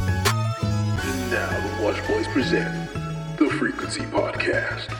And now the Watch Boys present the Frequency Podcast.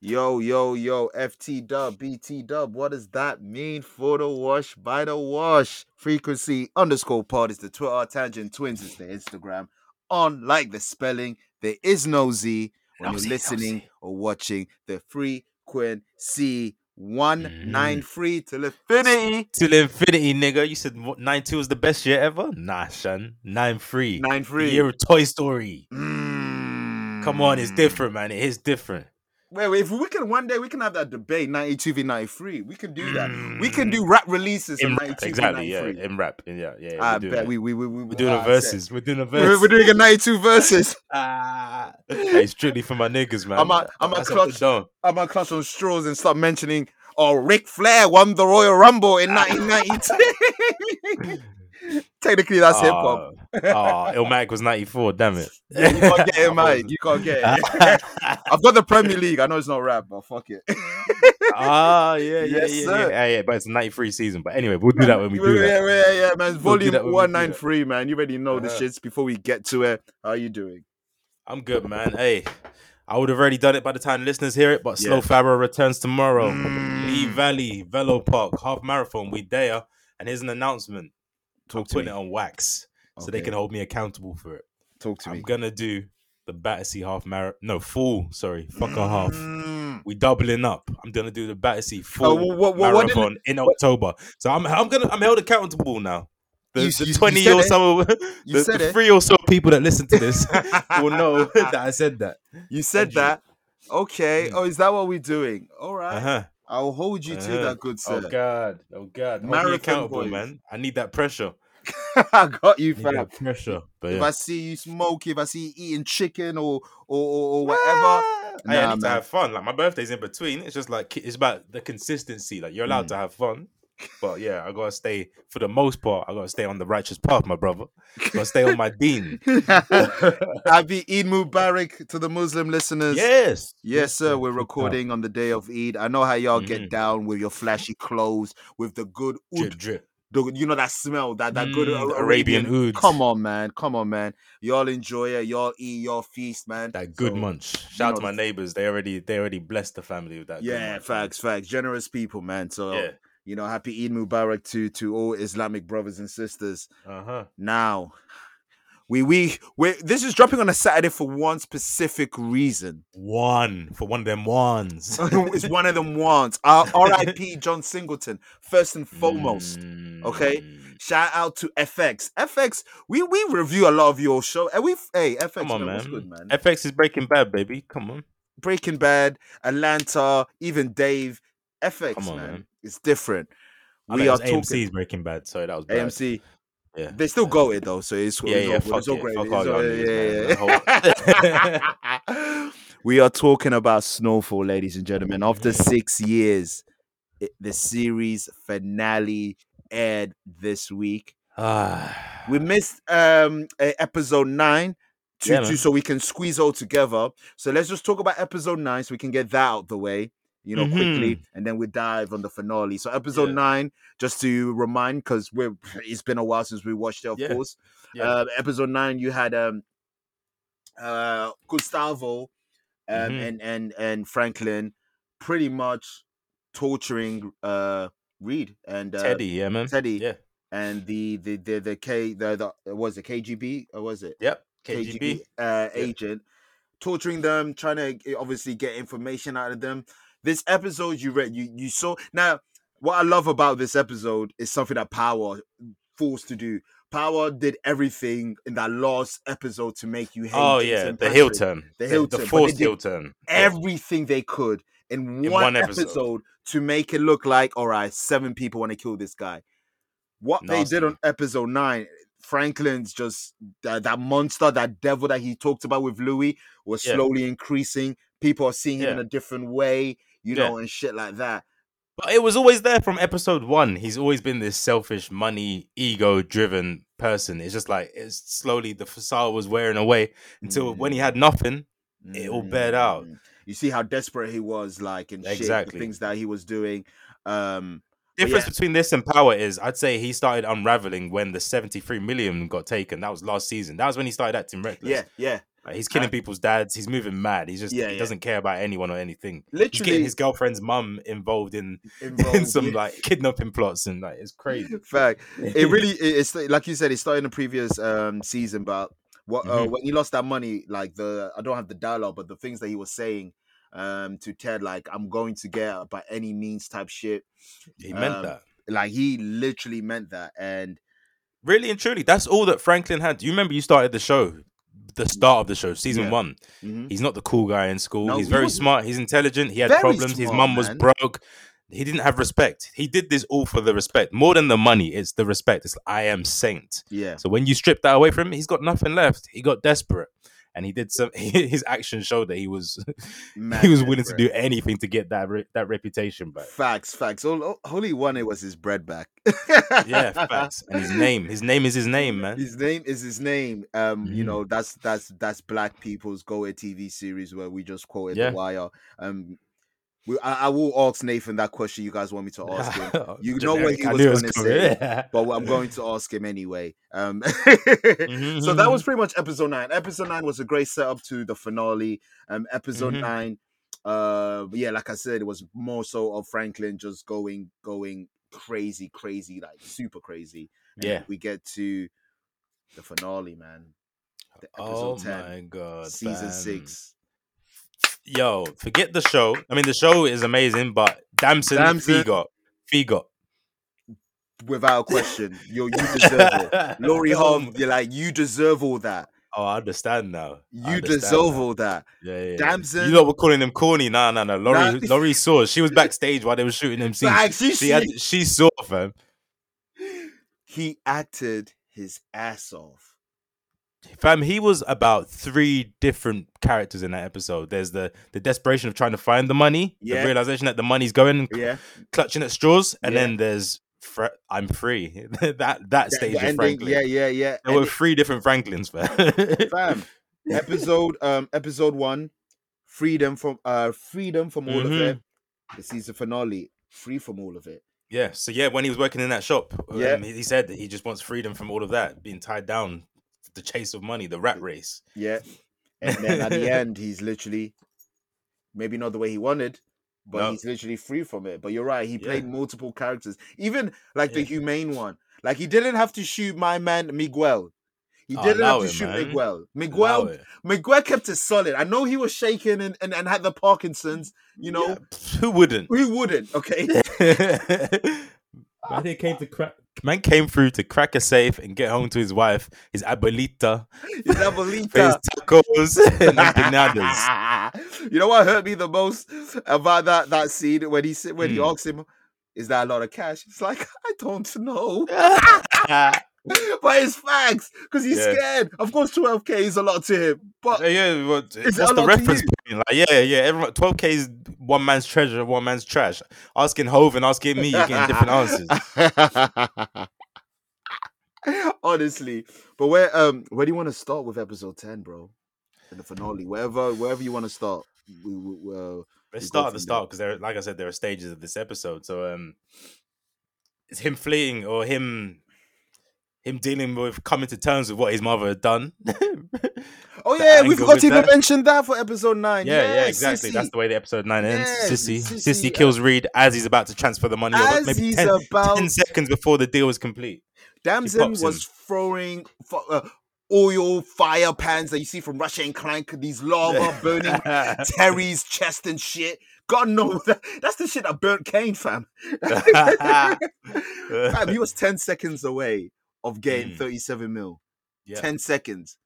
Yo, yo, yo, FT dub, BT dub. What does that mean for the wash by the wash? Frequency underscore pod is the Twitter, tangent twins is the Instagram. On like the spelling, there is no Z when you're listening or watching the frequency Mm. 193 till infinity. Till infinity, nigga. You said nine two is the best year ever. Nah, son. Nine three. 93. Year of Toy Story. Come on, it's Mm. different, man. It is different. Wait, wait, if we can one day we can have that debate 92 v 93. We can do that. We can do rap releases of Mm. In- 92 exactly, v yeah. 93. In rap, yeah, yeah. yeah I we're doing bet it. we we we we We're doing a I said- verses. We're doing a We're, verse. we're doing a 92 verses. ah, it's strictly for my niggas, man. I'm a- I'm a That's what clutch- they done. I'm gonna clutch on straws and start mentioning. Oh, Ric Flair won the Royal Rumble in 1992. Technically, that's hip hop. Ah, ah, Illmatic was ninety four. Damn it. Yeah, you can't get it, Mike. You can't get it. I've got the Premier League. I know it's not rap, but fuck it. ah, yeah, yeah, Yes, yeah, yeah, sir. yeah, yeah. But it's a ninety three season. But anyway, we'll do that when we do that. yeah, yeah, yeah, man. It's We'll do volume that when we do that. 193, man. You already know the Uh-huh. shits before we get to it. How you doing? I'm good, man. Hey, I would have already done it by the time listeners hear it, but Yeah. Slow Fabro returns tomorrow. Mm. Lee Valley, Velo Park, half marathon. We there. And here's an announcement. Talk I'm putting it on wax so they Okay. can hold me accountable for it. Talk to I'm me. gonna do the Battersea half marathon. No, full. Sorry, fuck a half. Mm. We doubling up. I'm gonna do the Battersea Oh, full what, what, what did, marathon in October. So I'm I'm gonna I'm held accountable now. The, You- the you- you twenty said or it. so, you the, said the it. three or so people that listen to this will know that I said that. You said Andrew. that. Okay. Mm. Oh, is that what we're doing? All right. Uh-huh. I'll hold you to Uh-huh. that, good Oh sir. god, oh god, Hold me Marathon accountable, boys. man. I need that pressure. I got you, I need fam. that pressure. But If yeah. I see you smoke, if I see you eating chicken or or, or, or whatever, Hey, Nah, I need man. to have fun. Like my birthday's in between. It's just like it's about the consistency. Like you're allowed Mm. to have fun, but yeah, I gotta stay for the most part. I gotta stay on the righteous path, my brother. gotta stay on my dean. Happy Eid Mubarak to the Muslim listeners. yes, Yes, sir. We're good recording on the day of Eid. I know how y'all get Mhm. down with your flashy clothes, with the good stuff. oud, Drip, drip. the, you know that smell, that that good Mm, Ara- the Arabian oud. Come on, man. Come on, man. Y'all enjoy it. Y'all eat. Y'all feast, man. that good So- munch. Shout out know to my the- neighbors. They already they already blessed the family with that. good Yeah, munch, man. facts, facts. Generous people, man. So Yeah. you know, happy Eid Mubarak to to all Islamic brothers and sisters. Uh huh. Now, we we we this is dropping on a Saturday for one specific reason. One for one of them ones. it's one of them wants. Uh, Our R.I.P. John Singleton, first and foremost. okay? Mm. Shout out to FX. FX, we we review a lot of your show, and we hey FX, Come on, man, man. what's good, man? FX is breaking bad, baby. Come on. Breaking Bad, Atlanta, even Dave. FX, Come on, man, man. it's different. I We know are it was AMC's talking breaking bad. Sorry, that was bad. AMC. Yeah. They still go it though, so it's, Yeah, it's yeah, all good. fuck It's all it, great. fuck It's all all- y'all yeah, yeah, yeah. we are talking about Snowfall, ladies and gentlemen. After Mhm. six years, it, the series finale aired this week. Ah. We missed um eh, episode nine. To, Yeah, to- man. so we can squeeze all together. So let's just talk about episode nine so we can get that out the way, you know, quickly, and then we dive on the finale. So episode Mm-hmm. Yeah. nine, just to remind, because we're it's been a while since we watched it, of Yeah. course. Yeah. Uh, episode nine, you had um uh Gustavo um, Mhm. and and and Franklin pretty much torturing uh Reed and uh, Teddy, yeah, man. Teddy Yeah. and the the the the K the the was the KGB or was it Yep. KGB. uh, Yeah. agent torturing them, trying to uh, obviously get information out of them. This episode you read you you saw now what I love about this episode is something that Power forced to do. Power did everything in that last episode to make you hate. Oh yeah, Jason the heel Patrick. turn. The heel The turn, but they forced did heel turn. Yeah. Everything they could in, In one, one episode. episode. to make it look like all right, seven people want to kill this guy. What they did Nasty. on episode nine, Franklin's just that, that monster, that devil that he talked about with Louis was Yeah. slowly increasing. People are seeing him in Yeah. a different way, you Yeah. know, and shit like that. But it was always there from episode one. He's always been this selfish, money, ego driven person. It's just like it's slowly the facade was wearing away until when he had nothing, it all bared out. Mm. You see how desperate he was, like, and shit, the Exactly. things that he was doing. Um, But difference yeah. between this and power is I'd say he started unraveling when the 73 million got taken. That was last season. That was when he started acting reckless. yeah, yeah, Like, he's killing people's dads. He's moving mad. He's just Yeah, he yeah. doesn't care about anyone or anything. He's literally getting his girlfriend's mum involved in, in involved, some yeah. like kidnapping plots and like it's crazy. fact. It really, it- it's like you said, it started in the previous um season, but what uh, Mhm. when he lost that money, like the I don't have the dialogue, but the things that he was saying um to Ted, like I'm going to get her by any means type shit, He meant Um, that. like he literally meant that, and Really and truly, that's all that Franklin had. You remember you started the show, the start of the show, season Yeah. one. mhm. He's not the cool guy in school. No, he's he very wasn't. smart. He's intelligent. He had Very problems. His smart, mum was man. broke. He didn't have respect. He did this all for the respect. More than the money, it's the respect. It's like, I am saint. yeah, So when you strip that away from him, he's got nothing left. He got desperate. And he did some. His actions showed that he was mad he was willing to desperate. do anything to get that re- that reputation back. Facts, facts. All, all, only one it was his bread back. Yeah, facts. And his name, his name is his name, man. His name is his name. Um, you Mhm. know, that's that's that's black people's go a TV series where we just quoted Yeah. the wire. Um we, I, I will ask Nathan that question you guys want me to ask him. You know what he Generic, I was Oh, knew it gonna coming. say, Yeah. But I'm going to ask him anyway. Um Mhm, so that mhm. was pretty much episode nine. Episode nine was a great setup to the finale. Um, episode Mhm. nine, uh, yeah, like I said, it was more so of Franklin just going, going crazy, crazy, like super crazy. And yeah. we get to the finale, man. The Oh episode ten, my god, season fam. six. Yo, forget the show. I mean, the show is amazing, but Damson, Damson. Figot, Figot. Without question, you you deserve it. Laurie Oh Holm, my- you're like you deserve all that. Oh, I understand now. I You understand deserve now. all that. Yeah, yeah, yeah. Damson- You lot were calling him corny. Nah, nah, nah. Laurie, Nah. Laurie saw. She was backstage while they were shooting them scenes. Facts, you She, had, see- she saw, fam. he acted his ass off. Fam, he was about three different characters in that episode. There's the the desperation of trying to find the money, Yeah. the realization that the money's going, Yeah, clutching at straws, and Yeah. then there's Fra- I'm free. that that The- stage the of ending, Franklin. Yeah, yeah, yeah. There And were three different Franklins, fam. it- fam, episode um episode one, freedom from uh freedom from all of Mhm. it. The season finale, free from all of it. yeah. So yeah, when he was working in that shop, Yeah. um, he he said that he just wants freedom from all of that, being tied down, the chase of money, the rat race. Yeah, and then at the end, he's literally maybe not the way he wanted. But No. he's literally free from it. But you're right. He Yeah. played multiple characters, even like the Yeah. humane one. Like he didn't have to shoot my man Miguel. He Oh, didn't allow have to it, shoot man. Miguel. Miguel Allow it. Miguel kept it solid. I know he was shaking and, and, and had the Parkinson's, you know. Yeah, pff, who wouldn't? We wouldn't, okay? man, it came to crack. Man came through to crack a safe and get home to his wife, his abuelita, His for his abuelita. tacos and empanadas. you know what hurt me the most about that that scene when he said when he Hmm. asked him, "Is that a lot of cash?" It's like I don't know, yeah, but it's facts because he's Yeah. scared. Of course, twelve k is a lot to him, but yeah. Is What, it what's allowed the to reference you? point? Like, yeah, yeah. Everyone, twelve k is one man's treasure, one man's trash. Asking Hove and asking me, you're getting different answers. Honestly, but where um where do you want to start with episode ten, bro? And the finale, wherever wherever you want to start. We, we, we- uh, Let's We go start at the from start because there, like I said, there are stages of this episode. So, um, it's him fleeing or him, him dealing with coming to terms with what his mother had done. oh The yeah, we angle forgot with to even that. mention that for episode nine. yeah, yeah, Yes, exactly. That's sissy. the way the episode nine ends. Yeah, Sissy, Sissy, Sissy uh, kills Reed as he's about to transfer the money. or As maybe he's 10, about, 10 seconds before the deal is complete. Damson pops was throwing fu- uh, oil fire pans that you see from Russia and Clank. These lava burning Terry's chest and shit. God knows that, that's the shit that burnt Kane, fam. fam, he was ten seconds away of getting Mm. thirty-seven mil. Yeah, Ten seconds.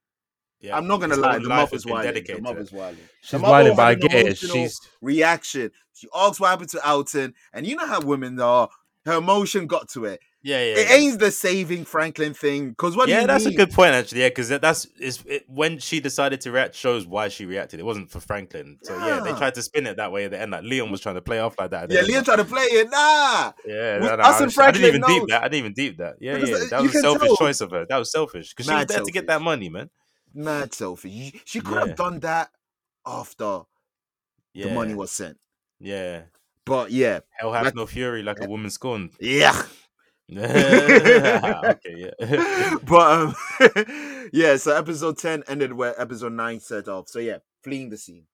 yeah. I'm not gonna His lie, whole the life mother's has been wild. The dedicated to it. mother's wild. She's mother wilding, but I had an get it. emotional She's Reaction. She asks what happened to Alton, and you know how women are. Her emotion got to it. Yeah, yeah. It yeah. ain't the saving Franklin thing. Because what? do yeah, you that's mean? a good point actually. Yeah, because that's is it, when she decided to react shows why she reacted. It wasn't for Franklin. So yeah, they Yeah. tried to spin it that way at the end. Like Leon was trying to play off like that. at the Yeah, end, Leon like, tried to play it. Nah, Yeah, we- no, no, us and I was- I didn't Franklin even deep knows. that. I didn't even deep that. Yeah, Because, yeah, uh, that you was a can selfish tell. choice of her. That was selfish because she was Mad there to get that selfish. money, man. mad selfish. You, she could Yeah. have done that after Yeah, the money was sent. yeah. But yeah, Hell hath Like- no fury like a woman scorned. yeah. okay, yeah. but um, yeah, so episode 10 ended where episode 9 set off. So yeah, fleeing the scene.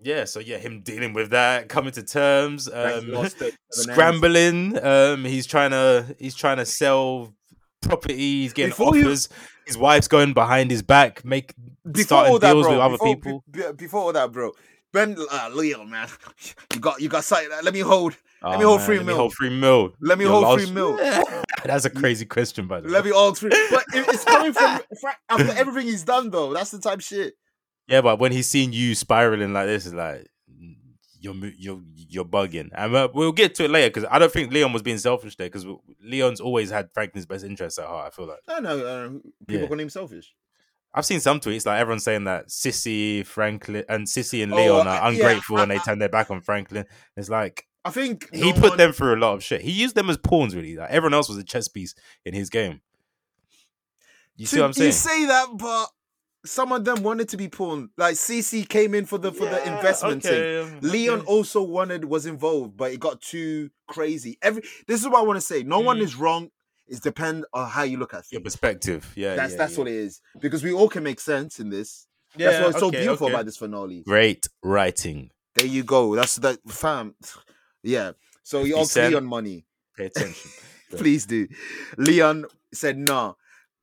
yeah, so yeah, him dealing with that, coming to terms, Frank um, lost it to the Nans. scrambling. Um, he's trying to he's trying to sell property. He's getting Before you- offers. His wife's going behind his back, make starting deals with other before, people. be- be- before all that, bro. Ben uh, Leo, man, you got you got sight. Let me hold. Let me Oh, hold man, three Let me mil. hold three mil. Let me Your hold last- three mil. That's a crazy question, by the way. Let me all three. But it- it's coming from Fra- after everything he's done, though. That's the type shit. Yeah, but when he's seen you spiraling like this, it's like mm, you're mo- you're you're bugging, and uh, we'll get to it later because I don't think Leon was being selfish there because Leon's always had Franklin's best interests at heart. I feel like I know. Uh, people Yeah. call him selfish. I've seen some tweets like everyone saying that Sissy, Franklin, and Sissy and Oh, Leon I- are yeah, ungrateful and I- they I- turn their back on Franklin. It's like I think no he put one- them through a lot of shit. He used them as pawns, really. Like everyone else was a chess piece in his game. You see to- what I'm saying? You say that, but some of them wanted to be pawned. Like CC came in for the for the Yeah, investment thing. okay, Leon okay. also wanted was involved, but it got too crazy. Every this is what I want to say. No one Mm. is wrong. It's depend on how you look at your things. perspective. Yeah, That's yeah, that's yeah. what it is. Because we all can make sense in this. that's Yeah, what's so okay, beautiful okay. about this finale. Great writing. There you go. That's that fam. Yeah. So you 50 all cent. Leon money. Pay attention. Yeah. Please do. Leon said, "Nah,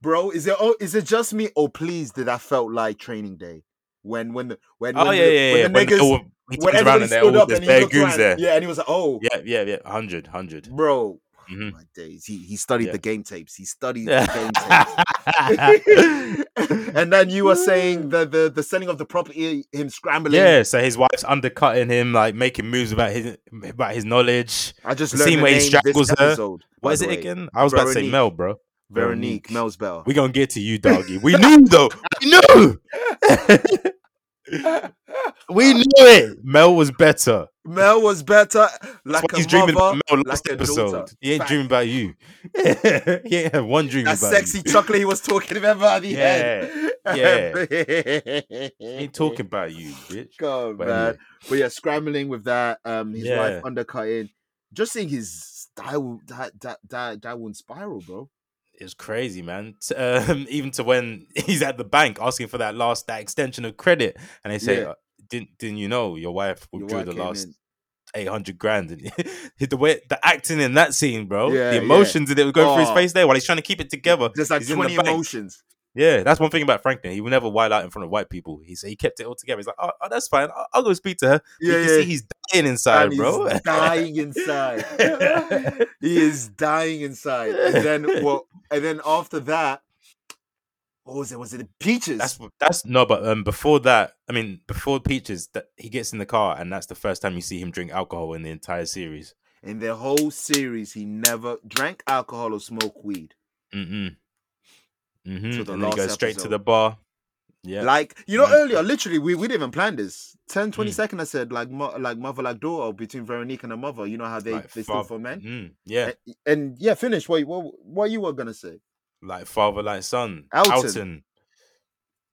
bro. Is it oh, is it just me or please did I felt like training day when when the- when oh when yeah, the, yeah, when yeah. the When niggas oh, he when turns around everybody and they're stood all up there's and he bear looked goons around, there. yeah, and he was like, oh, Yeah, yeah, yeah. 100, 100. bro." Mhm. My days, he he studied Yeah. the game tapes. He studied Yeah. the game tapes. and then you were saying the, the the selling of the property, him scrambling. yeah, so his wife's undercutting him, like making moves about his about his knowledge. I just The learned scene the where he name strangles this her. episode. by What is the it way. again? I was about to say Veronique. Mel, bro. Veronique, Mel's Bell. We're gonna get to you, doggy. We knew though. We knew. we knew it. Mel was better. Mel was better. That's Like why he's a dreaming mother, about Mel like last a episode. daughter. He ain't Fact. dreaming about you. he ain't had one dream That about sexy you. chocolate he was talking about at the end. He ain't talking about you, bitch. God, But man. anyway. But yeah, scrambling with that. Um, his Yeah. wife undercutting. Just seeing his that that that that, that one spiral, bro. It's crazy, man. T- Um, even to when he's at the bank asking for that last that extension of credit, and they say, Yeah. uh, "Didn't didn't you know your wife Your withdrew wife the came last in. eight hundred grand?" And the way the acting in that scene, bro, Yeah, the yeah. emotions that were going through his Oh. face there while he's trying to keep it together. There's like He's in the twenty bank. emotions. Yeah, that's one thing about Franklin. He would never wild out in front of white people. He said he kept it all together. He's like, "Oh, oh, that's fine. I'll, I'll go speak to her." But Yeah, you yeah. can see he's dying inside, and bro. He's dying inside. he is dying inside. And then well, and then after that, what was it? Was it the peaches? That's that's no, but um, before that, I mean, before Peaches, that he gets in the car, and that's the first time you see him drink alcohol in the entire series. In the whole series, he never drank alcohol or smoked weed. Mm-mm. Mm-hmm. the And then he last goes straight to episode. the bar. Yeah, Like you know, Mm. earlier, literally, we, we didn't even plan this. 10, 20 Mm. second, I said like mo- like mother like daughter between Veronique and her mother. You know how they Like they still fa- for men. Mm, yeah, And, and yeah, finish. Wait, what what you were gonna say? like father, like son. Alton. Alton,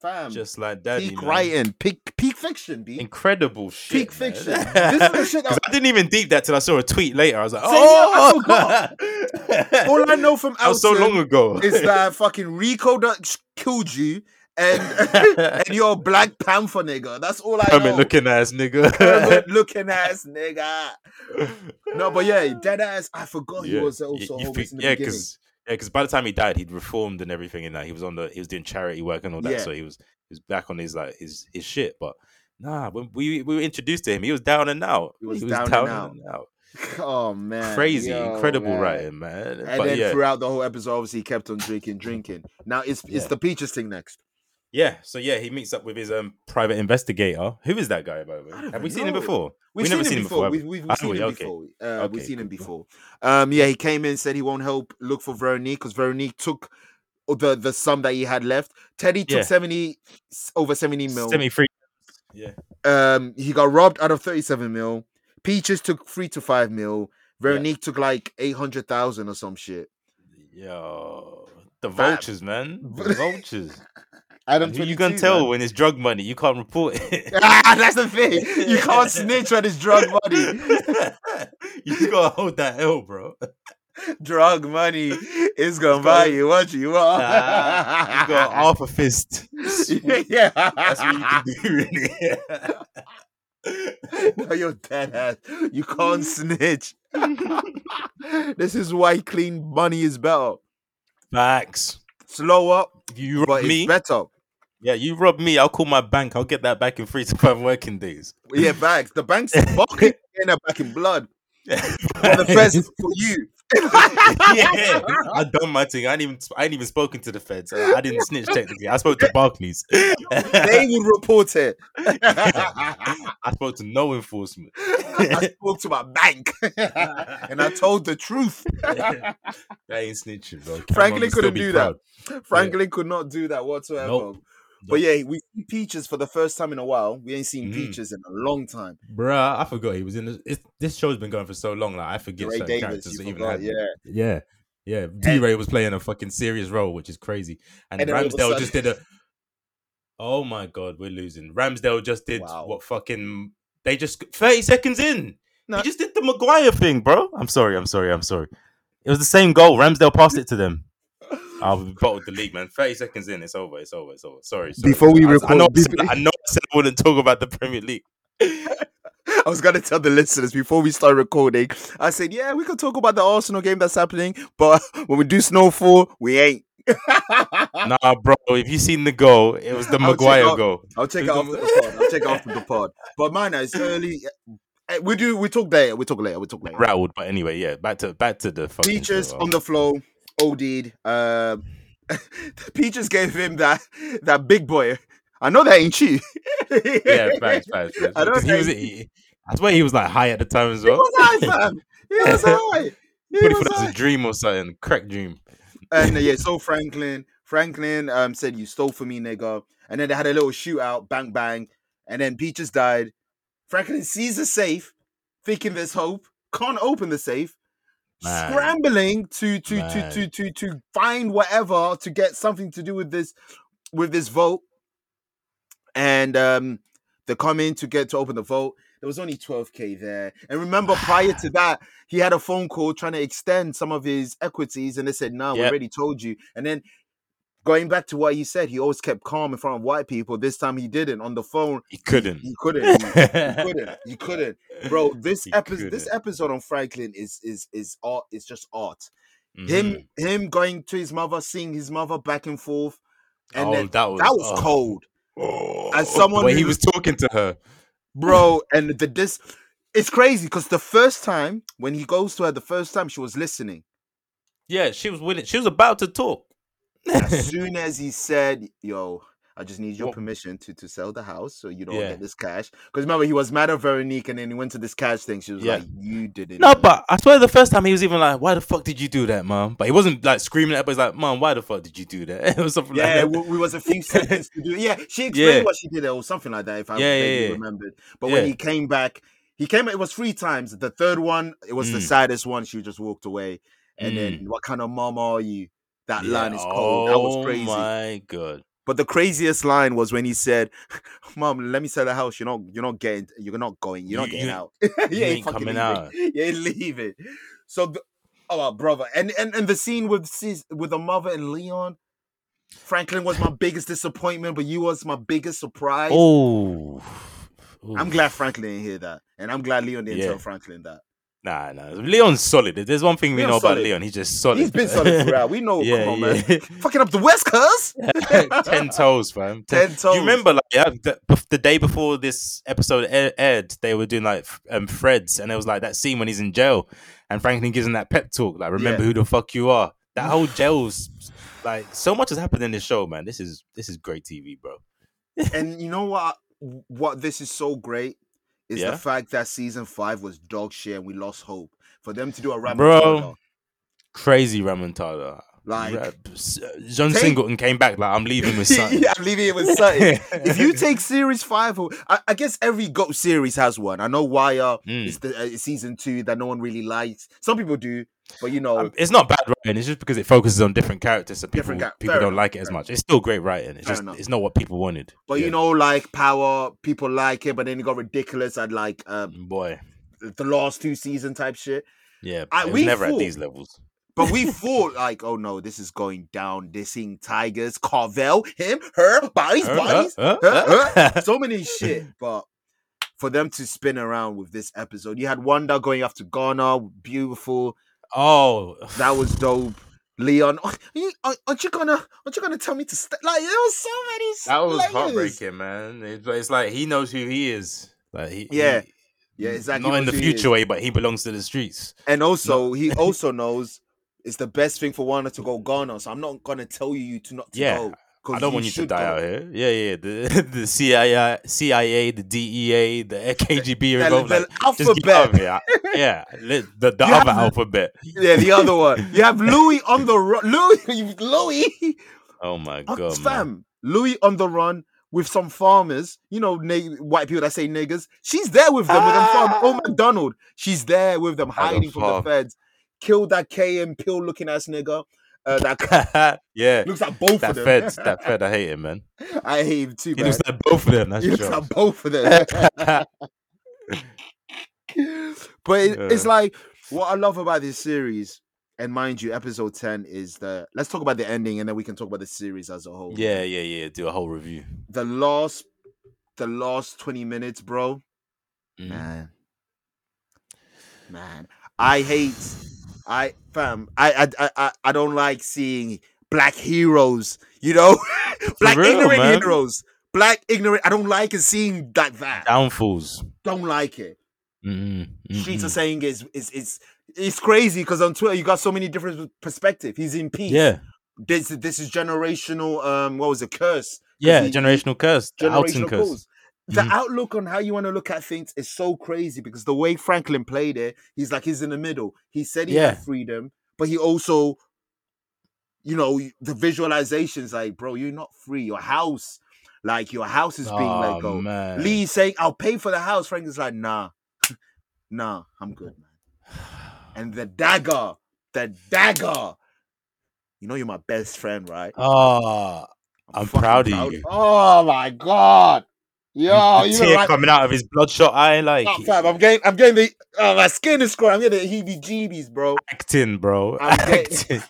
Fam, just like daddy. Um, peak man. writing, peak peak fiction, B. Incredible shit. Peak man. fiction. This is the shit that- 'Cause I didn't even deep that till I saw a tweet later. I was like, Same here, I oh, All I know from that was so Alton long ago. is that fucking Rico that killed you and and you're a Black Panther nigga. That's all I Kermit know. looking ass nigga. Kermit looking ass nigga. No, but yeah, dead ass. I forgot he was you- also you homeless think- in the yeah, beginning. because by the time he died, he'd reformed and everything, and that he was on the he was doing charity work and all that, Yeah. so he was he was back on his like his his shit. But nah, when we we were introduced to him, he was down and out. He was down and out. out. Oh man, Crazy, yo, incredible man. writing, man. And but then yeah, throughout the whole episode, obviously, he kept on drinking, drinking. Now it's it's Yeah. the peaches thing next. Yeah, so yeah, he meets up with his um private investigator. Who is that guy, by the way? I don't Have we even seen him know. before? We've We seen, never him before. We've, we've, we've have seen we? Ah, him Okay. before. Uh, we've Okay, seen him cool, before. Um, yeah, he came in, said he won't help look for Veronique because Veronique took the, the sum that he had left. Teddy took Yeah. 70 over 70 mil. Semi free. Yeah. um, he got robbed out of 37 mil. Peaches took three to five mil. Veronique took like 800,000 or some shit. Yo. The Fam. vultures, man. The vultures. Adam, Who you gonna tell when it's drug money? You can't report it. Ah, That's the thing. You can't snitch when it's drug money. you gotta hold that L, bro. drug money is gonna It's buy gonna- you what you want. Ah, You got half a fist. yeah. That's what you can do, really. no, you're dead ass. You can't snitch. this is why clean money is better. Facts. Slower, If you rob but me, it's better. yeah, you rob me, I'll call my bank. I'll get that back in three to five working days. Yeah, bags. The bank's fucking getting her back in blood. For the best for you. yeah, I done my thing. I ain't even I ain't even spoken to the feds. I, I didn't snitch technically. I spoke to Barclays. I They would report it. spoke to no enforcement. I spoke to my bank and I told the truth. that ain't snitching, bro. Cameron Franklin would still couldn't be do proud. Franklin could not do that whatsoever. Nope. But yeah, we see Peaches for the first time in a while. We ain't seen Mm. Peaches in a long time. Bruh, I forgot he was in this. It's, this show's been going for so long, like I forget Ray certain Davis, characters you that even forgot, had. yeah. Yeah, yeah. D Ray was playing a fucking serious role, which is crazy. And, And then all of a Ramsdale sudden- just did a. Oh my god, we're losing. Ramsdale just did Wow. what fucking they just thirty seconds in. No. He just did the Maguire thing, bro. I'm sorry, I'm sorry, I'm sorry. It was the same goal. Ramsdale passed it to them. I've bottled the league, man. Thirty seconds in, it's over, it's over, it's over. Sorry. sorry. Before we I, I know. I, record- said, I know. I said I wouldn't talk about the Premier League. I was gonna tell the listeners before we start recording. I said, yeah, we could talk about the Arsenal game that's happening, but when we do snowfall, we ain't. Nah, bro. If you seen the goal, it was the I'll check Maguire out- goal. I'll check it Who's the after the mo- pod. I'll check it after the pod. But man, it's early. Eh, We do. We talk later. We talk later. We talk later. Rattled, but anyway, yeah. Back to back to the fucking Peaches show. on the flow. OD'd. Um, Peaches gave him that that big boy. I know that ain't you. yeah, facts, facts, facts. I don't Because he was. think- He, that's why he was like high at the time as He well. was high, fam. He was high. He But he thought was it was a high. dream or something, crack dream. And uh, yeah, so Franklin, Franklin um said you stole from me, nigga. And then they had a little shootout, bang bang. And then Peaches died. Franklin sees the safe, thinking there's hope, can't open the safe, Man. scrambling to to to Man. to to to find whatever to get something to do with this with this vote. And um they come in to get to open the vote. There was only 12k there. And remember, prior to that, he had a phone call trying to extend some of his equities, and they said, No, we Yep. already told you. And then going back to what you said, he always kept calm in front of white people. This time he didn't on the phone. He couldn't. He couldn't. He couldn't. You couldn't. Bro, this He episode this couldn't. episode on Franklin is is is art, it's just art. Mm-hmm. Him him going to his mother, seeing his mother back and forth. And oh, then, that was that was oh. cold. Oh. As someone the way who- he was talking to her. bro. And the this, it's crazy because the first time when he goes to her, the first time she was listening. Yeah, she was willing. She was about to talk. As soon as he said, "Yo, I just need your What- permission to to sell the house, so you don't Yeah. get this cash," because remember he was mad at Veronique, and then he went to this cash thing. She was Yeah. like, "You didn't." No, know." but I swear the first time he was even like, "Why the fuck did you do that, mom?" But he wasn't like screaming at, but he's like, "Mom, why the fuck did you do that?" or something yeah, like we, we was a few seconds to do. Yeah, she explained Yeah. what she did or something like that, if I Yeah, yeah, vaguely yeah. remembered. But when Yeah. he came back, he came. It was three times. The third one, it was the Mm. saddest one. She just walked away, and then what kind of mom are you? that. That Yeah. line is cold. That was crazy. Oh my god. But the craziest line was when he said, "Mom, let me sell the house. You're not, you're not getting, you're not going, you're not You- getting you- out. you ain't fucking coming leaving. out." You ain't leaving." So, the, oh, our brother, and and and the scene with Sis- with the mother and Leon, Franklin was my biggest disappointment, but you was my biggest surprise. Oh. I'm Oof. glad Franklin didn't hear that, and I'm glad Leon didn't Yeah. tell Franklin that. Nah, nah. Leon's solid. If there's one thing we Leon's know about solid. Leon, he's just solid. He's been solid throughout. We know, yeah, come on, man, yeah. fucking up the West, cuz Ten toes, fam. ten toes. Do you remember like yeah, the, bef- the day before this episode air- aired, they were doing like f- um Fred's, and it was like that scene when he's in jail, and Franklin gives him that pep talk, like "Remember who the fuck you are." That whole jails, like so much has happened in this show, man. This is this is great TV, bro. and you know what? What this is so great is Yeah? the fact that season five was dog shit and we lost hope for them to do a rap. Bro. Crazy Ramontada. Like- John Take- Singleton came back like I'm leaving with something. yeah, I'm leaving it with something. if you take series five, or- I, I guess every GOAT series has one. I know Wire Mm. is the uh, it's season two that no one really likes. Some people do, but you know, Um, it's not bad writing. It's just because it focuses on different characters, so people Different char- people fair don't enough, like it as fair much. It's still great writing. It's Fair just enough. it's not what people wanted. but you know, like Power, people like it, but then it got ridiculous at like uh, know, boy, Mm. the last two season type shit. yeah, I- it was we never thought- at these levels. But we thought like, oh no, this is going down. They're seeing tigers, Carvel, him, her, bodies, Huh? bodies. Huh? Huh? Huh? so many shit. But for them to spin around with this episode, you had Wanda going after Ghana, beautiful. oh, That was dope. Leon, are you, are- aren't you gonna aren't you gonna tell me to stay? Like there was so many. that was layers. heartbreaking, man. It's, it's like he knows who he is. Like he, Yeah. he- Yeah, exactly. Not in what the it is. future way, but he belongs to the streets. And also, he also knows it's the best thing for Wanda to go Ghana. So I'm not gonna tell you you to not to Yeah, go. 'cause I don't want you to should die go. out here. Yeah, yeah. The the CIA, CIA, the DEA, the KGB, The- are involved, the like, just get alphabet. out of here. Yeah, li- the, the You other have- alphabet. Yeah, the other one. You have Louis on the run. Louis, Louis, Oh my on- god, man. fam. Louis on the run with some farmers. You know, na- white people that say niggers. She's there with them with them farm. Ah! Oh, McDonald. She's there with them At the hiding from farm. the feds. Killed that KM pill looking ass nigger. Uh, that yeah, looks like both that of them. fed, that fed. I hate him, man. I hate him too, He man. looks like both of them. That's he looks jokes. like both of them. but it, it's Yeah. like what I love about this series, and mind you, episode ten is the. Let's talk about the ending, and then we can talk about the series as a whole. yeah, yeah, yeah. Do a whole review. the last, the last twenty minutes, bro. Mhm. Man, man, I hate. I fam, I I I- I, I don't like seeing black heroes. You know, black real, ignorant man. heroes. Black ignorant. I don't like it seeing like that. Downfalls. Don't like it. mm streets are saying is is is it's crazy because on Twitter you got so many different perspectives. He's in peace. Yeah, This this is generational um what was it curse? yeah. he- generational curse. The Alton Generational curse. cause. The Mhm. outlook on how you want to look at things is so crazy because the way Franklin played it, he's like he's in the middle. He said he Yeah. had freedom, but he also you know, the visualizations like, bro, you're not free. Your house, like your house is being oh, let go. man. Lee saying, I'll pay for the house. Franklin's like, nah, nah, I'm good, man. And the dagger, the dagger. You know you're my best friend, right? Oh, I'm fucking proud of you. Oh my god. Yo, the you tear were right. coming out of his bloodshot eye, like Oh, fam, I'm getting I'm getting the oh my skin is crawling. I'm getting the heebie jeebies, bro. acting, bro. I'm getting- acting.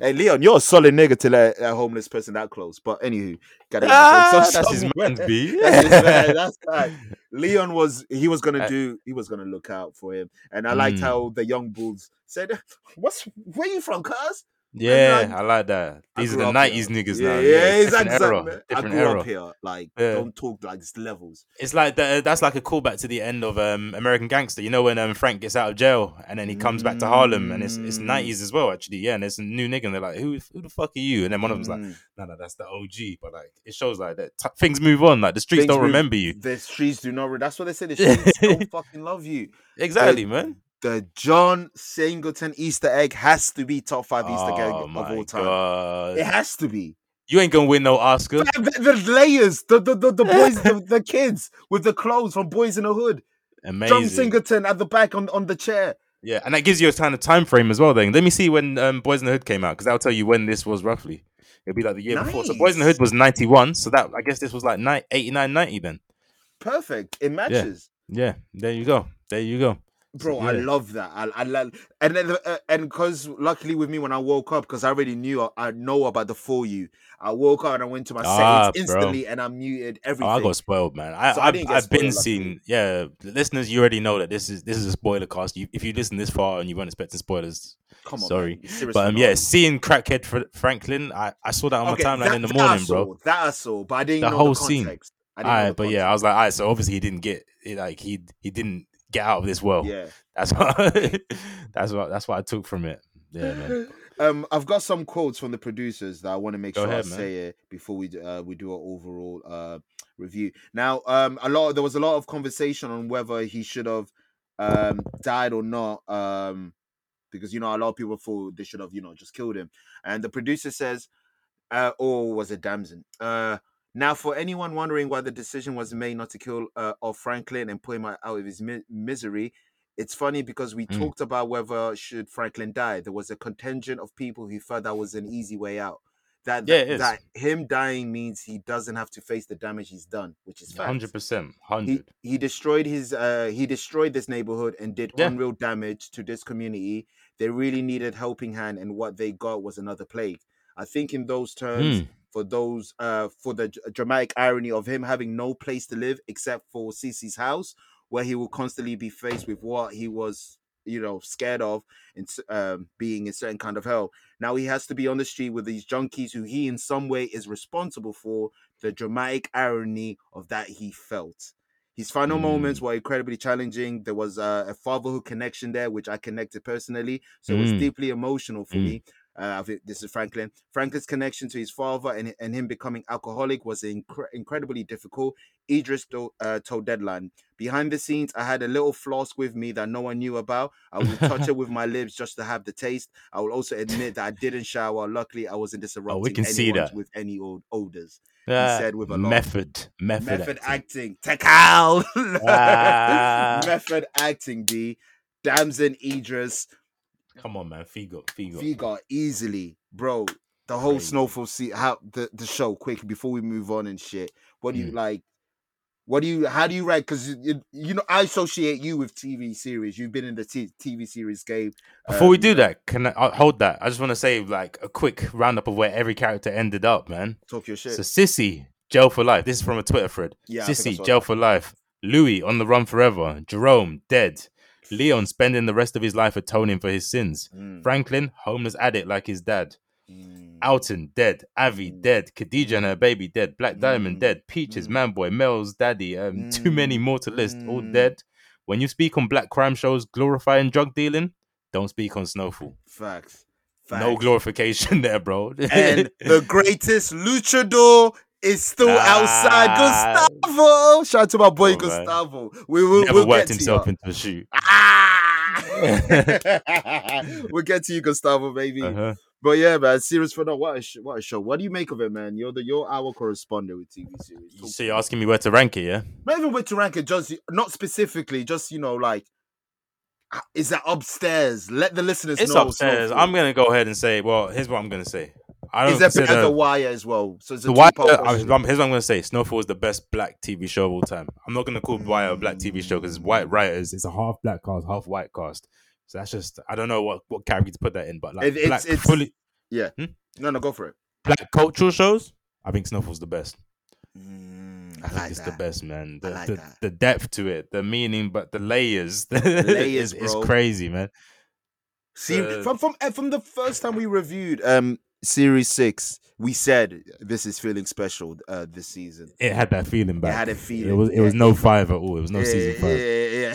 Hey Leon, you're a solid nigga to let a homeless person that close. But anywho, gotta get Ah, myself that's his somewhere. man's B. That's his man, that's right. Leon was he was gonna I- do he was gonna look out for him, and I liked Eh. Mm. how the young bulls said, "What's where you from, cuz?" Yeah, like, I like that. I These are grew the up '90s here. niggas yeah, now. Yeah, it's exactly. different era. I Different grew era. up here. Like, Yeah. don't talk like it's levels. It's like that. That's like a callback to the end of um, American Gangster. You know when um, Frank gets out of jail and then he comes back to Harlem, and it's it's Mm. '90s as well, actually. Yeah, and there's a new nigga, and they're like, "Who who the fuck are you?" And then one of them's like, Mm. "No, no, that's the OG." But like, it shows like that t- things move on. Like the streets Things don't move- remember you. the streets do not. Re- that's what they say. The streets don't fucking love you. Exactly, man. The John Singleton Easter egg has to be top five Easter egg of all time. Oh God. It has to be. You ain't gonna win no Oscar. The, the layers, the the, the, the boys, the, the kids with the clothes from Boys in the Hood. Amazing. John Singleton at the back on, on the chair. Yeah, and that gives you a kind of time frame as well. Then let me see when um, Boys in the Hood came out because that'll tell you when this was roughly. It'll be like the year before. So Boys in the Nice. Hood was ninety one. So that I guess this was like ni- 89, 90 then. Perfect. It matches. Yeah, there you go. There you go. bro i yeah. love that i, I love and then the- uh, and because luckily with me when i woke up because i already knew I, I know about the for you i woke up and i went to my Ah, settings bro. instantly and i muted Oh, everything I got spoiled, man. I, So I I've, didn't get I've been spoiled, luckily. seeing. Yeah, the listeners, you already know that this is this is a spoiler cast. You, if you listen this far and you weren't expecting spoilers, come on sorry. man. Seriously, but um, man. yeah, seeing crackhead Fra- Franklin, I, I saw that on Okay, my timeline that- in the that I morning, saw, bro. that i saw but i didn't The know whole the scene. context i didn't know Alright, the but yeah, I was like, alright, so obviously he didn't get it, like he he didn't get out of this world. context. yeah That's what that's what that's what I took from it. Yeah, man. Um, I've got some quotes from the producers that I want to make Go sure ahead, I man. say it before we d- uh, we do our overall uh review. Now, um, a lot there was a lot of conversation on whether he should have um died or not. Um, because you know a lot of people thought they should have you know just killed him, and the producer says, uh, or was it Damson? Uh. Now, for anyone wondering why the decision was made not to kill uh, off Franklin and put him out of his mi- misery, it's funny because we Mm. talked about whether should Franklin die. There was a contingent of people who felt that was an easy way out. That Yeah, it that, is. that him dying means he doesn't have to face the damage he's done, which is fact. Hundred percent, He hundred. he destroyed his uh he destroyed this neighborhood and did Yeah. unreal damage to this community. They really needed helping hand, and what they got was another plague. I think in those terms, Mm. for those uh for the dr- dramatic irony of him having no place to live except for Cece's house, where he will constantly be faced with what he was you know scared of and s- um, being in certain kind of hell now he has to be on the street with these junkies who he in some way is responsible for the dramatic irony of that he felt his final moments Mm. were incredibly challenging there was uh, a fatherhood connection there which i connected personally so it was Mm. deeply emotional for Mm. me uh, I think this is Franklin. Franklin's connection to his father and, and him becoming alcoholic was incre- incredibly difficult. Idris to- uh, told Deadline, behind the scenes, I had a little flask with me that no one knew about. I would touch it with my lips just to have the taste. I will also admit that I didn't shower. Luckily, I wasn't Oh, we disrupting can see anyone that. with any old odors. He Ah, said with a laugh. method, method, Method acting. acting. Tekal. Ah. Method acting, D. Damson Idris. Come on, man, Figo, Figo. Figa easily, bro. The whole Crazy. snowfall see how the, the show quick before we move on and shit. What do you Mm. like? What do you? How do you rank? Because you, you- you know I associate you with TV series. You've been in the t- TV series game. Before we um, do that, can I uh, hold that? I just want to say like a quick roundup of where every character ended up, man. talk your shit. So Sissy, jail for life. This is from a Twitter thread. yeah, I think I Sissy, saw jail that. for life. Louis on the run forever. Jerome dead. Leon spending the rest of his life atoning for his sins. Mm, Franklin, homeless addict like his dad. mm, Alton dead, Avi Mm. dead, Khadija and her baby dead, Black Diamond Mm. dead, Peaches, Mm. Manboy, Mel's daddy, um, too many mm, more to list, all mm. dead. When you speak on black crime shows glorifying drug dealing, don't speak on Snowfall. Facts. Facts. No glorification there, bro. and uh, the greatest luchador is still outside. Ah. Gustavo, shout out to my boy Come on, man. Gustavo. We will never we'll worked get to you. himself into a shoe. Ah! we'll get to you, Gustavo, baby. Uh-huh. But yeah, man, serious for now. What a sh- what a show. What do you make of it, man? You're the you're our correspondent with TV series. Talk So to you're me. asking me where to rank it, yeah? Not even with to rank it, just not specifically, just you know, like h- is that upstairs? Let the listeners It's know. upstairs. Snowfall. I'm gonna go ahead and say, well, here's what I'm gonna say. I is don't there p- as consider the wire as well? So it's a The Wire. two part I was- question. um, here's what I'm gonna say: Snowfall is the best black TV show of all time. I'm not gonna call Wire a black TV show because it's white Mm. writers. It's a half black cast, half white cast. So that's just I don't know what what category to put that in, but like It- it's black it's fully yeah. Hmm? No, no, go for it. black cultural shows. I think Snowfall's the best. Mm, I I think like it's the that. best, man. I The like the, that. the depth to it, the meaning, but the layers, Layers, is is bro. crazy, man. See, So- from from eh, from the first time we reviewed um series six, we said this is feeling special uh this season. It had that feeling It back. had a It feeling. was it Yeah, was no five at all. It was no yeah, season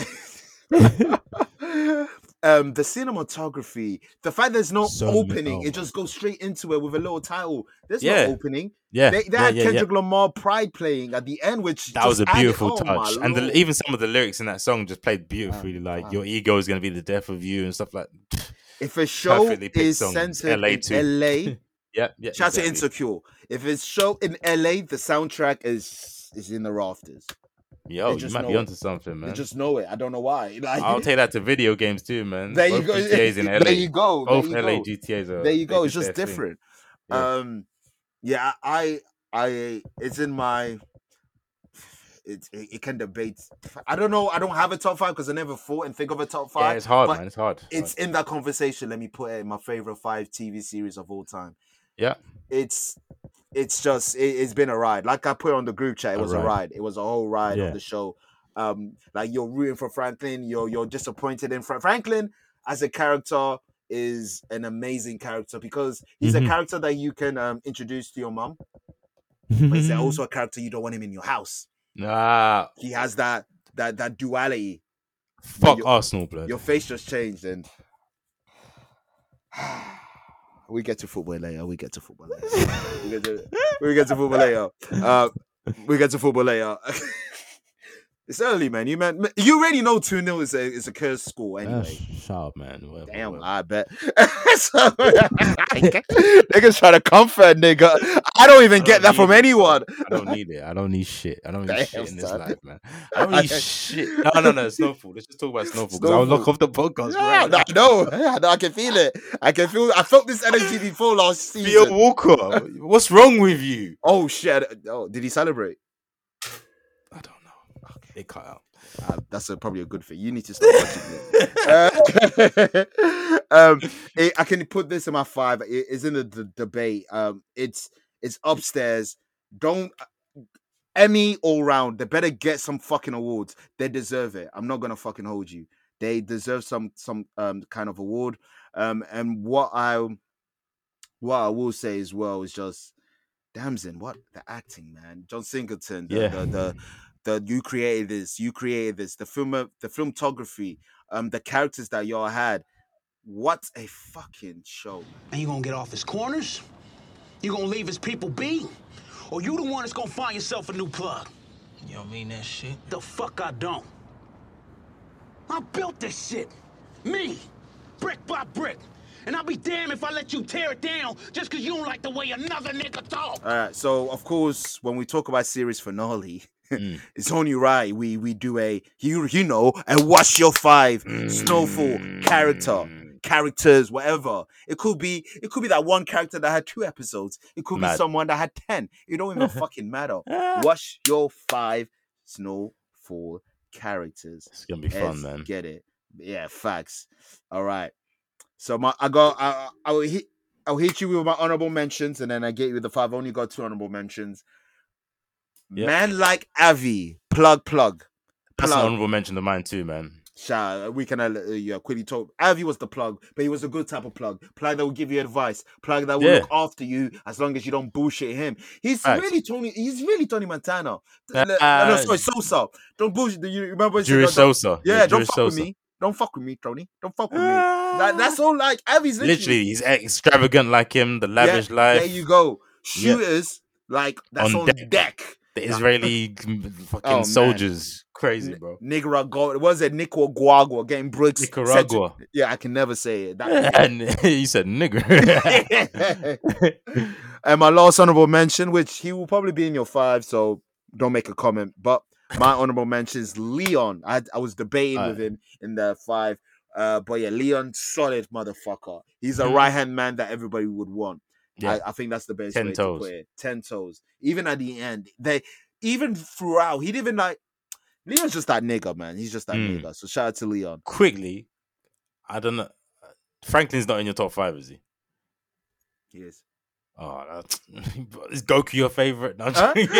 yeah, five. yeah. um, the cinematography, the fact there's no so many. opening, Oh it my just goes straight into it with a little title. There's Yeah. no opening. yeah, They they yeah, had yeah, yeah. Kendrick Lamar Pride playing at the end, which that was just a added. beautiful Oh my touch and the, lord! even some of the lyrics in that song just played beautifully Um, like um. your ego is going to be the death of you and stuff like If a show perfectly picked is songs centered la in too LA, yeah yeah shout out to exactly Insecure. If it's show in LA, the soundtrack is is in the rafters. They yo you just might know be it. onto something They man just know it. I don't know why. Like i'll take that to video games too man there you both go. gtas in la there you go. There both you la go. gtas are There you they go. It's did their just thing. different. yeah Um, yeah, I, I, it's in my. It's it, it can debate. I don't know. I don't have a top five because I never thought and think of a top yeah five. it's hard But man it's hard, hard. it's in that conversation. Let me put it in my favorite five TV series of all time. yeah It's it's just it, it's been a ride. Like I put on the group chat, it all was a right ride. It was a whole ride of yeah the show. Um, like you're rooting for Franklin, you're you're disappointed in Fra- Franklin as a character is an amazing character because he's a Mhm. character that you can um, introduce to your mom, but he's Mm-hmm. also a character you don't want him in your house. nah He has that that that duality. But fuck your arsenal blood your face just changed and We get to football later. We get to football later. we, get to, we get to football later. Uh, we get to football later. it's early, man. You man, you already know two 0 is a is a cursed score Ah, anyway. sh- shut up, man. Whatever, Damn, whatever. I bet. so, niggas trying to comfort nigga. I don't even I get that don't from need it, anyone. I don't need it. I don't need shit. I don't need Damn, shit in this son. life, man. I don't need shit. No, no, no. Snowfall. Let's just talk about Snowfall because I'll lock Snowfall. off the podcast. Yeah, right no, now. I know. I know. I can feel it. I can feel. I felt this energy before last Theo season. Walker. What's wrong with you? Oh shit! Oh, did he celebrate? I don't know. It cut out. Uh, that's a, probably a good thing. You need to stop watching it. Uh, um, it- I can put this in my five. It is in the, the debate. Um, it's it's upstairs. Don't Emmy all round. They better get some fucking awards. They deserve it. I'm not gonna fucking hold you. They deserve some some um kind of award. Um, and what I what I will say as well is just damson what the acting man john singleton the, Yeah. the, the the you created this you created this the film uh, the filmography um the characters that y'all had what a fucking show And you gonna get off his corners? You gonna leave his people be? Or you the one that's gonna find yourself a new plug? You don't mean that shit? The fuck I don't. I built this shit. Me. Brick by brick. And I'll be damned if I let you tear it down just cause you don't like the way another nigga talk. All right. Uh, So of course, when we talk about series finale, it's only right we we do a you you know and what's your five snowfall character characters whatever it could be it could be that one character that had two episodes it could be Mad. someone that had ten it don't even fucking matter what's your five snowfall characters It's gonna be Let's fun, man. Get it? Yeah, facts. All right. So my, I got. I, I will hit. I'll hit you with my honorable mentions, and then I get you with the five. I only got two honorable mentions. Yep. Man like Avi, plug plug. That's an Plug. honorable mention of mine too, man. Sha, we can uh, uh, yeah, quickly talk. Avi was the plug, but he was a good type of plug. Plug that will give you advice. Plug that will Yeah. look after you as long as you don't bullshit him. He's Facts. really Tony. He's really Tony Montana. Uh, Le- no, sorry, Sosa. Don't bullshit. You remember? he said, Juris "Don't- don't- Sosa. yeah, don't Juris fuck Sosa. with me. Don't fuck with me, Tony. Don't fuck with me. That, that's all. Like Avi's literally, Ah. Literally, he's extravagant like him. The Yeah, lavish life. There you go. Yeah. Shooters like that's On on, deck. deck. The Israeli fucking Oh, man. soldiers. Crazy, N- bro. Nicaragua. Was it Nicaragua getting bricks? sent to- Nicaragua. yeah, I can never say it. That, and he said nigger. and my last honorable mention, which he will probably be in your five, so don't make a comment. But my honorable mention is Leon. I had- I was debating with him in the five. Uh, but yeah, Leon, solid motherfucker. He's a Mhm. right hand man that everybody would want. Yeah. I, I think that's the best Ten way to toes. put it. Ten toes. Even at the end, they even throughout, he'd even like Leon's just that nigga, man. He's just that Mm. nigga. So shout out to Leon. Quickly, I don't know. Franklin's not in your top five, is he? He is. Oh, that's, is Goku your favorite? No, I'm Huh? joking.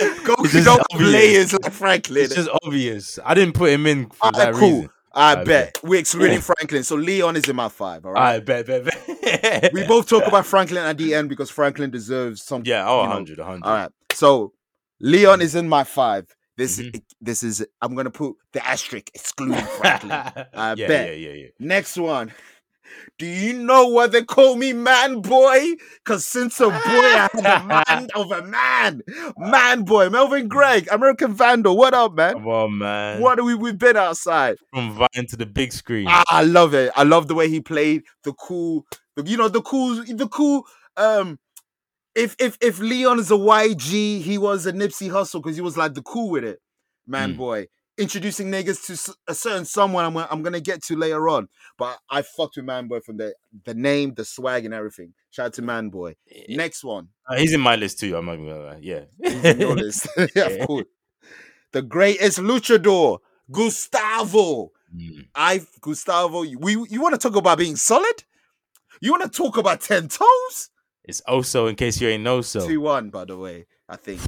Yeah. Go, It's you just don't obvious. play is like Franklin. It's just obvious. I didn't put him in for All right, that cool. reason. I I bet. We're excluding Franklin. So Leon is in my five, all right? I bet, bet, bet. we both talk about Franklin at the end because Franklin deserves something. yeah, oh, you know. 100, 100. All right. So Leon is in my five. This Mhm. this is I'm gonna put the asterisk excluding Franklin. I yeah, bet. yeah, yeah, yeah. Next one. Do you know why they call me man boy? Cause since a boy I had a man of a man. Man boy, Melvin Gregg, American Vandal. What up, man? Come on, man. What do we we've been outside? From Vine to the big screen. Ah, I love it. I love the way he played the cool, the, you know, the cool, the cool. Um, if if if Leon is a YG, he was a Nipsey Hustle because he was like the cool with it, man, Mm. boy. Introducing niggas to s- a certain someone I'm, gonna- I'm gonna get to later on, but I fucked with Man Boy from the the name, the swag, and everything. Shout out to Man Boy. Next one, Uh, he's in my list too. I'm not even gonna lie. Yeah. He's in your list. yeah, of course. The greatest luchador, Gustavo. Mm. I Gustavo, you- we you want to talk about being solid? You want to talk about ten toes? It's also in case you ain't know so. Two one, by the way, I think.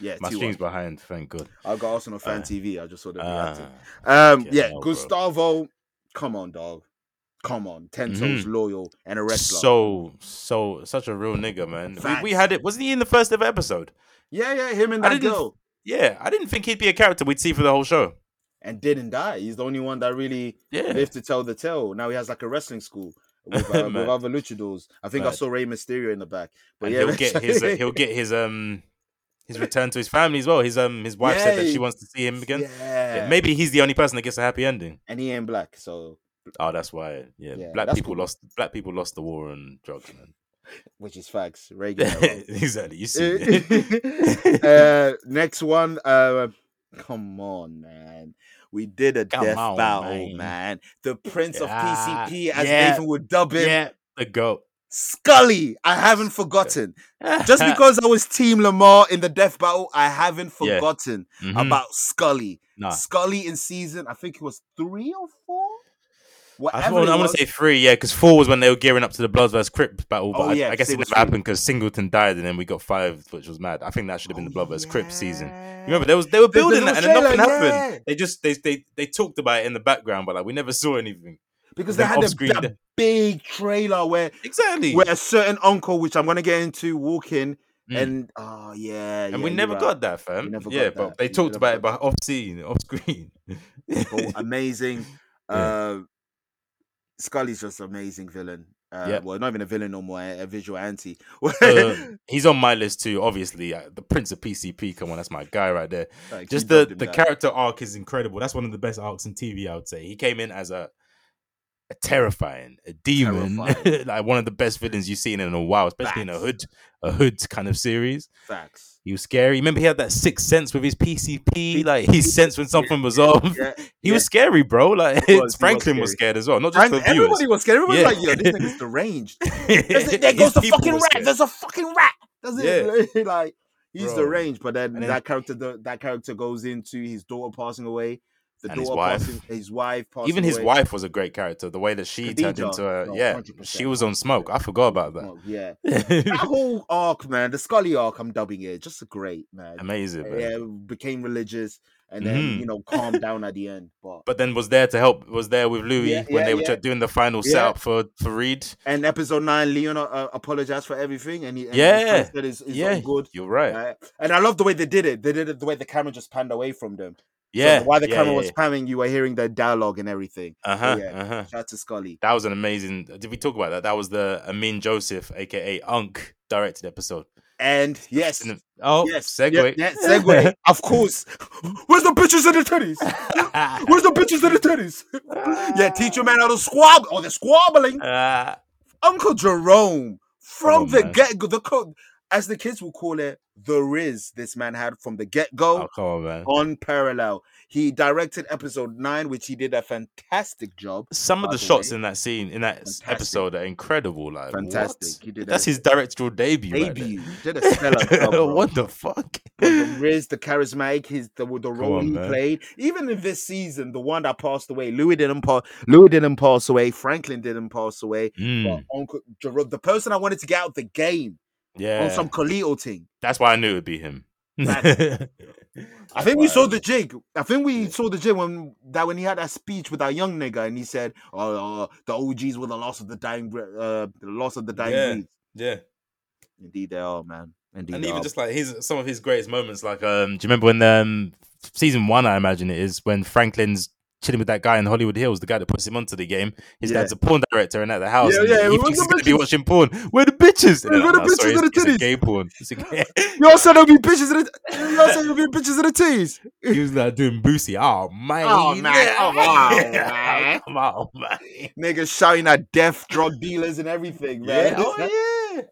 Yeah, My two stream's Uh, one. behind, thank God. I got Arsenal fan TV. I just saw the reacting. Ah. Um, get yeah, out, bro. Gustavo, come on, dog, come on, ten toes, loyal and a wrestler. Mm-hmm. so so such a real nigga, man. We, we Facts. had it. Wasn't he in the first ever episode? yeah, yeah, him and I that didn't- girl, Yeah, I didn't think he'd be a character we'd see for the whole show. and didn't die. He's the only one that really Yeah, lived to tell the tale. Now he has like a wrestling school. with, uh, with Mad. other luchadors. I think I Mad. saw Rey Mysterio in the back. But and yeah, he'll get his uh, he'll get his um his return to his family as well. His um his wife said that Yay. she wants to see him again. yeah. Yeah, maybe he's the only person that gets a happy ending. and he ain't black, so Oh, that's why. Yeah, Yeah, black that's people cool. lost black people lost the war on drugs, man. which is facts. Rey got that wrong. exactly. You see. it. uh, next one. Uh, come on, man. We did a Come death on, battle, man. man. The Prince Yeah, of PCP, as yeah, Nathan would dub him, yeah, the goat. Scully. I haven't forgotten. Just because I was Team Lamar in the death battle, I haven't Yeah. forgotten Mhm. about Scully. nah. Scully in season, I think it was three or four. I, Whatever. thought, I it want was. to say three, yeah, because four was when they were gearing up to the Bloods vs Crips battle, but Oh, I, yeah, I guess it it was never three. happened because Singleton died, and then we got five, which was mad. I think that should have been Oh, the Blood vs Crips season. yeah. You remember they was they were There's a building that, little and then nothing trailer, yeah. happened. They just they they they talked about it in the background, but like we never saw anything. because they them had the, off-screen that death. big trailer where Exactly. where a certain uncle, which I'm gonna get into, walk in Mm. and oh yeah, and we never got that, fam. We never got yeah, but that. they We talked never about it, got but off scene, off screen. amazing. Yeah. Uh, Scully's just an amazing villain. Uh, Yeah. Well, not even a villain no more, a, a visual anti. Uh, he's on my list too, obviously. Uh, the Prince of PCP, come on, that's my guy right there. Like, just he dubbed the him the that. character arc is incredible. That's one of the best arcs in TV, I would say. He came in as a a terrifying, a demon, Terrifying. like one of the best villains you've seen in a while, especially in a Facts. hood a hood kind of series. facts. He was scary. Remember, he had that sixth sense with his PCP, like his sense when something was off. Yeah, He yeah. was scary, bro. Like He was, he was Franklin was, scary. scared as well, not just And the viewers. everybody was scared. Everybody was Yeah. like, "Yo, this nigga's deranged." There's a- His there goes the people fucking were rat. scared. There's a fucking rat. Does it like he's Bro. deranged? But then, And then- that character, the, that character goes into his daughter passing away, the And daughter his wife. passing, his wife passing, Even his away. wife was a great character. The way that she turned Khadija. into a No, yeah, 100%, she was on smoke. I forgot about that. Oh, yeah, that Amazing, whole arc, man, the Scully arc. I'm dubbing it just great, man. man. yeah, became religious and then Mhm. you know calmed down at the end. But But then was there to help. Was there with Louis Yeah, when yeah, they were yeah. doing the final Yeah. setup for for Reed. and episode nine, Leon uh, apologized for everything, and he and he Yeah. said it's, it's yeah, all good. You're right. Right? And I love the way they did it. They did it the way the camera just panned away from them. So yeah, while the yeah, camera yeah, was panning, you were hearing their dialogue and everything. Uh huh. yeah. Uh huh. Shout out to Scully. That was an amazing. Did we talk about that? That was the Amin Joseph, aka Unk, directed episode. And yes, And- Oh, yes, segue. Yeah, yeah, segue. of course. Where's the bitches and the titties? Where's the bitches and the titties? yeah, teach your man how to squabble. Oh, they're squabbling. Ah, Uncle Jerome from on, the man. get go, the co- as the kids will call it, the Riz this man had from the get go. oh, come on, man. on parallel. He directed episode nine, which he did a fantastic job. Some of by the the shots way. in that scene, in that s- eh? Fantastic. episode, are incredible. Like, Fantastic. What? He did That's a his directorial debut. right there. debut. Did a stellar job. bro. what the fuck? the Riz, the charismatic, his the, the role on, he man. played. Even in this season, the one that passed away, Louis didn't pass. Louis didn't pass away. Franklin didn't pass away. Mm, But Uncle Jerome, the person I wanted to get out the game yeah, on some Colito thing. that's why I knew it would be him. That's- I think we That's saw why- the jig. I think we saw the jig when that when he had that speech with that young nigga, and he said, "Oh, uh, the OGs were the loss of the dying, bre- uh, the loss of the dying Yeah. breed." yeah, Indeed, they are, man. Indeed, and they even are. just like his some of his greatest moments, like um, do you remember when um season one? I imagine it is when Franklin's chilling with that guy in Hollywood Hills, the guy that puts him onto the game. His Yeah. dad's a porn director, and at the house, Yeah, and yeah, he where's thinks the he's gonna be bitches? watching porn. Where the bitches? And Where they're like, the "Nah, bitches? sorry, Where the it's- it's a titties?" gay porn. It's a gay- y'all said there'll be bitches in it. Y'all said there'll be bitches in the tees. he was like doing Boosie. Oh man, Oh, man. Come on, man. come on, man. Niggas shouting at deaf drug dealers and everything, man. Oh, yeah.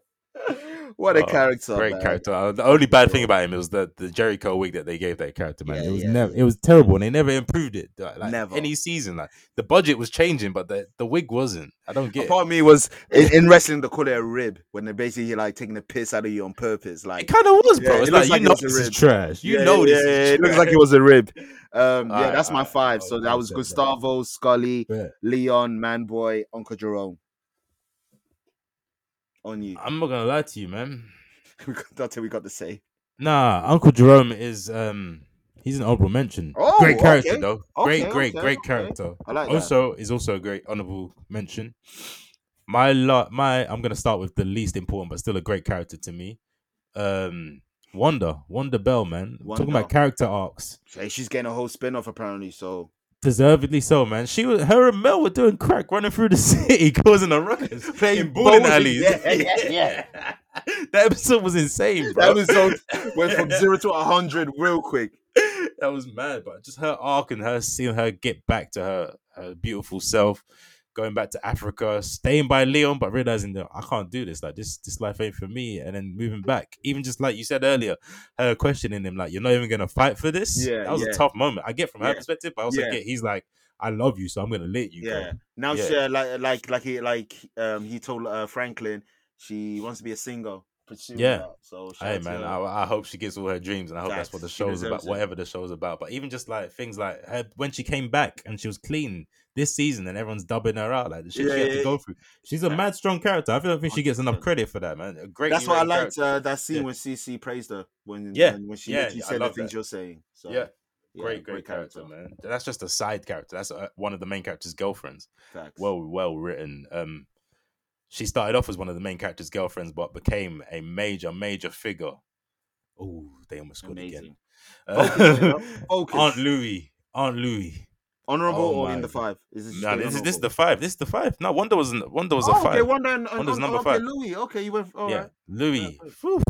what a Oh, character, Great man. character. Uh, The only bad thing about him was the the Jericho wig that they gave that character. Man, Yeah, it was yeah, never it was terrible, and they never improved it. Like, like, Never. any season, like the budget was changing, but the, the wig wasn't. I don't A get. part It, of me was in, in wrestling they call it a rib when they're basically like taking the piss out of you on purpose, it like kind of was, Yeah, bro. it it's looks like, like it you know was a this is rib. trash. You Yeah, know yeah, this. yeah, is yeah, It looks trash. like it was a rib. Um, yeah, Alright, that's my alright, Oh, five. I'll- So that I'll was accept that. Gustavo, Scully, Yeah. Leon, Manboy, Uncle Jerome. On you. I'm not gonna lie to you, man. We got, that's what we got to say. Nah, Uncle Jerome is um he's an honorable mention. Oh, great character okay. though. Okay, great, great, okay, great okay. character. I like that. also is also a great honorable mention. My lo- my I'm gonna start with the least important but still a great character to me. Um Wanda, Wanda Bell, man. Talking Wanda. about character arcs. Hey, she's getting a whole spin off apparently. So Deservedly so, man. She was her and Mel were doing crack, running through the city, causing a ruckus, in bowling bowling, alleys. yeah, yeah, that episode was insane, bro. That episode went from zero to a hundred real quick. that was mad, but just her arc and her seeing her get back to her, her beautiful self, going back to Africa, staying by Leon, but realizing that I can't do this. Like this, this life ain't for me. And then moving back, even just like you said earlier, her questioning him, like you're not even gonna fight for this. Yeah, that was yeah. a tough moment. I get from her Yeah. perspective, but I also Yeah. get he's like, I love you, so I'm gonna let you yeah. go. Now Yeah. she uh, like like like he like um he told uh, Franklin she wants to be a singer. Pursue Yeah. that. So shout Hey out to man, her. I, I hope she gets all her dreams, and I hope that's, Facts. what the She show's about. deserves it. Whatever the show's about, but even just like things like her when she came back and she was clean this season, and everyone's dubbing her out like the shit Yeah, she had yeah, to go through. She's a Yeah. mad strong character. I don't think she gets enough 100%. credit for that, man. A great. That's why I written liked character. uh, that scene Yeah. when CC praised her when Yeah, when, when she yeah, literally I said the love things that. you're saying. So Yeah. yeah, great, great, character, man. That's just a side character. That's uh one of the main character's girlfriends. Facts. well well written um she started off as one of the main character's girlfriends but became a major major figure oh they almost scored again amazing. Uh, Focus, Jada, focus. aunt louie aunt louie Honorable Oh or in my- the five? Is this, just no the this is this is honorable? the five this is the five no wonder wasn't wonder was oh, a five okay. Wonder and, and Wonder's oh, number okay, five. Louis. Okay, you went. all right. yeah louie Alright. Phew.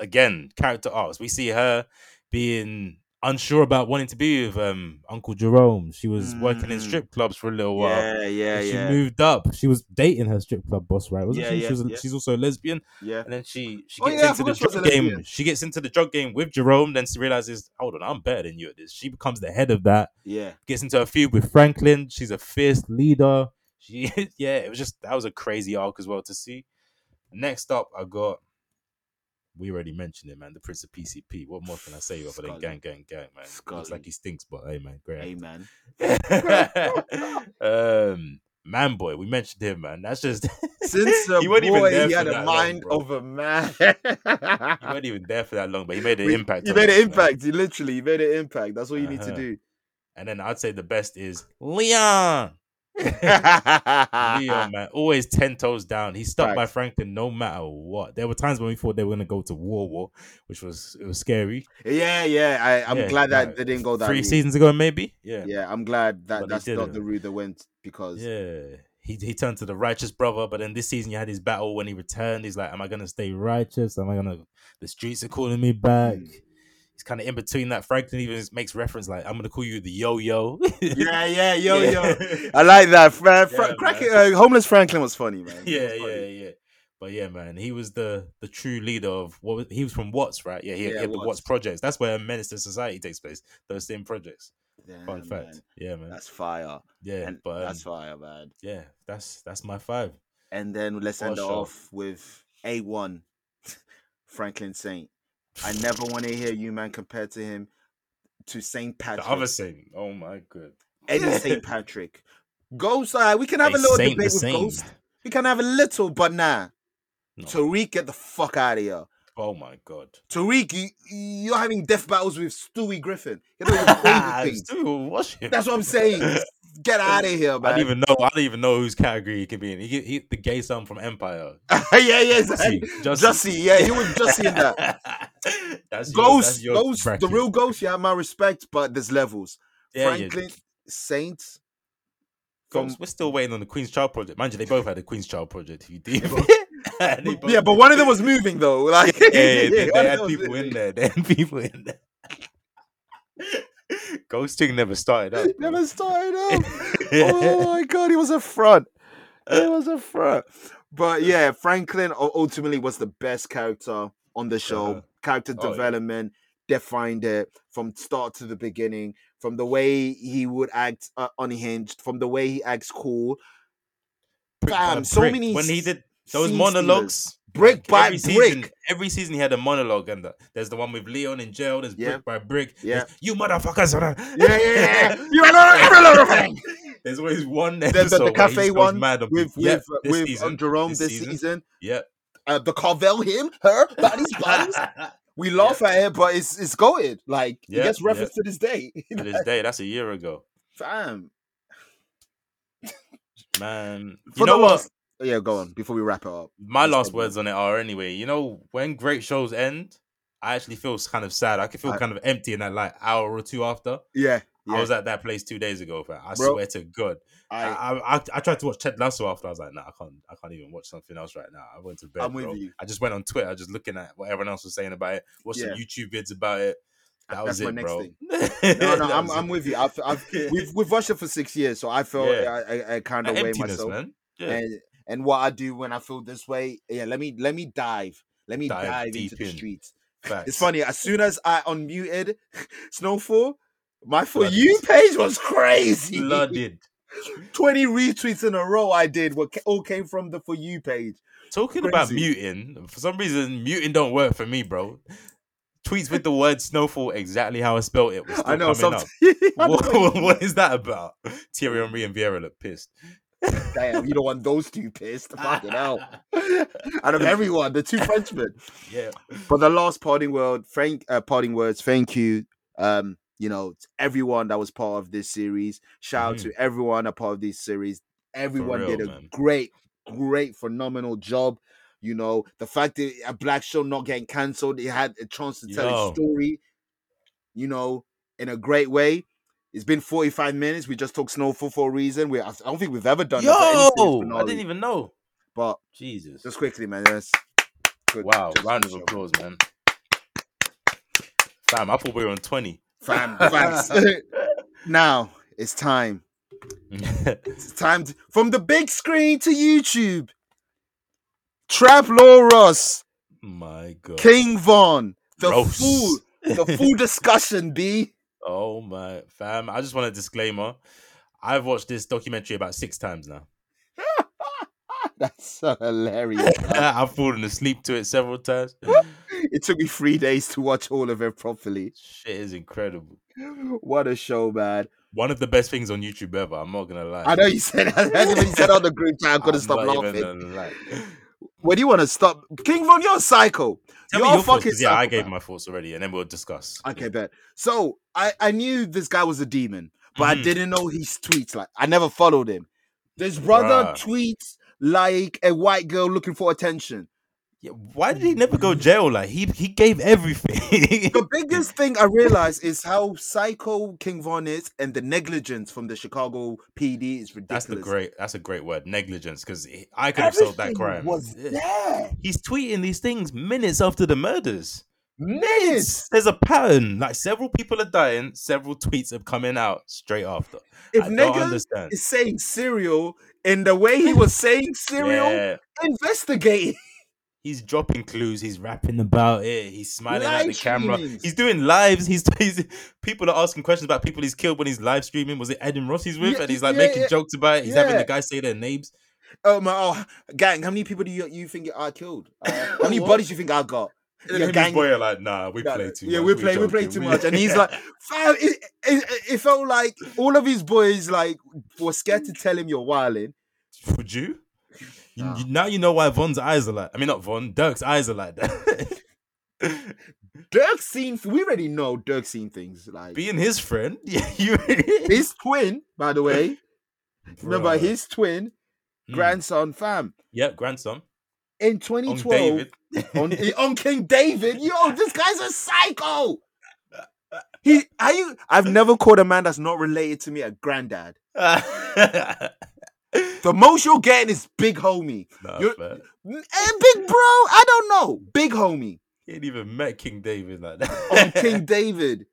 again character arcs we see her being unsure about wanting to be with um uncle jerome she was working in Mm. strip clubs for a little while Yeah, yeah, Then she yeah, moved up. She was dating her strip club boss, right? Wasn't Yeah, she? yeah, she was, yeah. She's also a lesbian, yeah. and then she she Oh, gets yeah, I into the forgot she was a drug game. lesbian. She gets into the drug game with Jerome. Then she realizes, hold on, I'm better than you at this. She becomes the head of that. Yeah, Gets into a feud with Franklin. She's a fierce leader. She yeah, it was just that was a crazy arc as well to see. Next up, I got. We already mentioned it, man. The Prince of PCP. What more can I say other than Scully. gang, gang, gang, man? Looks Scully. like he stinks, but hey, man, great. actor. amen. um, man, boy, we mentioned him, man. That's just Since the You weren't even boy, there he for had a that long, mind bro. of a man. you weren't even there for that long, but he made an We- impact. You on made us, an man. impact. You literally you made an impact. That's all you need to Uh-huh. do. And then I'd say the best is Leon. Leon, man, always ten toes down. He stuck by Facts. Franklin no matter what. There were times when we thought they were gonna go to war, war, which was it was scary. yeah, yeah. I, I'm Yeah, glad that like, they didn't go Oh, that Three route. seasons ago, maybe. Yeah, Yeah, I'm glad that But they that's not didn't. the route they went because Yeah. He, he turned to the righteous brother, but then this season you had his battle when he returned. He's like, Am I gonna stay righteous? Am I gonna the streets are calling me back? Mm. He's kind of in between that. Franklin even makes reference like, I'm gonna call you the yo yo. yeah, yeah, yo, yo. I like that. Fra- Fra- Yeah, crack man. uh, homeless Franklin was funny, man. He yeah, was yeah, funny. yeah. But yeah, man, he was the the true leader of what was, he was from Watts, right? Yeah, he, he Yeah, had the Watts. Watts projects. That's where Menace to Society takes place. Those same projects. Fun Damn, fact. man. Yeah, man. That's fire. yeah, and but um, that's fire, man. yeah, that's that's my five. And then let's What a end it show. off with A1 Franklin Saint. I never want to hear you, man, compared to him to Saint Patrick. The other thing. Oh my god. Any Saint Patrick. Ghost, I we can have a They little saint debate the with same. Ghost. We can have a little, but nah. No. Tariq, get the fuck out of here. Oh my god. Tariq, you, you're having death battles with Stewie Griffin. You're doing crazy things. Still watch him. That's what I'm saying. Get out of here, I man. don't even know. I don't even know whose category he could be in. He, he the gay son from Empire. yeah, yeah, exactly. Jussie, Jussie, yeah, he was Jussie in that. that's Ghost, your, that's your Ghost, the bracket. real Ghost. You have my respect, but there's levels. Yeah, yeah. Franklin, Saint, from Ghost, we're still waiting on the Queen's Child Project. Mind you, they both had a Queen's Child Project. If you deep. yeah, but one of them was moving though. Like, Yeah, they, they one of had them was people in moving. there. They had people in there. Ghosting never started up. bro. Never started up. oh my god, he was a front. It was a front. But yeah, Franklin u- ultimately was the best character on the show. Uh-huh. Character Oh, yeah. development defined it from start to the beginning, from the way he would act uh, unhinged, from the way he acts cool. Brick by Bam, so brick. many when he s- did those scene monologues. Brick like, by every Season, brick. every season he had a monologue, and the, there's the one with Leon in jail. There's Yeah. brick by brick. Yeah. there's, you motherfuckers. Yeah, yeah, yeah. You are not every little thing. There's always one The, episode the, the where he cafe just goes one mad on with people. Yeah, with uh, this with season, um, Jerome this this season. season. Yeah, Uh, the Carvel, him, her, bodies, bodies. We laugh at it, but it's it's goated. Like Yeah, it gets yeah. referenced to this day. to this day, that's a year ago, Fam. man. You For the know what? last- Yeah, go on before we wrap it up. my This last segment. words on it are anyway. You know, when great shows end, I actually feel kind of sad. I can feel I- kind of empty in that like hour or two after. Yeah, I Yeah. was at that place two days ago, fam. I Bro. swear to God. I, I, I, I, I tried to watch Ted Lasso after. I was like, nah, I can't, I can't even watch something else right now. I went to bed. I'm with bro. you. I just went on Twitter, just looking at what everyone else was saying about it. Watched Yeah. some YouTube vids about it. That That's was my it, next bro. thing. no, no, I'm, I'm with with you. I've, I've, we've, we've watched it for six years, so I felt Yeah. I, I, I kind of That weigh emptiness, myself. man. Yeah. and and what I do when I feel this way. Yeah, let me let me dive. Let me dive, Dive into deep the in. streets. Facts. It's funny. As soon as I unmuted Snowfall, my for Flooded. you page was crazy. Flooded. Twenty retweets in a row I did. What ca- all came from the for you page. Talking about Crazy. muting, for some reason, muting don't work for me, bro. Tweets with the word snowfall exactly how I spelled it. Was still I know coming up. something. I know What, something- what is that about? Thierry Henry and Vieira look pissed. Damn, you don't want those two pissed. Fucking hell. Out of everyone, the two Frenchmen. Yeah. for the last parting word, Frank, uh, parting words. Thank you, um, you know, to everyone that was part of this series. Shout out to everyone a part of this series. Everyone did a Mm-hmm. real, man. great, great, phenomenal job. You know, the fact that a black show not getting cancelled, it had a chance to tell Yo. its story. You know, in a great way. It's been 45 minutes. We just took Snowfall for a reason. We I don't think we've ever done that for any series Yo, I finale, didn't even know. But Jesus. just quickly, man. Yes. Good- Wow, just round good of job. applause, man. Fam, I thought we were on 20. Fam, facts. now it's time. It's time to- from the big screen to YouTube. Trap Law Ross, My God. King Von, the Roast. full, the full discussion. B. Oh, my. Fam, I just want a disclaimer. I've watched this documentary about six times now. That's so hilarious. man. I've fallen asleep to it several times. it took me three days to watch all of it properly. Shit is incredible. What a show, man! One of the best things on YouTube ever. I'm not going to lie. I know you said that. That's what you said on the group chat. I couldn't I'm stop not even laughing. gonna lie. What do you want to stop? King Von, you're a psycho. Tell You're me a your thoughts, fucking 'cause yeah, I psychopath. gave my thoughts already, and then we'll discuss. Okay, bet. So I I knew this guy was a demon, but I Mhm. didn't know his tweets. Like I never followed him. This brother Bruh. tweets like a white girl looking for attention. Yeah, why did he never go jail? Like he he gave everything. The biggest thing I realized is how psycho King Von is, and the negligence from the Chicago PD is ridiculous. that's the great. That's a great word, negligence, because I could have solved that Everything crime. Was Yeah. there He's tweeting these things minutes after the murders. minutes? There's a pattern. Like several people are dying, several tweets are coming out straight after. If I don't nigga understand. is saying cereal in the way he was saying cereal, Yeah, investigate. he's dropping clues. He's rapping about it. He's smiling at the Live camera. streamings. He's doing lives. He's, he's people are asking questions about people he's killed when he's live streaming. Was it Adam Ross he's with? Yeah, and he's like yeah, making yeah. jokes about it. He's having Yeah. the guy say their names. Oh my! Oh, gang, how many people do you you think I killed? Uh, how many What? bodies you think I got? And then him Yeah, and gang- boy are like, nah, we Yeah, play too yeah, much. we play, we play joking, too we- much, and he's like, "Fam, it, it, it felt like all of his boys like were scared to tell him you're wilding." would you? You- Nah. you- now you know why Von's eyes are like. I mean, not Von. Dirk's eyes are like that. Dirk seen, we already know Dirk seen things like Being his friend, yeah, you. his twin, by the way. remember Bruh. his twin Mm. grandson, fam, Yep, grandson. in On 2012 David. on, on King David. Yo, this guy's a psycho. He, are you? I've never called a man that's not related to me a granddad. The most you're getting is big homie. Nah, You're- fam. Eh, big bro, I don't know. Big homie He ain't even met King David like that. on Oh, King David.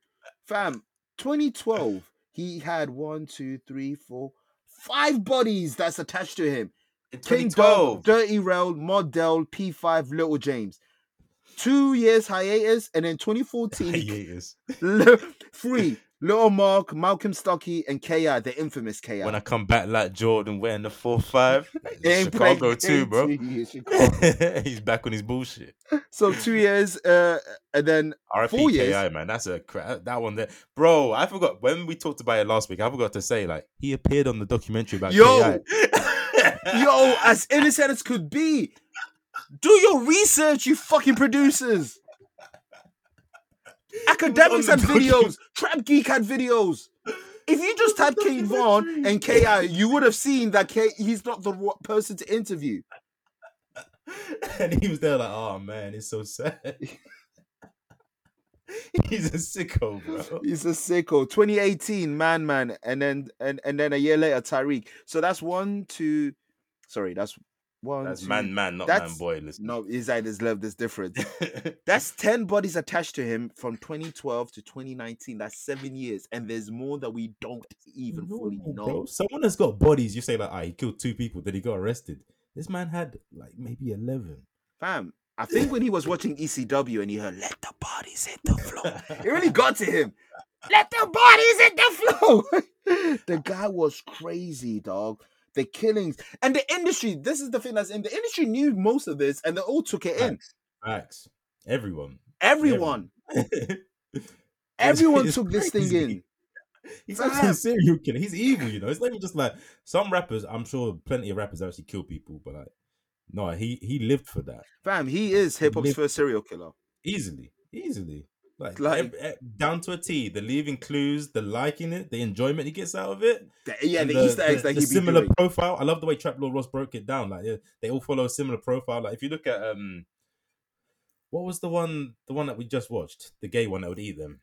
Fam, 2012, he had one, two, three, four, five bodies that's attached to him. In King 2012. Dir- Dirty Rail, Modell, P5, Little James. Two years hiatus, and then 2014, he Hiatus. Li- Three. Little Mark, Malcolm Stuckey, and KI, the infamous KI. When I come back like Jordan wearing the 4 5. Ain't played Chicago too, game bro. two years, Chicago. He's back on his bullshit. so two years, uh, and then Four RIP years. KI, man. That's a cra- that one there. Bro, I forgot when we talked about it last week. I forgot to say, like, he appeared on the documentary about Yo. KI. yo, as innocent as could be. Do your research, you fucking producers. Academics on had the docu- videos. Trap Geek had videos. If you just type King Von and KI, you would have seen that K- he's not the wa- person to interview. and he was there like, oh man, it's so sad. He's a sicko, bro. He's a sicko. 2018, Man Man, and then and and then a year later, Tariq. So that's one, two. Sorry, that's one. That's two- man, man, not That's- man, boy. Listen. No, inside is love. There's different. That's ten bodies attached to him from 2012 to 2019. That's seven years, and there's more that we don't even fully know. Bro, someone that's got bodies, you say like, ah, he killed two people, then he got arrested. This man had like maybe eleven. Fam, I think when he was watching ECW and he heard "Let the bodies hit the floor," it really got to him. Let the bodies hit the floor. the guy was crazy, dog. The killings and the industry. This is the thing that's in the industry knew most of this, and they all took it in. Facts. Everyone. Everyone, everyone took this thing in. He's Fam. actually a serial killer. He's evil, you know. It's not even just like some rappers. I'm sure plenty of rappers actually kill people, but like, no, he he lived for that Fam, he is hip hop's Live- first serial killer. easily, easily. Like, Like- ev- ev- down to a T. The leaving clues, the liking it, the enjoyment he gets out of it. The- yeah, and the, Easter eggs that the he be similar doing. profile. I love the way Trap Lord Ross broke it down. Like yeah, they all follow a similar profile. Like if you look at um, what was the one the one that we just watched? The gay one that would eat them.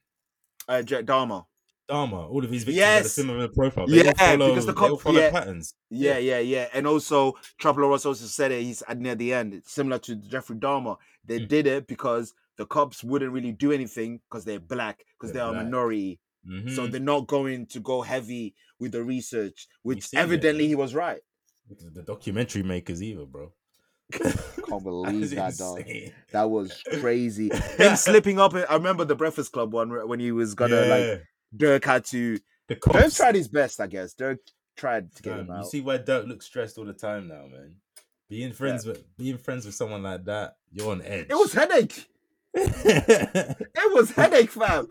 Uh, Jack Dharma. Dharma, all of his victims had a Yes. similar profile. They all Yeah, follow, because the they all cop- follow yeah. patterns. Yeah, yeah, yeah. And also, Trapolo Ross also said it. He's at near the end, it's similar to Jeffrey Dahmer. They Mm. did it because the cops wouldn't really do anything because they're black, because They're they're a black. minority. Mhm. So they're not going to go heavy with the research, which see it, evidently yeah. he was right. Because the documentary makers either, bro. Can't That believe is that, dog. insane. That was crazy. Him slipping up. I remember the Breakfast Club one where- when he was gonna like Yeah. Dirk had to. the Dirk cops. tried his best, I guess. Dirk tried to get Fam, him you out. see why Dirk looks stressed all the time now, man. Being friends with being friends with someone like that, you're on edge. It was headache. It was headache, fam.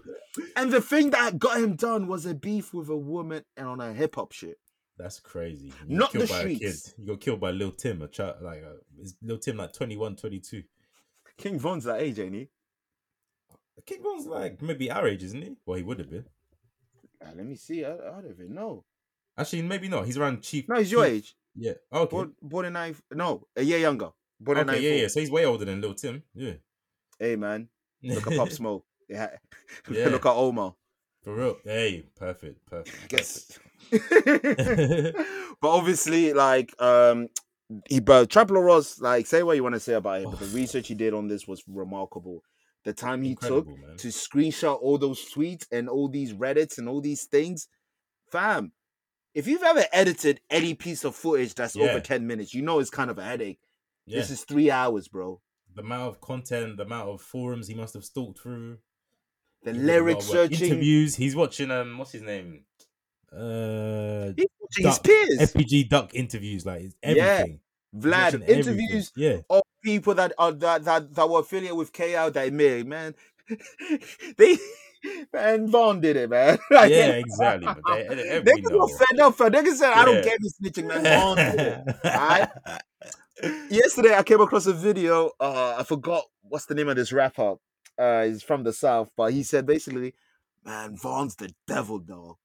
And the thing that got him done was a beef with a woman and on a hip hop shit. That's crazy. You Not got the killed by streets. A kid. You got killed by Lil Tim, a child like uh, is Lil Tim like 21, 22. King Von's that age, ain't he? King Von's like maybe our age, isn't he? Well, he would have been. Ah, let me see. I, I don't even know. Actually, maybe not. He's around Chief. No, he's your Chief- age. Yeah. Okay. Born, born in nine. No, a year younger. Born in okay. nine. Yeah, yeah. So he's way older than Lil Tim. Yeah. Hey man, look at Pop Smoke. Yeah. Yeah. look at Omar. For real. Hey, perfect, perfect. I guess. but perfect. obviously, like um, he but Traplo Ross, like say what you want to say about him, but the research he did on this was remarkable. The time he took Incredible, man. to screenshot all those tweets and all these Reddits and all these things, fam. If you've ever edited any piece of footage that's over Yeah. 10 minutes, you know it's kind of a headache. Yeah. This is three hours, bro. the amount of content, the amount of forums he must have stalked through. The He did a lot of lyric work. searching, interviews. He's watching um, what's his name? Uh, he's watching his Duck. peers, FPG Duck interviews. Like it's Yeah. everything. He's watching Vlad, everything. interviews Yeah. of people that are that that, that were affiliated with KO that made, man. they man Vaughn did it, man. Like, Yeah, exactly. But they, they, They everybody could go know. fed up. fam. They can say, I don't Yeah. care me snitching, man. Vaughn did it. Alright? Yesterday, I came across a video. Uh, I forgot what's the name of this rapper. Uh, he's from the south, but he said basically, "Man, Vaughn's the devil, dog."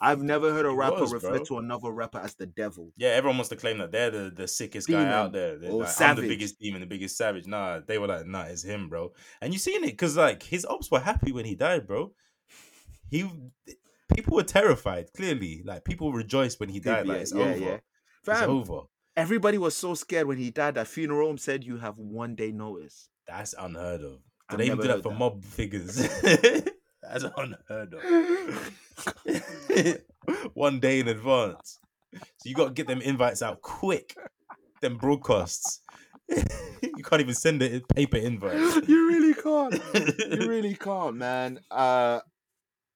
I've never heard a He rapper was, refer bro. to another rapper as the devil. Yeah, everyone wants to claim that they're the, the sickest guy Demon out there. They're or like, I'm savage. the biggest demon, the biggest savage. Nah, they were like, nah, it's him, bro. And you seen it because like his ops were happy when he died, bro. He people were terrified. Clearly, like people rejoiced when he People, died. Like yeah, it's yeah, over. yeah. It's Fam, over. everybody was so scared when he died that funeral home said you have one day notice. That's unheard of. Do I've they even never do heard that for that. mob figures? That's unheard of. One day in advance. So you got to get them invites out quick. Them broadcasts. you can't even send it in paper invite. you really can't. You really can't, man. Uh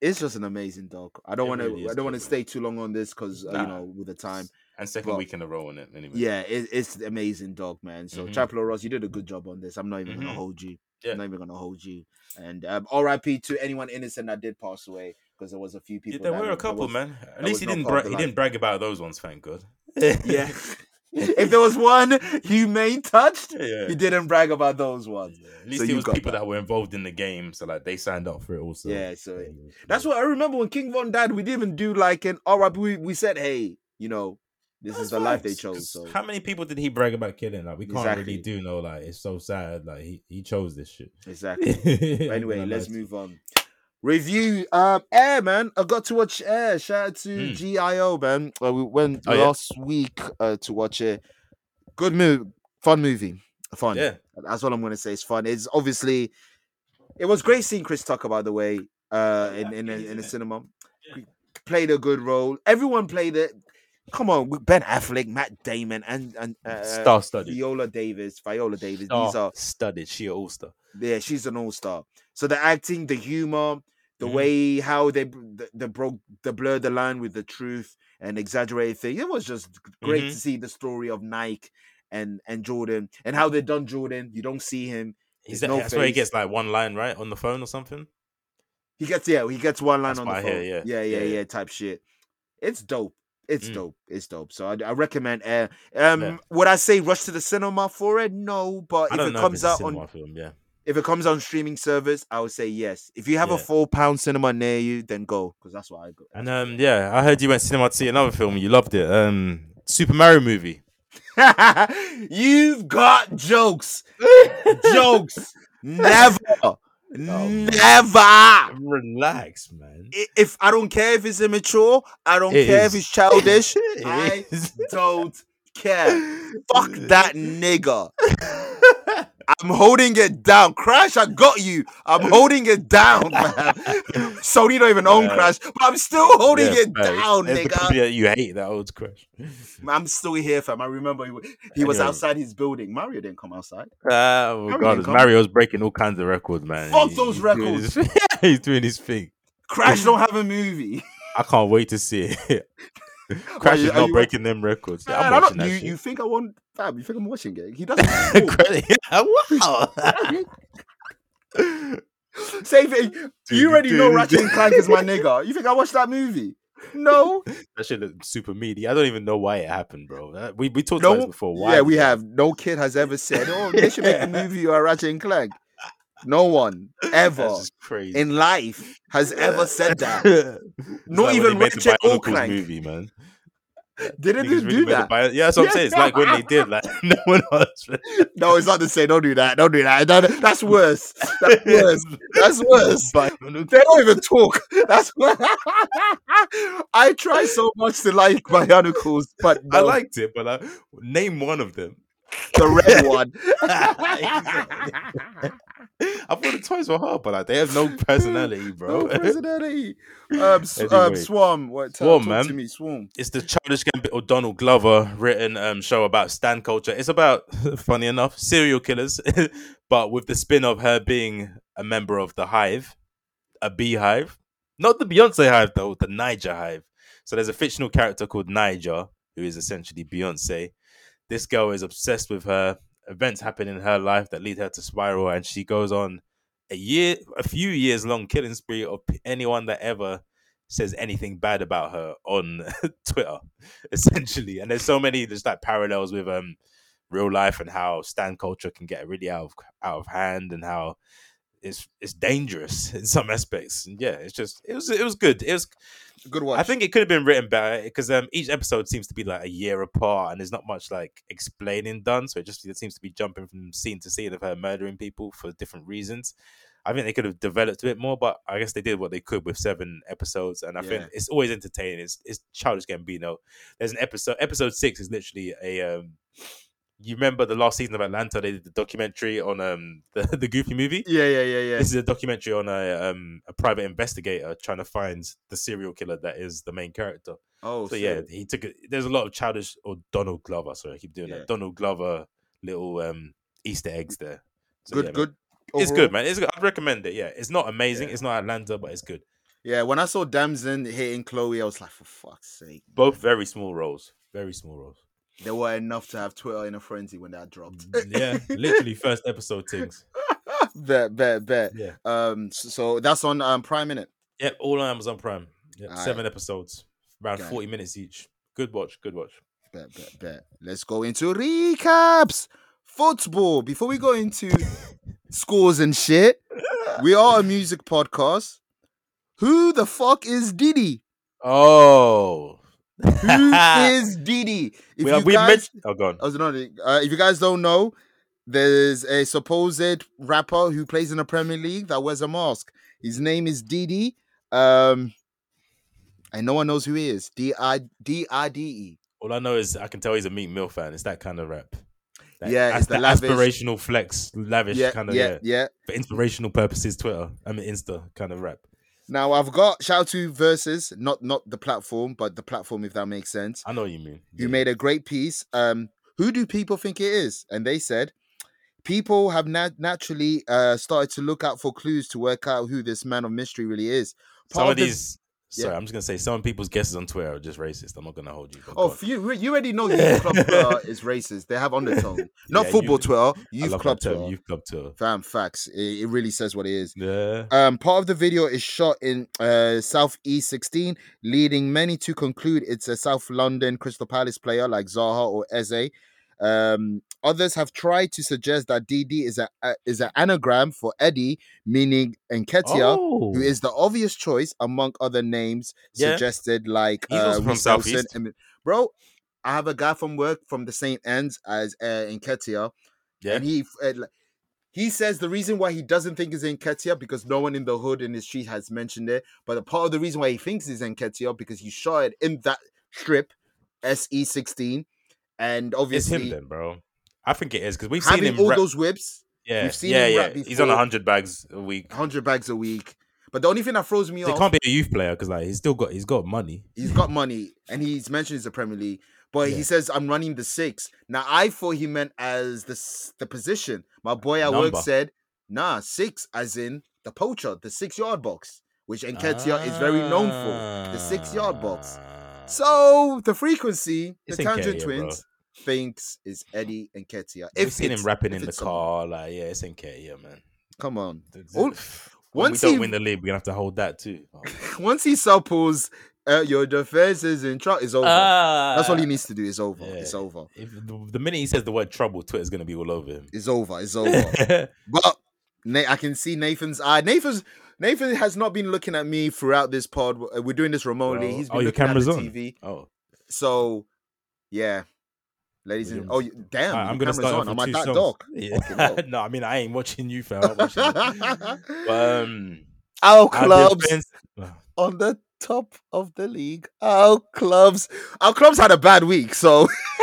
it's just an amazing dog. I don't It want to. really is I don't want to cool. stay too long on this because uh, you Nah. know with the time. and second But- week in a row on it anyway. Yeah, it, it's amazing dog, man. So Mhm. Chapel Ross, you did a good job on this. I'm not even Mhm. gonna hold you. Yeah. I'm not even gonna hold you. And um, R.I.P. to anyone innocent that did pass away because there was a few Yeah, people. there that were were- a that couple, was- man. At that was least he not didn't part of bra- the he life. didn't brag about those ones, thank God. Yeah. if there was one humane touched, yeah. he didn't brag about those ones. Yeah, At least So it you was got people that. that. were involved in the game, so like they signed up for it also. Yeah, so Yeah, That's what I remember when King Von died. We didn't even do like an all right. We we said, hey, you know, This That's is the life they facts, chose. 'cause So How many people did he brag about killing? Like we can't Exactly. really do no. Like it's so sad. Like he, he chose this shit. exactly. But anyway, Like, let's like, move on. Review um air man. I got to watch air. Shout out to Mm. GIO man. Uh, we went Oh, yeah. last week uh, to watch it. Good movie, fun movie, fun. Yeah, That's all I'm gonna say. It's fun. It's obviously it was great seeing Chris Tucker by the way, uh in in a, in a cinema. He Played a good role. Everyone played it. Come on, with Ben Affleck, Matt Damon, and and uh, star studded. Viola Davis. Viola Davis. These are Star studded. She a all star. yeah, she's an all star. So the acting, the humor, the Mhm. way how they br- the, the broke the blurred the line with the truth and exaggerated thing. It was just g- great to Mhm. see the story of Nike and and Jordan and how they done Jordan. You don't see him. He's There's no that's where he face. gets like one line right on the phone or something. He gets yeah, he gets one line That's on the what I phone. hear, yeah. yeah. Yeah, yeah, Yeah, yeah. type shit. It's dope. It's Mm. dope. It's dope. So I, I recommend Air. Um, Yeah. would I say rush to the cinema for it? No, but I if don't it know. comes if it's a out on cinema film, yeah. if it comes on streaming service, I would say yes. If you have a Yeah. four pound cinema near you, then go because that's what I go. And um, yeah, I heard you went to cinema to see another film. You loved it. Um, Super Mario movie. You've got jokes, jokes. Never, never. Relax, man. I- If I don't care if it's immature, I don't It care if is. it's childish. It I is. don't care. Fuck that nigga. I'm holding it down. Crash, I got you. I'm holding it down, man. Sony don't even own Yeah. Crash, but I'm still holding Yeah, it facts. down, It's nigga. probably that you hate that old crush. I'm still here, fam. I remember he, wa- he was Anyway. outside his building. Mario didn't come outside. Ah, Mario regardless, come. Mario's breaking all kinds of records, man. Fuck those doing his- he's doing his thing. Crash don't have a movie. I can't wait to see it. Crash you- is are not you- breaking them records. Yeah, I'm Man, I watching don't- that you, shit. you think I want fam? You think I'm watching it? He doesn't. talk. wow. Same thing. You already know Ratchet and Clank is my nigga. You think I watched that movie? No. That shit looked super meaty. I don't even know why it happened, bro. That- we we talked No. about this before. Why? yeah, we did that- have. No kid has ever said, "Oh, they should make a movie or Ratchet and Clank." No one That's ever just crazy. in life has ever said that. It's Not like when even they made the Ratchet or Bionicles Clank. movie, man. Didn't Niggas they really do made the that? Bio- yeah, that's what I'm saying. It's like when they did, like no one else. No, it's not the same. Don't do that. Don't do that. No, no, that's worse. That's worse. That's worse. Bionicle- They don't even talk. That's worse. I try so much to like Bionicles, but I no, liked it, but like, name one of them. the red one. Exactly. I thought the toys were hard, but like they have no personality, bro. No personality. Um, sw- um, Anyway. Swarm. What, tell- Swarm, talk To man. me, Swarm. it's the Childish Gambit or Donald Glover written um, show about Stan culture. It's about, funny enough, serial killers, but with the spin of her being a member of the Hive, a beehive, not the Beyonce Hive though, the Niger Hive. So there's a fictional character called Niger who is essentially Beyonce. This girl is obsessed with her. Events happen in her life that lead her to spiral, and she goes on a year, a few years long killing spree of p- anyone that ever says anything bad about her on Twitter, essentially. And there's so many there's like parallels with um real life and how stan culture can get really out of out of hand and how it's it's dangerous in some aspects. And yeah, it's just it was it was good. It was Good watch. I think it could have been written better because um each episode seems to be like a year apart and there's not much like explaining done. So it just it seems to be jumping from scene to scene of her murdering people for different reasons. I think they could have developed a bit more, but I guess they did what they could with seven episodes, and I Yeah. think it's always entertaining. It's it's childish Gambino. There's an episode episode six is literally a um you remember the last season of Atlanta they did the documentary on um the, the Goofy movie? Yeah, yeah, yeah, yeah. This is a documentary on a um a private investigator trying to find the serial killer that is the main character. Oh, so yeah, shit. he took it. There's a lot of childish or Donald Glover. Sorry, I keep doing Yeah. that. Donald Glover little um Easter eggs there. So, Good, yeah, man. good. It's overall? good, man. It's good. I'd recommend it. Yeah, it's not amazing. It's not Atlanta, but it's good. Yeah, when I saw Damson hitting Chloe, I was like, for fuck's sake. Both very small roles. Very small roles. They were enough to have Twitter in a frenzy when that dropped. yeah, literally first episode things. bet, bet, bet. Yeah. Um, s- so that's on um, Prime Minute. Yep, all on Amazon Prime. Yep, Alright. seven episodes, around Got it. 40 minutes each. Good watch, good watch. Bet, bet, bet. Let's go into recaps. Football. Before we go into scores and shit, we are a music podcast. Who the fuck is Diddy? Oh, Who is Didi? If we, have you we guys- mentioned. Oh, God. I was not. Uh, if you guys don't know, there's a supposed rapper who plays in the Premier League that wears a mask. His name is Didi. Um, and no one knows who he is. D I D I D E. All I know is I can tell he's a Meat Mill fan. It's that kind of rap. That- Yeah, that's it's the, the lavish- aspirational flex, lavish Yeah, kind of yeah. yeah, yeah. For inspirational purposes, Twitter. I mean, Insta kind of rap. Now I've got shout out to verses, not not the platform, but the platform if that makes sense. I know what you mean. You made a great piece. Um, who do people think it is? And they said, people have nat- naturally uh, started to look out for clues to work out who this man of mystery really is. some Part of, of the- these. Sorry, I'm just gonna say some people's guesses on Twitter are just racist. I'm not gonna hold you. but Oh, go on. f- you you already know youth club Twitter is racist. They have undertone. Not Yeah, football youth- Twitter, I youth love club that term, Twitter. Youth club tour. Fam, facts. It, it really says what it is. Yeah. Um, part of the video is shot in uh, South East 16, leading many to conclude it's a South London Crystal Palace player like Zaha or Eze. Um, others have tried to suggest that DD is a, a is an anagram for Eddie, meaning Enketia, oh. who is the obvious choice among other names Yeah. suggested, like He's uh, also from Reece Nelson Southeast. and- bro, I have a guy from work from the same ends as uh, Enketia, Yeah. and he uh, like, he says the reason why he doesn't think it's Enketia because no one in the hood in the street has mentioned it, but a part of the reason why he thinks it's Enketia because he shot it in that strip, SE sixteen, and it's obviously him then, bro. I think it is because we've seen having him. all rap- those whips, yeah, we've seen yeah, him yeah. rap He's on before. hundred bags a week. hundred bags a week. But the only thing that throws me So He off can't be a youth player because like he's still got he's got money. He's got money and he's mentioned it's a Premier League, but he Yeah. says I'm running the six. Now I thought he meant as the s- the position. My boy at Number. work said, "Nah, six as in the poacher, the six yard box, which Enketia is very known for, the six yard box." So So the frequency, Ah. It's the Tangent Nketiah, bro. Twins thinks is Eddie Enketia. we've seen him it's- rapping if in the it's someone. car, like yeah, it's in yeah, man. Come on, Th- All- th- when we once don't he win the league, we're gonna have to hold that too. Oh, once he supples, uh, your defense is in trouble. It's over. That's all he needs to do. It's over. Ah. yeah. It's over. Ah. if the, the minute he says the word trouble, Twitter's gonna be all over him. Oh. It's over. It's over. But Na- I can see Nathan's eye. Nathan's Nathan has not been looking at me throughout this pod. Uh, We're doing this remotely. Well, He's oh, been your looking at camera's the on. TV. oh, So, yeah, ladies and Brilliant. oh you- damn, Alright, your I'm gonna camera's start off on. I'm with at two that songs. dog. Yeah. Fucking hell. no, I mean I ain't watching you, fam. I'm watching you. But, um, Our our clubs defense- on the top of the league. Our clubs. Our clubs had a bad week. So,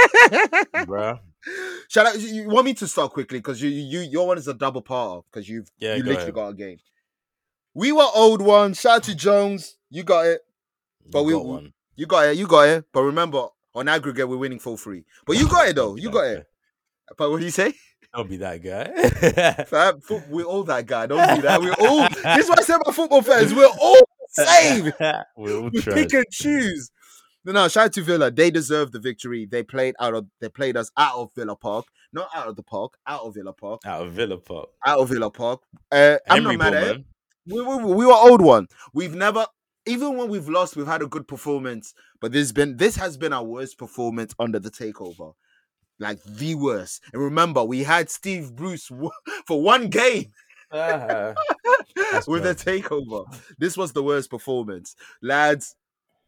bruh. shall I? You you want me to start quickly because you, you your one is a double part because you've Yeah, you go literally ahead. got a game. We were old one. Shout out to Jones. You got it. But You we- got one. You got it. You got it. But remember, on aggregate, we're winning 4 3. But you got it, though. Don't be You that got it. guy. But what do you say? Don't be that guy. Fam, fo- We're all that guy. Don't do that. We're all. This is what I say about football fans. We're all the same. We're all We trash. pick and choose. No, no. Shout out to Villa. They deserve the victory. They played out of. They played us out of Villa Park. Not out of the park. Out of Villa Park. out of Villa Park. Out of Villa Park. Uh, I'm Henry not mad Ball, at it. man. we, we, we were old one. We've never, even when we've lost, we've had a good performance. But this been this has been our worst performance under the takeover, like the worst. And remember, we had Steve Bruce w- for one game Ah, That's with the takeover. This was the worst performance, lads.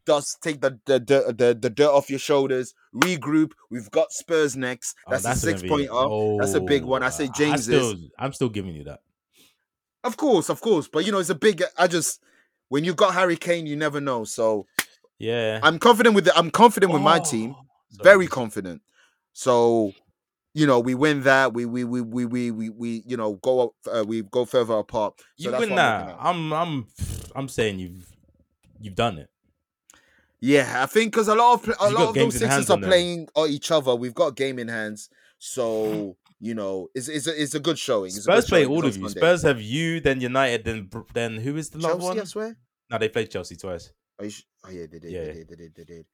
Just take the the, the the the dirt off your shoulders, regroup. We've got Spurs next. oh, That's, a gonna six be- pointer. That's a big one. I say Oh, James's. still, I'm still giving you that. Of course, of course. But you know, it's a big. I just when you got Harry Kane, you never know. So Yeah. I'm confident with the, I'm confident with my Oh, team. sorry. Very confident. So you know, we win that. We we we we we we, we you know go up. Uh, we go further apart. So You that's win what I'm looking that. at. I'm, I'm, I'm saying you've, you've done it. Yeah, I think because a lot of pl- a You lot got of those games in sixes hand are on them. playing on each other. We've got game in hands. So you know, it's it's a, it's a good showing. It's a Hmm. Spurs good play showing. It's all on of you. Sunday. Spurs have you, then United, then Br- then who is the last one? Chelsea, I swear. No, they played Chelsea twice. Are you sh- oh yeah, they did. Yeah. They did. They did. They did.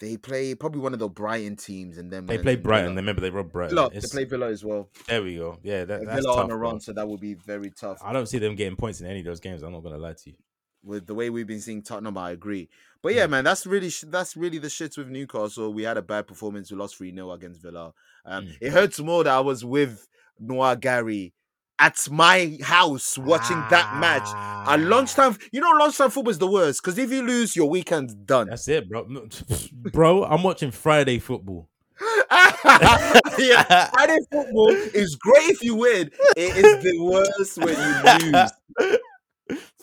They play probably one of the Brighton teams, and then They and played then Brighton. Villa. Remember, they robbed Brighton. Villa, they It's- play Villa as well. There we go. Yeah, that, And that's Villa tough. on the bro. run, so that would be very tough. I don't see them getting points in any of those games. I'm not gonna lie to you. With the way we've been seeing Tottenham, I agree. But yeah, man, that's really sh- that's really the shits with Newcastle. We had a bad performance. We lost three 0 against Villa. Um, Mm. It hurts more that I was with Noir Gary at my house watching that match. Ah. At lunchtime, you know, lunchtime football is the worst because if you lose, your weekend's done. That's it, bro. bro, I'm watching Friday football. yeah, Friday football is great if you win. It is the worst when you lose.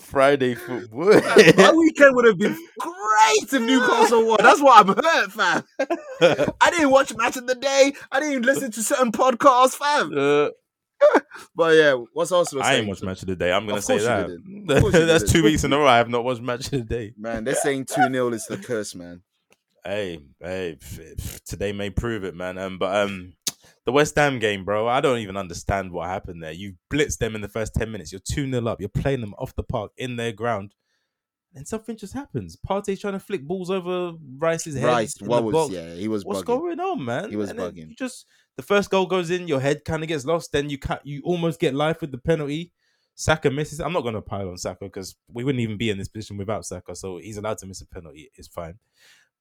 Friday football. My weekend would have been great if Newcastle won. That's what I'm hurt, fam. I didn't watch match of the day. I didn't listen to certain podcasts, fam. Uh, But yeah, what's Arsenal? I ain't saying? watched Match of the Day. I'm gonna Of say course you that. didn't. Of course you That's didn't. two weeks in a row. I have not watched Match of the Day. Man, they're saying 2 0 is the curse, man. Hey, hey, pff, pff, today may prove it, man. Um, but um, the West Ham game, bro. I don't even understand what happened there. You blitzed them in the first ten minutes. You're two 0 up. You're playing them off the park in their ground, and something just happens. Partey's trying to flick balls over Rice's head. Rice, in what the was, box. yeah, he was What's bugging. going on, man? He was And then bugging. You just the first goal goes in, your head kind of gets lost. Then you can't, you almost get life with the penalty. Saka misses. I'm not going to pile on Saka because we wouldn't even be in this position without Saka. So he's allowed to miss a penalty. It's fine.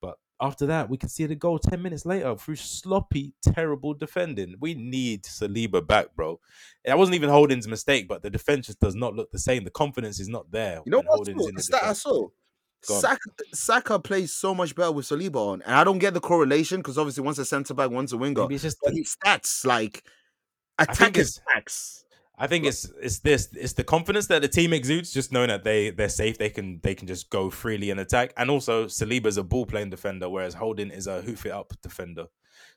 But after that, we can see the goal 10 minutes later through sloppy, terrible defending. We need Saliba back, bro. That wasn't even Holding's mistake, but the defense just does not look the same. The confidence is not there. You know when what? Holding's in Too, the a stat I defense. saw. Go on. Saka, Saka plays so much better with Saliba on, and I don't get the correlation because obviously one's a centre back, one's a winger. Maybe it's just But the- his stats, like think attack his stats. I think it's it's this it's the confidence that the team exudes, just knowing that they they're safe, they can they can just go freely and attack. And also Saliba's a ball playing defender, whereas Holding is a hoof it up defender.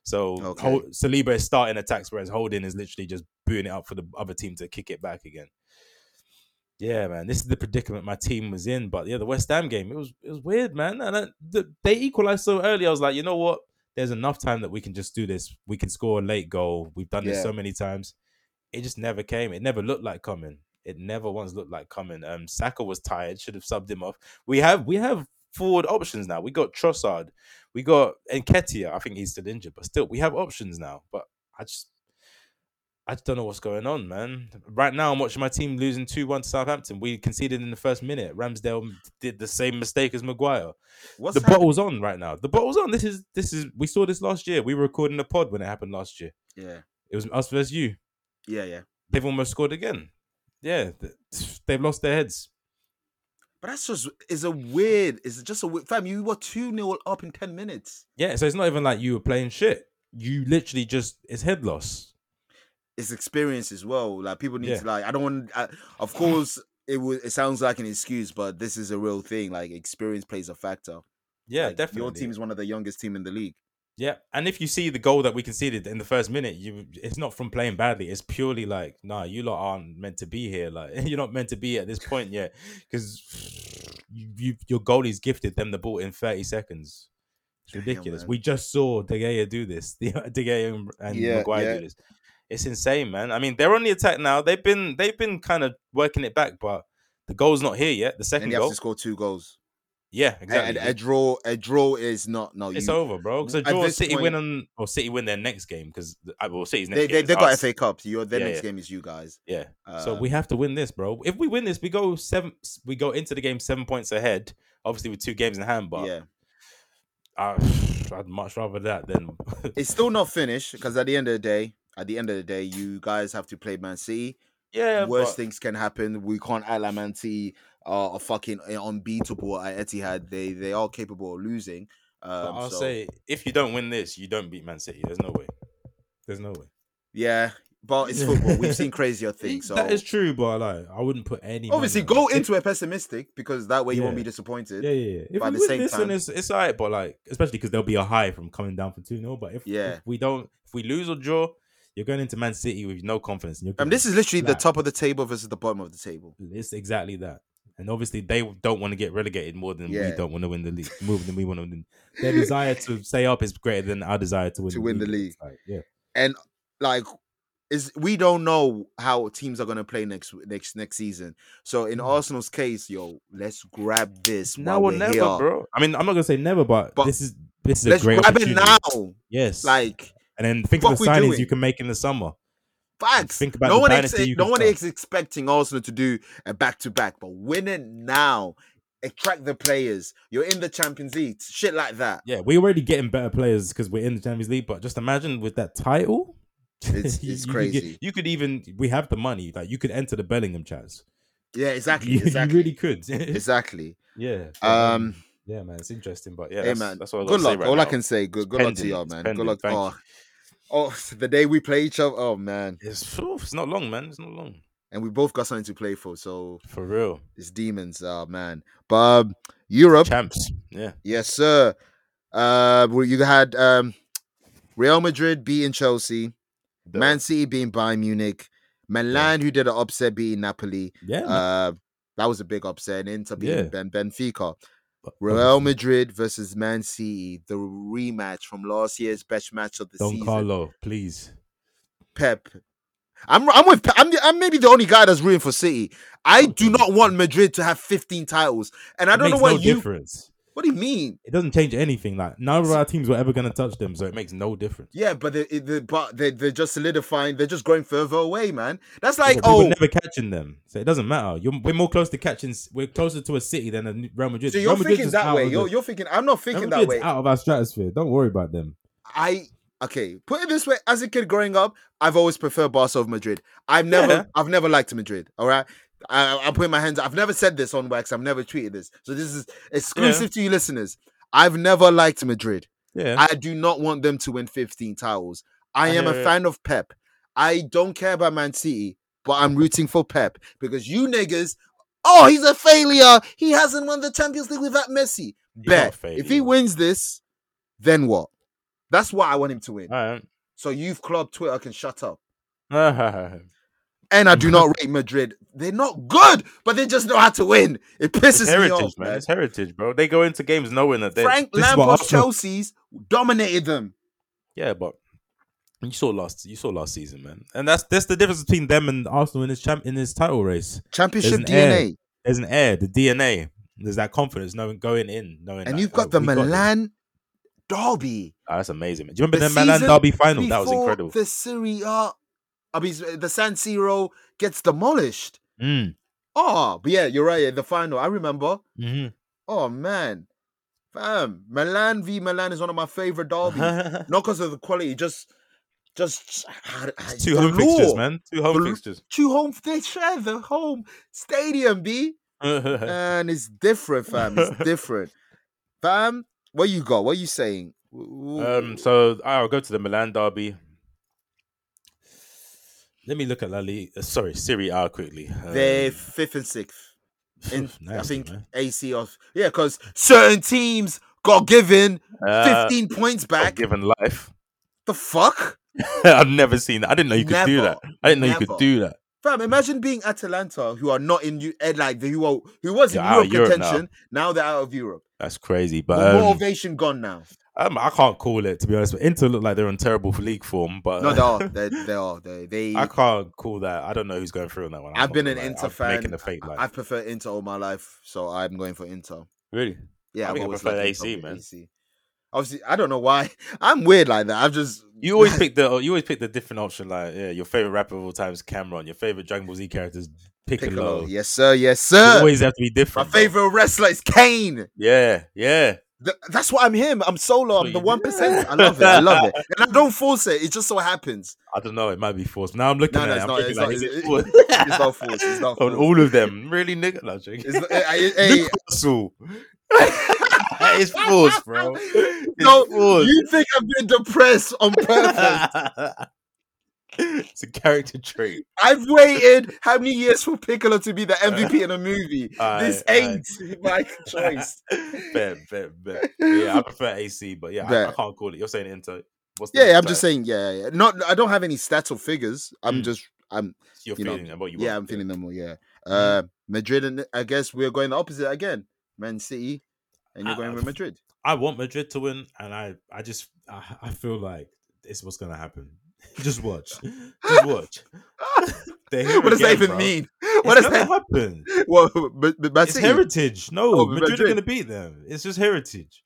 So Okay. Hol- Saliba is starting attacks, whereas Holding is literally just booting it up for the other team to kick it back again. Yeah, man, this is the predicament my team was in. But yeah, the West Ham game, it was it was weird, man. And I, the, they equalized so early. I was like, you know what? There's enough time that we can just do this. We can score a late goal. We've done Yeah. this so many times. It just never came. It never looked like coming. It never once looked like coming. Um, Saka was tired. Should have subbed him off. We have we have forward options now. We got Trossard. We got Enketia. I think he's still injured, but still we have options now. But I just I just don't know what's going on, man. Right now, I'm watching my team losing 2 1 to Southampton. We conceded in the first minute. Ramsdale did the same mistake as Maguire. What's the happening? bottle's on right now. The bottle's on. This is, this is, we saw this last year. We were recording a pod when it happened last year. Yeah, It was us versus you. yeah, yeah. They've almost scored again. Yeah, th- they've lost their heads. But that's just is a weird. It's just a weird, fam. You were two 0 up in ten minutes. Yeah, so it's not even like you were playing shit. You literally just, it's head loss. It's experience as well. Like people need Yeah. to like. I don't want. I, of course, it will. It sounds like an excuse, but this is a real thing. Like experience plays a factor. Yeah, Like, definitely. Your team is one of the youngest team in the league. Yeah, and if you see the goal that we conceded in the first minute, you it's not from playing badly. It's purely like, nah, you lot aren't meant to be here. Like you're not meant to be at this point yet because you, you your goalie's gifted them the ball in 30 seconds. It's Damn, ridiculous. man. we just saw De Gea do this. De Gea and, and Yeah, Maguire yeah. do this. It's insane, man. I mean, they're on the attack now. They've been they've been kind of working it back, but the goal's not here yet. The second and you have goal, to score two goals. yeah, A- and exactly. a draw, a draw is not no. It's you, over, bro. Because At draw this City point- win on or City win their next game because uh, well City's next they game they, is they got us. FA Cup. Your their Yeah, next yeah. game is you guys. Yeah. Uh, so we have to win this, bro. If we win this, we go seven. We go into the game seven points ahead. Obviously, with two games in hand, but yeah, I, I'd much rather that than it's still not finished because at the end of the day, at the end of the day, you guys have to play Man City. yeah. Worst but things can happen. We can't act like Man City are, are fucking unbeatable at Etihad. They they are capable of losing. but Um, I'll so, say if you don't win this, you don't beat Man City. There's no way. There's no way. yeah, but it's football. We've seen crazier things. So That is true, but like I wouldn't put any. money obviously on go it. If- into it pessimistic because that way you won't Yeah. be disappointed. Yeah, yeah. yeah. If But at we the win same this, time- then it's it's alright. But like, especially because there'll be a high from coming down from two 0 But if, Yeah. if we don't, if we lose or draw, you're going into Man City with no confidence. And you're Um, giving this is literally the flat. top of the table versus the bottom of the table. It's exactly that. And obviously, they don't want to get relegated more than Yeah. we don't want to win the league. More than we want to win. Their desire to stay up is greater than our desire to win To win the It's like, yeah, and like is we don't know how teams are gonna play next next next season. So in Mm. Arsenal's case, yo, let's grab this now while or we're never, here. bro. I mean, I'm not gonna say never, but, But this is this is Let's a great grab it opportunity. now. Yes, Like and then think of fuck the we signings you doing? can make in the summer. facts. Think about no the one dynasty ex- you no can one start. is expecting Arsenal to do a back to back, but win it now. Attract the players. You're in the Champions League. Shit like that. Yeah, we're already getting better players because we're in the Champions League, but just imagine with that title, It's You- it's you could crazy. get- you could even we have the money. Like you could enter the Bellingham chats. yeah, exactly, You, you exactly, really could. exactly. yeah. but, Um, Yeah, man. It's interesting, but yeah. hey that's, man, That's what I good gotta say luck. right All I now. can say, good, good luck to pending, y'all, it's man. pending, good luck. thank Oh, oh, the day we play each other, oh man, It's, oof, it's not long, man. It's not long. and we both got something to play for. So For real. it's demons, oh man. But um, Europe, Champs. Yeah. yes sir. Uh, well, you had um, Real Madrid beating Chelsea, Man City beating Bayern Munich, Milan who did an upset beating Napoli. Yeah. man. Uh, that was a big upset. And Inter beating Yeah. ben, Benfica. But Real obviously, Madrid versus Man City, the rematch from last year's best match of the Don season. Carlo, please. Pep. I'm I'm with Pep. I'm, the- I'm maybe the only guy that's rooting for City. I do not want Madrid to have 15 titles, and I it don't know makes what no you. difference. What do you mean? It doesn't change anything. Like none of our teams were ever gonna touch them, so it makes no difference. Yeah, but they, it- they but they they're just solidifying. They're just going further away, man. That's Like, like we oh, were never catching them, so it doesn't matter. You're, we're more close to catching. We're closer to a city than a Real Madrid. so you're Real Madrid's thinking just that out way. of the- You're, you're thinking. I'm not Real thinking that way. Madrid's out of our stratosphere. Don't worry about them. I okay, put it this way, as a kid growing up, I've always preferred Barca over Madrid. I've never Yeah. I've never liked Madrid. All right. I I'm putting my hands I've never said this on wax, I've never tweeted this. So this is exclusive to you listeners. I've never liked Madrid. Yeah, I do not want them to win 15 titles. I I am a hear it. fan of Pep. I don't care about Man City, but I'm rooting for Pep because you niggas, oh, he's a failure. He hasn't won the Champions League without Messi. He's not a Bet. If he failure. wins this, then what? That's what I want him to win. all right. So youth club Twitter can shut up. Eric And I do not rate Madrid. They're not good, but they just know how to win. It pisses me heritage, off, man. man. It's heritage, bro. They go into games knowing that they. Frank this is what Lampard's Arsenal- Chelsea's dominated them. Yeah, but you saw last. You saw last season, man. And that's that's the difference between them and Arsenal in this champ in this title race. Championship There's an air. DNA. There's an air, the DNA. There's that confidence, knowing going in, knowing. and that, you've oh, got the we this. Milan derby. Oh, that's amazing. man. Do you remember The the, Milan season derby final? That was before incredible. The Serie A, I mean, the San Siro gets demolished. Mm. Oh, but yeah, you're right. Yeah, the final, I remember. Mhm. Oh man, fam, Milan v Milan is one of my favorite Uh-huh. derbies. Not because of the quality, just, just It's two home the fixtures, lore. man. Two home The- fixtures. Two home, they share the home stadium, b. Uh-huh. And it's different, fam. It's different, fam. What you got? What you saying? um, so I'll go to the Milan derby. Let me look at La Liga. uh, Sorry, Serie A quickly. Um, They're fifth and sixth. In, I nasty, think man. AC of yeah, because certain teams got given Uh, fifteen points God back. Given life, The fuck, I've never seen that. I didn't know you could do Never. that. I didn't know you Never. could do that. fam! Imagine being Atalanta, who are not in you, eh, like who are, who was in They're Europe out of Europe now. contention. Now. they're out of Europe. That's crazy. the But um, motivation gone now. um, I can't call it to be honest. But Inter look like they're in terrible league form. But No, they are. They, they are. They. they uh, I can't call that. I don't know who's going through on that one. I I've can't been call an that. Inter I'm fan. Making the fake line. I've preferred Inter all my life, so I'm going for Inter. really? Yeah, I I've think I always prefer liked AC, over man. AC. Obviously, I don't know why. I'm weird like that. I've just You always pick the you always pick the different option. Like yeah, your favorite rapper of all time is Cameron. Your favorite Dragon Ball Z character is Piccolo. Piccolo. Yes, sir. Yes, You sir. always have to be My different. bro. favorite wrestler is Kane. Yeah, yeah. Th- that's why I'm him. I'm solo. I'm the Yeah. one percent. I love it. I love it. And I don't force it. It just so happens. I don't know. It might be forced. Now I'm looking No, at no, it. it's I'm not. thinking, It's like, not. is It's, it it's forced? not forced. It's not on forced. all of them, really, nigga. No, I'm joking. It's not- eh, eh, eh, Newcastle. it's forced, bro. It's no, forced. you think I've been depressed on purpose? it's a character trait. I've waited how many years for Piccolo to be the MVP in a movie? Aye, this aye. ain't my choice. bet, bet, bet. But Yeah, I prefer AC, but yeah, I, I Bet. can't call it. You're saying Inter. What's the Yeah, I'm title? just saying. Yeah, yeah, yeah. not. I don't have any stats or figures. I'm Mm. just. I'm. It's Your you know, feeling and what you yeah, want. I'm feeling them all. Yeah. Mm. Uh, Madrid and I guess we're going the opposite again. Man City, and you're Ah, I- going with Madrid. I want Madrid to win, and I, I just, I, I feel like it's what's gonna happen. Just watch, just watch. They're here what does that again, even bro. mean? It's What does gonna that? happen? Well, but, but Man It's City- heritage. No, Oh, but Madrid, are Madrid. gonna beat them. It's just heritage.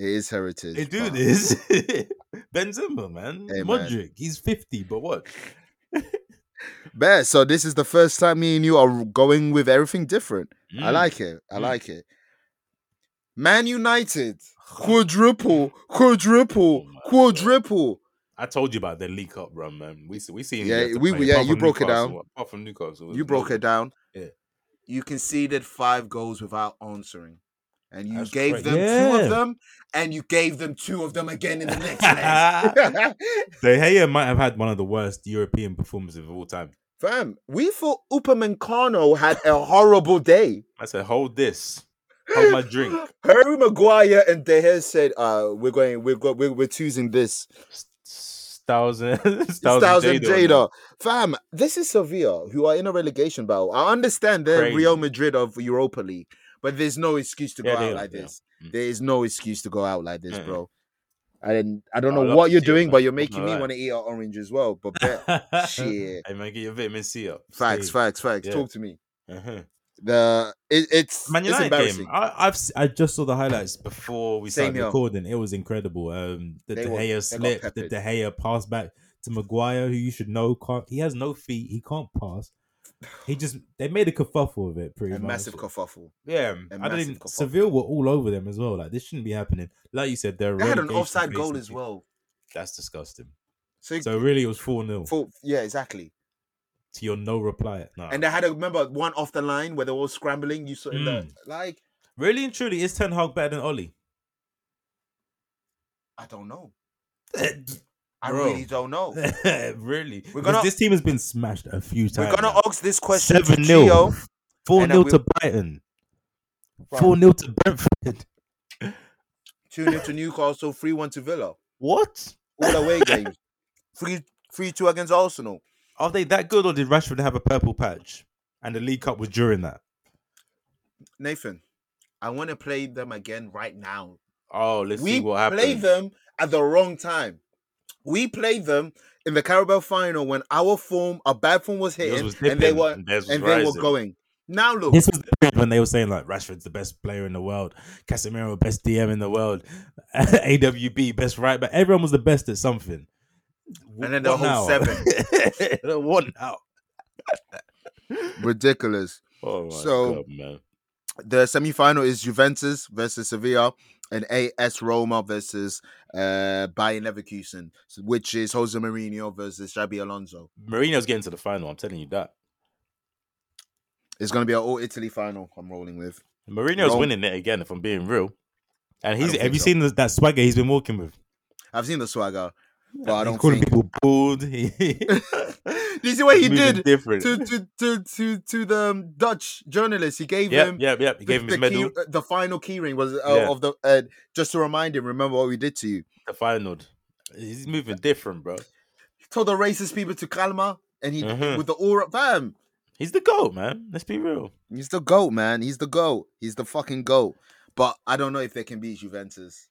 It is heritage. They do but- this. Benzema, man, Hey, man. Modric, he's fifty, but what? Bet. So this is the first time me and you are going with everything different. I Mm. like it. I Mm. like it. Man United quadruple, quadruple, Oh my God. quadruple. I told you about the leak up run, man. We s- we seen. who Yeah, had to we- play, yeah, apart you from broke it Newcastle, down. Apart from Newcastle, You broke it down. Yeah. You conceded five goals without answering. And you That's gave cra- them two Yeah. of them, and you gave them two of them again in the next leg. De Gea might have had one of the worst European performances of all time. Fam, we thought Upamecano had a horrible day. I said, hold this, hold my drink. Harry Maguire and De Gea said, uh, "We're going, we're go, we're, we're choosing this." Thousand, Thousand thousand Jada, Jada. fam. This is Sevilla, who are in a relegation battle. I understand they're Crazy. Real Madrid of Europa League, but there's no excuse to Yeah, go they out are, like they are. this. Mm. There is no excuse to go out like this, Mm-mm. bro. And I don't I would know love what to you're see it, doing, man. but you're Not making gonna me lie. want to eat an orange as well. But bet. Shit. Hey man, get your vitamin C up. facts, Stay. facts, facts. Yeah. Talk to me. Uh-huh. The it, it's Man it's United embarrassing. game. I, I've s- I just saw the highlights before we Same started here. recording. It was incredible. Um, the They De were- they Gea got slip, the peppered. De Gea pass back to Maguire, who you should know can't. He has no feet. He can't pass. He just they made a kerfuffle of it. Pretty A much massive kerfuffle. Yeah, a I don't massive even. kerfuffle. Seville were all over them as well. Like this shouldn't be happening. Like you said, they're They had an relegation offside goal facing as team. well. That's disgusting. So, So really, it was four 0 for, yeah, exactly. to your no reply. Nah. And they had a remember one off the line where they were all scrambling. You saw in Mm. the like really and truly, is Ten Hag better than Oli? I don't know. I Bro. really don't know. really, We're we're gonna- this team has been smashed a few times. We're gonna ask this question to 7-0. Gio. four and then 0 we- to Brighton, Bro. four 0 to Brentford. Two 0 to Newcastle, three one to Villa. What All away games. Three three two against Arsenal. are they that good, or did Rashford have a purple patch? And the League Cup was during that. Nathan, I want to play them again right now. Oh, let's we see what play happens. them at the wrong time. We played them in the Carabao final when our form, our bad form was Yours hitting, was and they dipping were and theirs was and they were rising. going. Now look, This was the period when they were saying like Rashford's the best player in the world, Casemiro best DM in the world, AWB best right back. Everyone was the best at something. And then the What whole now? what now? ridiculous. Oh my So- god, man! The semi-final is Juventus versus Sevilla and AS Roma versus uh, Bayern Leverkusen, s- which is Jose Mourinho versus Xabi Alonso. Mourinho's getting to the final. I'm telling you that. It's going to be an all-Italy final. I'm rolling with. Mourinho's Rome- winning it again. If I'm being real, and he's don't have think you so. seen the, that swagger he's been walking with? I've seen the swagger, but I he's don't calling think. people bald. he Do you see what he did different. to to to to to the um, Dutch journalist? He gave yep, him yep, yep. He the, gave him his the key- medal. uh, the final keyring was uh, Yeah. of the uh, just to remind him. Remember what we did to you. The final. He's moving different, bro. He told the racist people to calma, and he Mhm. with the aura, bam. He's the goat, man. Let's be real. He's the goat, man. He's the goat. He's the fucking goat. But I don't know if they can beat Juventus.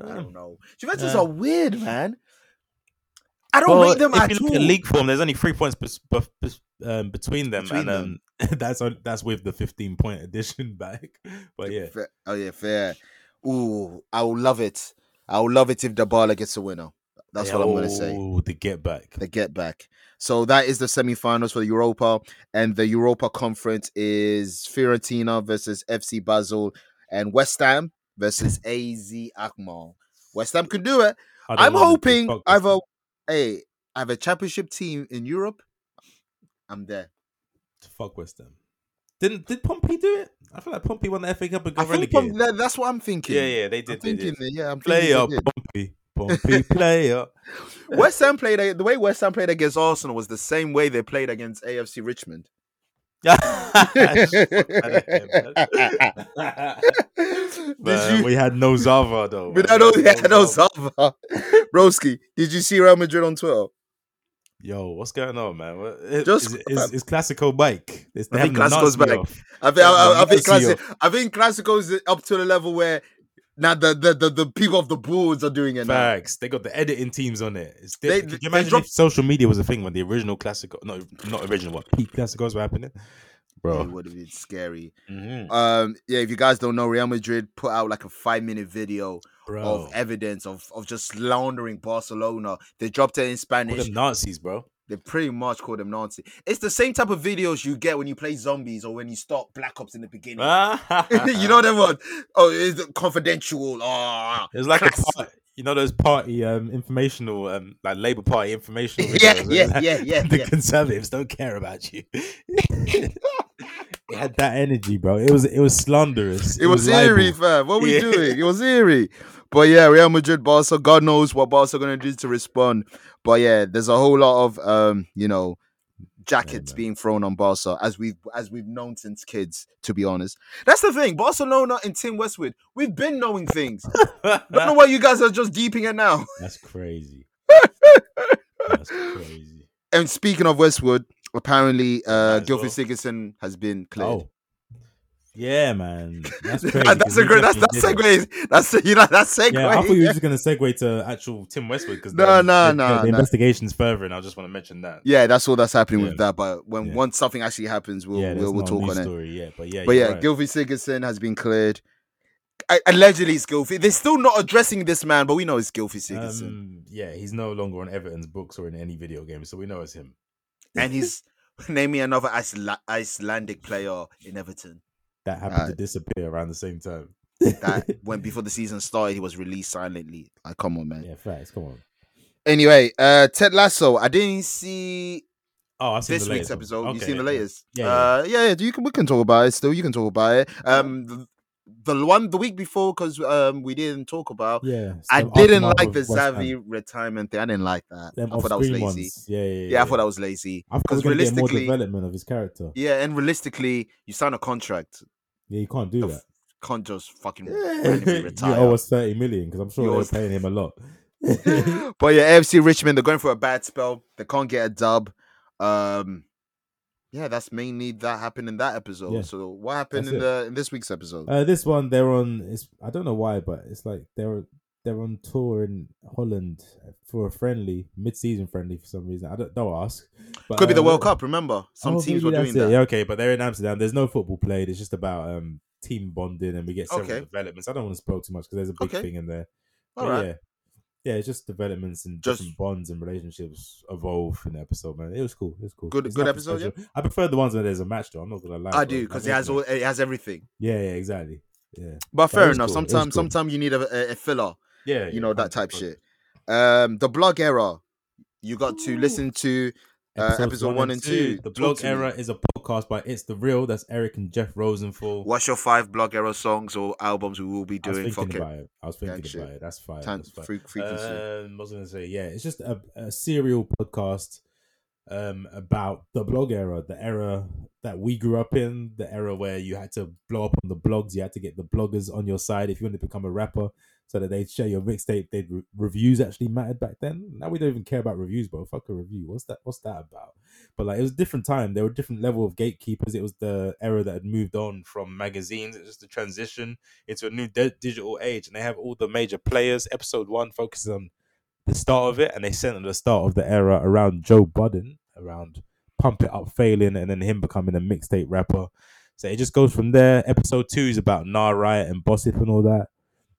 I Um, don't know. Juventus Yeah. are weird, man. I don't Well, rate them if at you look all. at league form, there's only three points bes- bef- bes- um, between them, Between and um, that's on, that's with the 15 point addition back. But yeah, Fair- Oh yeah, fair. Ooh, I will love it. I will love it if Dabala gets a winner. That's what I'm gonna say. Oh, The get back. the get back. So that is the semi-finals for the Europa, and the Europa Conference is Fiorentina versus FC Basel and West Ham versus AZ Akmar. West Ham can do it. I don't I'm know if they hoping fuck I've with a hey, I have a championship team in Europe. I'm there. to fuck West Ham. Didn't did Pompey do it? I feel like Pompey won the FA Cup and I got think I'm- relegated. that- that's what I'm thinking. Yeah, yeah, they I'm did. They thinking did. that, yeah, I'm Play thinking they up, did. Pompey. Pompey, play up. West Ham played a- the way West Ham played against Arsenal was the same way they played against AFC Richmond. Did Man, We had no Zava though. But I man. don't, I don't Zava. suffer. Broski, did you see Real Madrid on Twitter? Yo, what's going on, man? What- it- Just- is, is, is Classico bike. It's I think having a Classico's Nazi back. off. I think, I, I- I Yeah, think Lazio. Classic, I think Classico's up to the level where now the, the, the, the people of the boards are doing it now. Facts. They got the editing teams on it. It's They- different. they- Can they you imagine dropped- if social media was a thing when the original Classico, no, not original, what peak Classicos were happening, It bro? would have been scary. Mhm. Um, yeah, if you guys don't know, Real Madrid put out like a five minute video Bro, of evidence of, of just laundering Barcelona. They dropped it in all Spanish. them Nazis, bro. They pretty much called him Nancy. It's the same type of videos you get when you play zombies or when you start Black Ops in the beginning. Ah, you know that one? Oh, it's confidential. Ah, It was like a Class. part, you know those party um informational um like Labour Party informational. Yeah, videos, yeah, and, like, yeah, yeah, The yeah. Conservatives don't care about you. it had that energy, bro. It was it was slanderous. It was libel. eerie, fam. What we Yeah. doing? It was eerie. But yeah, Real Madrid, Barca. God knows what Barca gonna do to respond. But yeah, there's a whole lot of um, you know, jackets being thrown on Barca as we've as we've known since kids. To be honest, that's the thing. Barcelona and Tim Westwood, we've been knowing things. Don't know why you guys are just deeping it now. That's crazy. That's crazy. And speaking of Westwood, apparently uh, as well. Gilfie Sigurdsson has been cleared. Oh, yeah, man. That's crazy. that's 'cause a he great. That's that definitely did it. segue. That's you know that segue. Yeah, I thought you were just gonna segue to actual Tim Westwood because No, no, no, the no. investigation's further, and I just want to mention that. Yeah, that's all that's happening Yeah. with that. But when Yeah. once something actually happens, we'll yeah, that's we'll, we'll not a talk news on it. story yet, but yeah, But you're yeah, right. Gilfie Sigurdsson has been cleared. I, allegedly, it's Gilfie. They're still not addressing this man, but we know it's Gilfie Sigurdsson, Um, yeah, he's no longer on Everton's books or in any video game, so we know it's him. and he's name me another Iceland- Icelandic player in Everton That happened to disappear around the same time. that when before the season started, he was released silently. Like, come on, man. Yeah, facts. Come on. Anyway, uh, Ted Lasso. I didn't see Oh, I've seen this the week's latest one. episode. you Okay, seen the yeah, yeah. latest? Yeah, yeah. Uh, yeah, yeah. You can, we can talk about it still. You can talk about it. Um, the, the one the week before because um we didn't talk about. Yeah, it's I the didn't aftermath like of the West Ham. Zavi retirement thing. I didn't like that. Them I thought that was lazy. off-screen ones. Yeah, yeah, yeah. Yeah, I thought that was lazy. I thought we Because was going to get more realistically, development of his character. yeah, and realistically, you sign a contract. Yeah, you can't do The that. f- can't just fucking randomly you retire. owe us 30 million because I'm sure You they owe were us- paying him a lot. but yeah, AFC Richmond, they're going for a bad spell. They can't get a dub. Um, yeah, that's mainly that happened in that episode. Yeah. So what happened That's in it. the in this week's episode? Uh, this one they're on. It's I don't know why, but it's like they're they're on tour in Holland for a friendly mid-season friendly for some reason. I don't don't ask. But, Could be the uh, World Cup. Remember, some oh, teams were maybe doing that's it. that. Yeah, okay, but they're in Amsterdam. There's no football played. It's just about um team bonding, and we get several Okay. developments. I don't want to spoil too much because there's a big Okay. thing in there. All But right. Yeah. Yeah, it's just developments and Just- different bonds and relationships evolve in the episode, man. It was cool. It was cool. Good- It's good nothing episode, yeah? special. I prefer the ones where there's a match, though. I'm not gonna lie. I bro. do That because it makes has me- all it has everything. Yeah, yeah, exactly. Yeah, But it fair was enough. cool. It was Sometimes, cool. sometimes you need a, a, a filler. yeah. you know that type shit. Um, the blog era. You got to listen to uh, episode one and two. The Talk Blog to me. Era is a podcast by It's the Real. That's Eric and Jeff Rosenfall. what's your five blog era songs or albums we will be I was doing. thinking Fuck it. about it. I was Gang thinking shit. about it. That's fine. Time, That's fine. fre- frequency. Um, I was gonna say, yeah, it's just a, a serial podcast um, about the blog era, the era that we grew up in, the era where you had to blow up on the blogs, you had to get the bloggers on your side if you wanted to become a rapper, so that they'd share your mixtape. They'd re- reviews actually mattered back then. Now we don't even care about reviews, bro. Fuck a review. What's that? What's that about? But like, it was a different time. There were different level of gatekeepers. It was the era that had moved on from magazines. It's just a transition into a new di- digital age, and they have all the major players. Episode one focuses on the start of it, and they centered the start of the era around Joe Budden, around Pump It Up failing, and then him becoming a mixtape rapper. So it just goes from there. Episode two is about Nah Riot and Bossip and all that.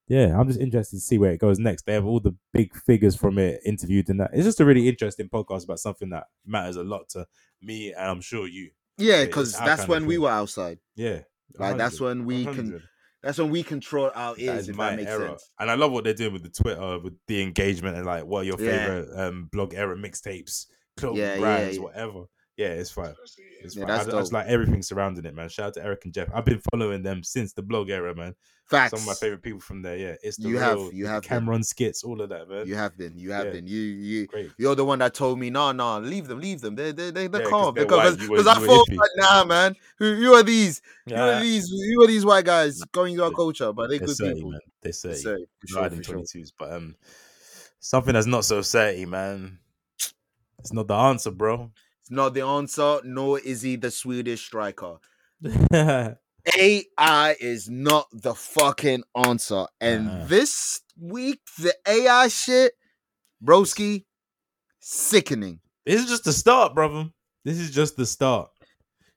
Yeah, I'm just interested to see where it goes next. They have all the big figures from it interviewed and that. It's just a really interesting podcast about something that matters a lot to me, and I'm sure you. yeah, it's because our that's kind of when we thing. were outside. Yeah. Like, that's when we can- 100. That's when we control our That ears. is If my that makes era. sense. And I love what they're doing with the Twitter, with the engagement and like what are your Yeah. favorite um, blog era mixtapes, clothing Yeah, yeah, brands, yeah. whatever. Yeah, it's fine. It's Yeah, fine. I, that's I just dope. like everything surrounding it, man. Shout out to Eric and Jeff. I've been following them since the blog era, man. Facts. Some of my favorite people from there. Yeah, it's the You real, have- you the have been. Cameron skits, all of that, man. You have been. You have Yeah. been. You you. Great. You're the one that told me, no, no, leave them, leave them. They, they, they, they're Yeah, 'cause calm. they're Because white, you were- because I you were thought, iffy. like, nah, man, who, who are these? Who are Yeah. these? Who are these white guys going to our They're- culture? But they're They're good 30, people. man. They're 30. Sorry, for sure, Right in for sure. 22s, but um, something that's not so 30, man. It's not the answer, bro. It's not the answer, nor is he the Swedish striker. yeah, AI is not the fucking answer. And Uh-uh. this week, the AI shit, broski, sickening. This is just the start, brother. This is just the start.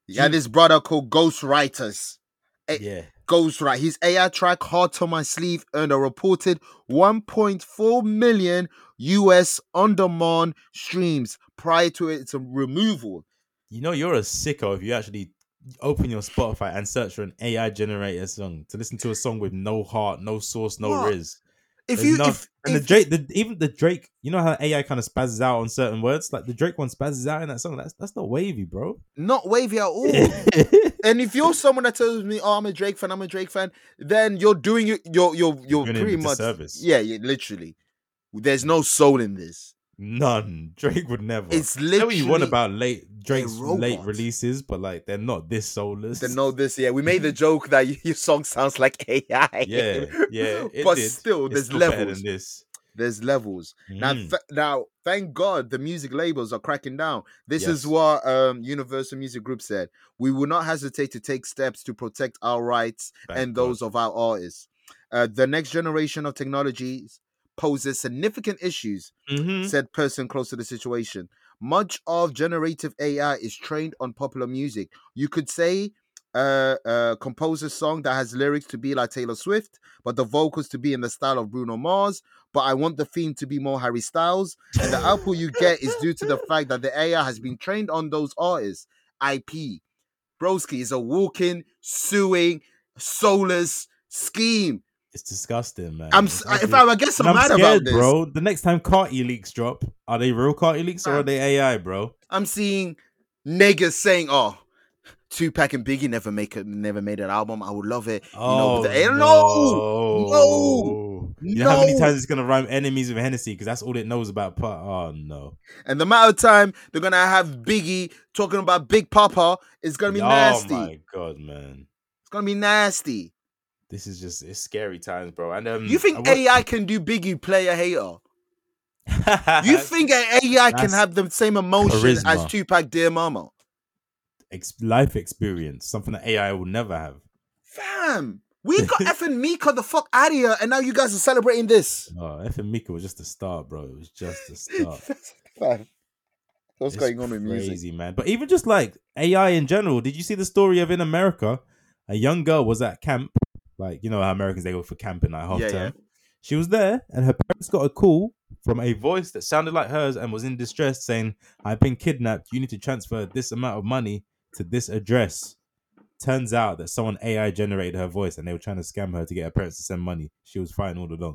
You got Dude. this brother called Ghostwriters. Eh, yeah. goes right. His AI track "Hard to My Sleeve" earned a reported 1.4 million US on-demand streams prior to its removal. You know you're a sicko if you actually open your Spotify and search for an AI generated song to listen to a song with no heart, no source, no What? riz. If There's you, no- if, and the if- Drake, the, even the Drake, you know how AI kind of spazzes out on certain words. Like the Drake one spazzes out in that song. That's that's not wavy, bro. not wavy at all. Doing and if you're someone that tells me, "Oh, I'm a Drake fan, I'm a Drake fan," then you're doing it. You're you're you're him pretty a much disservice. yeah, yeah, literally. There's no soul in this. None. Drake would never. It's Say what literally you want about late Drake's robot. late releases, but like they're not this soulless. to know this. Yeah, we made the joke that your song sounds like AI. yeah, yeah. It but did. still, It's there's still better levels. than this. There's levels. Now, Mm. th- now, thank God the music labels are cracking down. This is Yes. what um, Universal Music Group said. We will not hesitate to take steps to protect our rights Thank and God. those of our artists. Uh, the next generation of technologies poses significant issues, Mhm. said person close to the situation. Much of generative AI is trained on popular music. You could say uh, uh, compose a song that has lyrics to be like Taylor Swift, but the vocals to be in the style of Bruno Mars. But I want the theme to be more Harry Styles. And the output you get is due to the fact that the AI has been trained on those artists. IP. Broski is a walking, suing, soulless scheme. It's disgusting, man. I'm, It's s- I- if actually- I, I guess I'm, And I'm mad scared, about this. bro. The next time Carti leaks drop, are they real Carti leaks or are Fam. they AI, bro? I'm seeing niggas saying, "Oh, Tupac and Biggie never make a, never made an album. I would love it." Oh, you know, but the- no, You know how many No. times it's gonna rhyme enemies with Hennessy because that's all it knows about. Pot. Oh no, and the amount of time they're gonna have Biggie talking about Big Papa is gonna be oh nasty. my god, man, It's gonna be nasty. this is just it's scary times, bro. And um, You think I wa- AI can do Biggie player hater? You think a AI can That's have the same emotion as charisma. Tupac Dear Mama? Ex- life experience something that AI will never have? Fam, we got effing Mika the fuck out of here, and now you guys are celebrating this. Oh, F and Mika was just a start, bro. It was just a start. Fam, what's It's going on with music? crazy, man. But even just like AI in general, did you see the story of in America, a young girl was at camp, like you know how Americans they go for camping like half Yeah, term. yeah. She was there, and her parents got a call from a voice that sounded like hers and was in distress, saying, "I've been kidnapped. You need to transfer this amount of money to this address." Turns out that someone AI generated her voice, and they were trying to scam her to get her parents to send money. She was fine all along.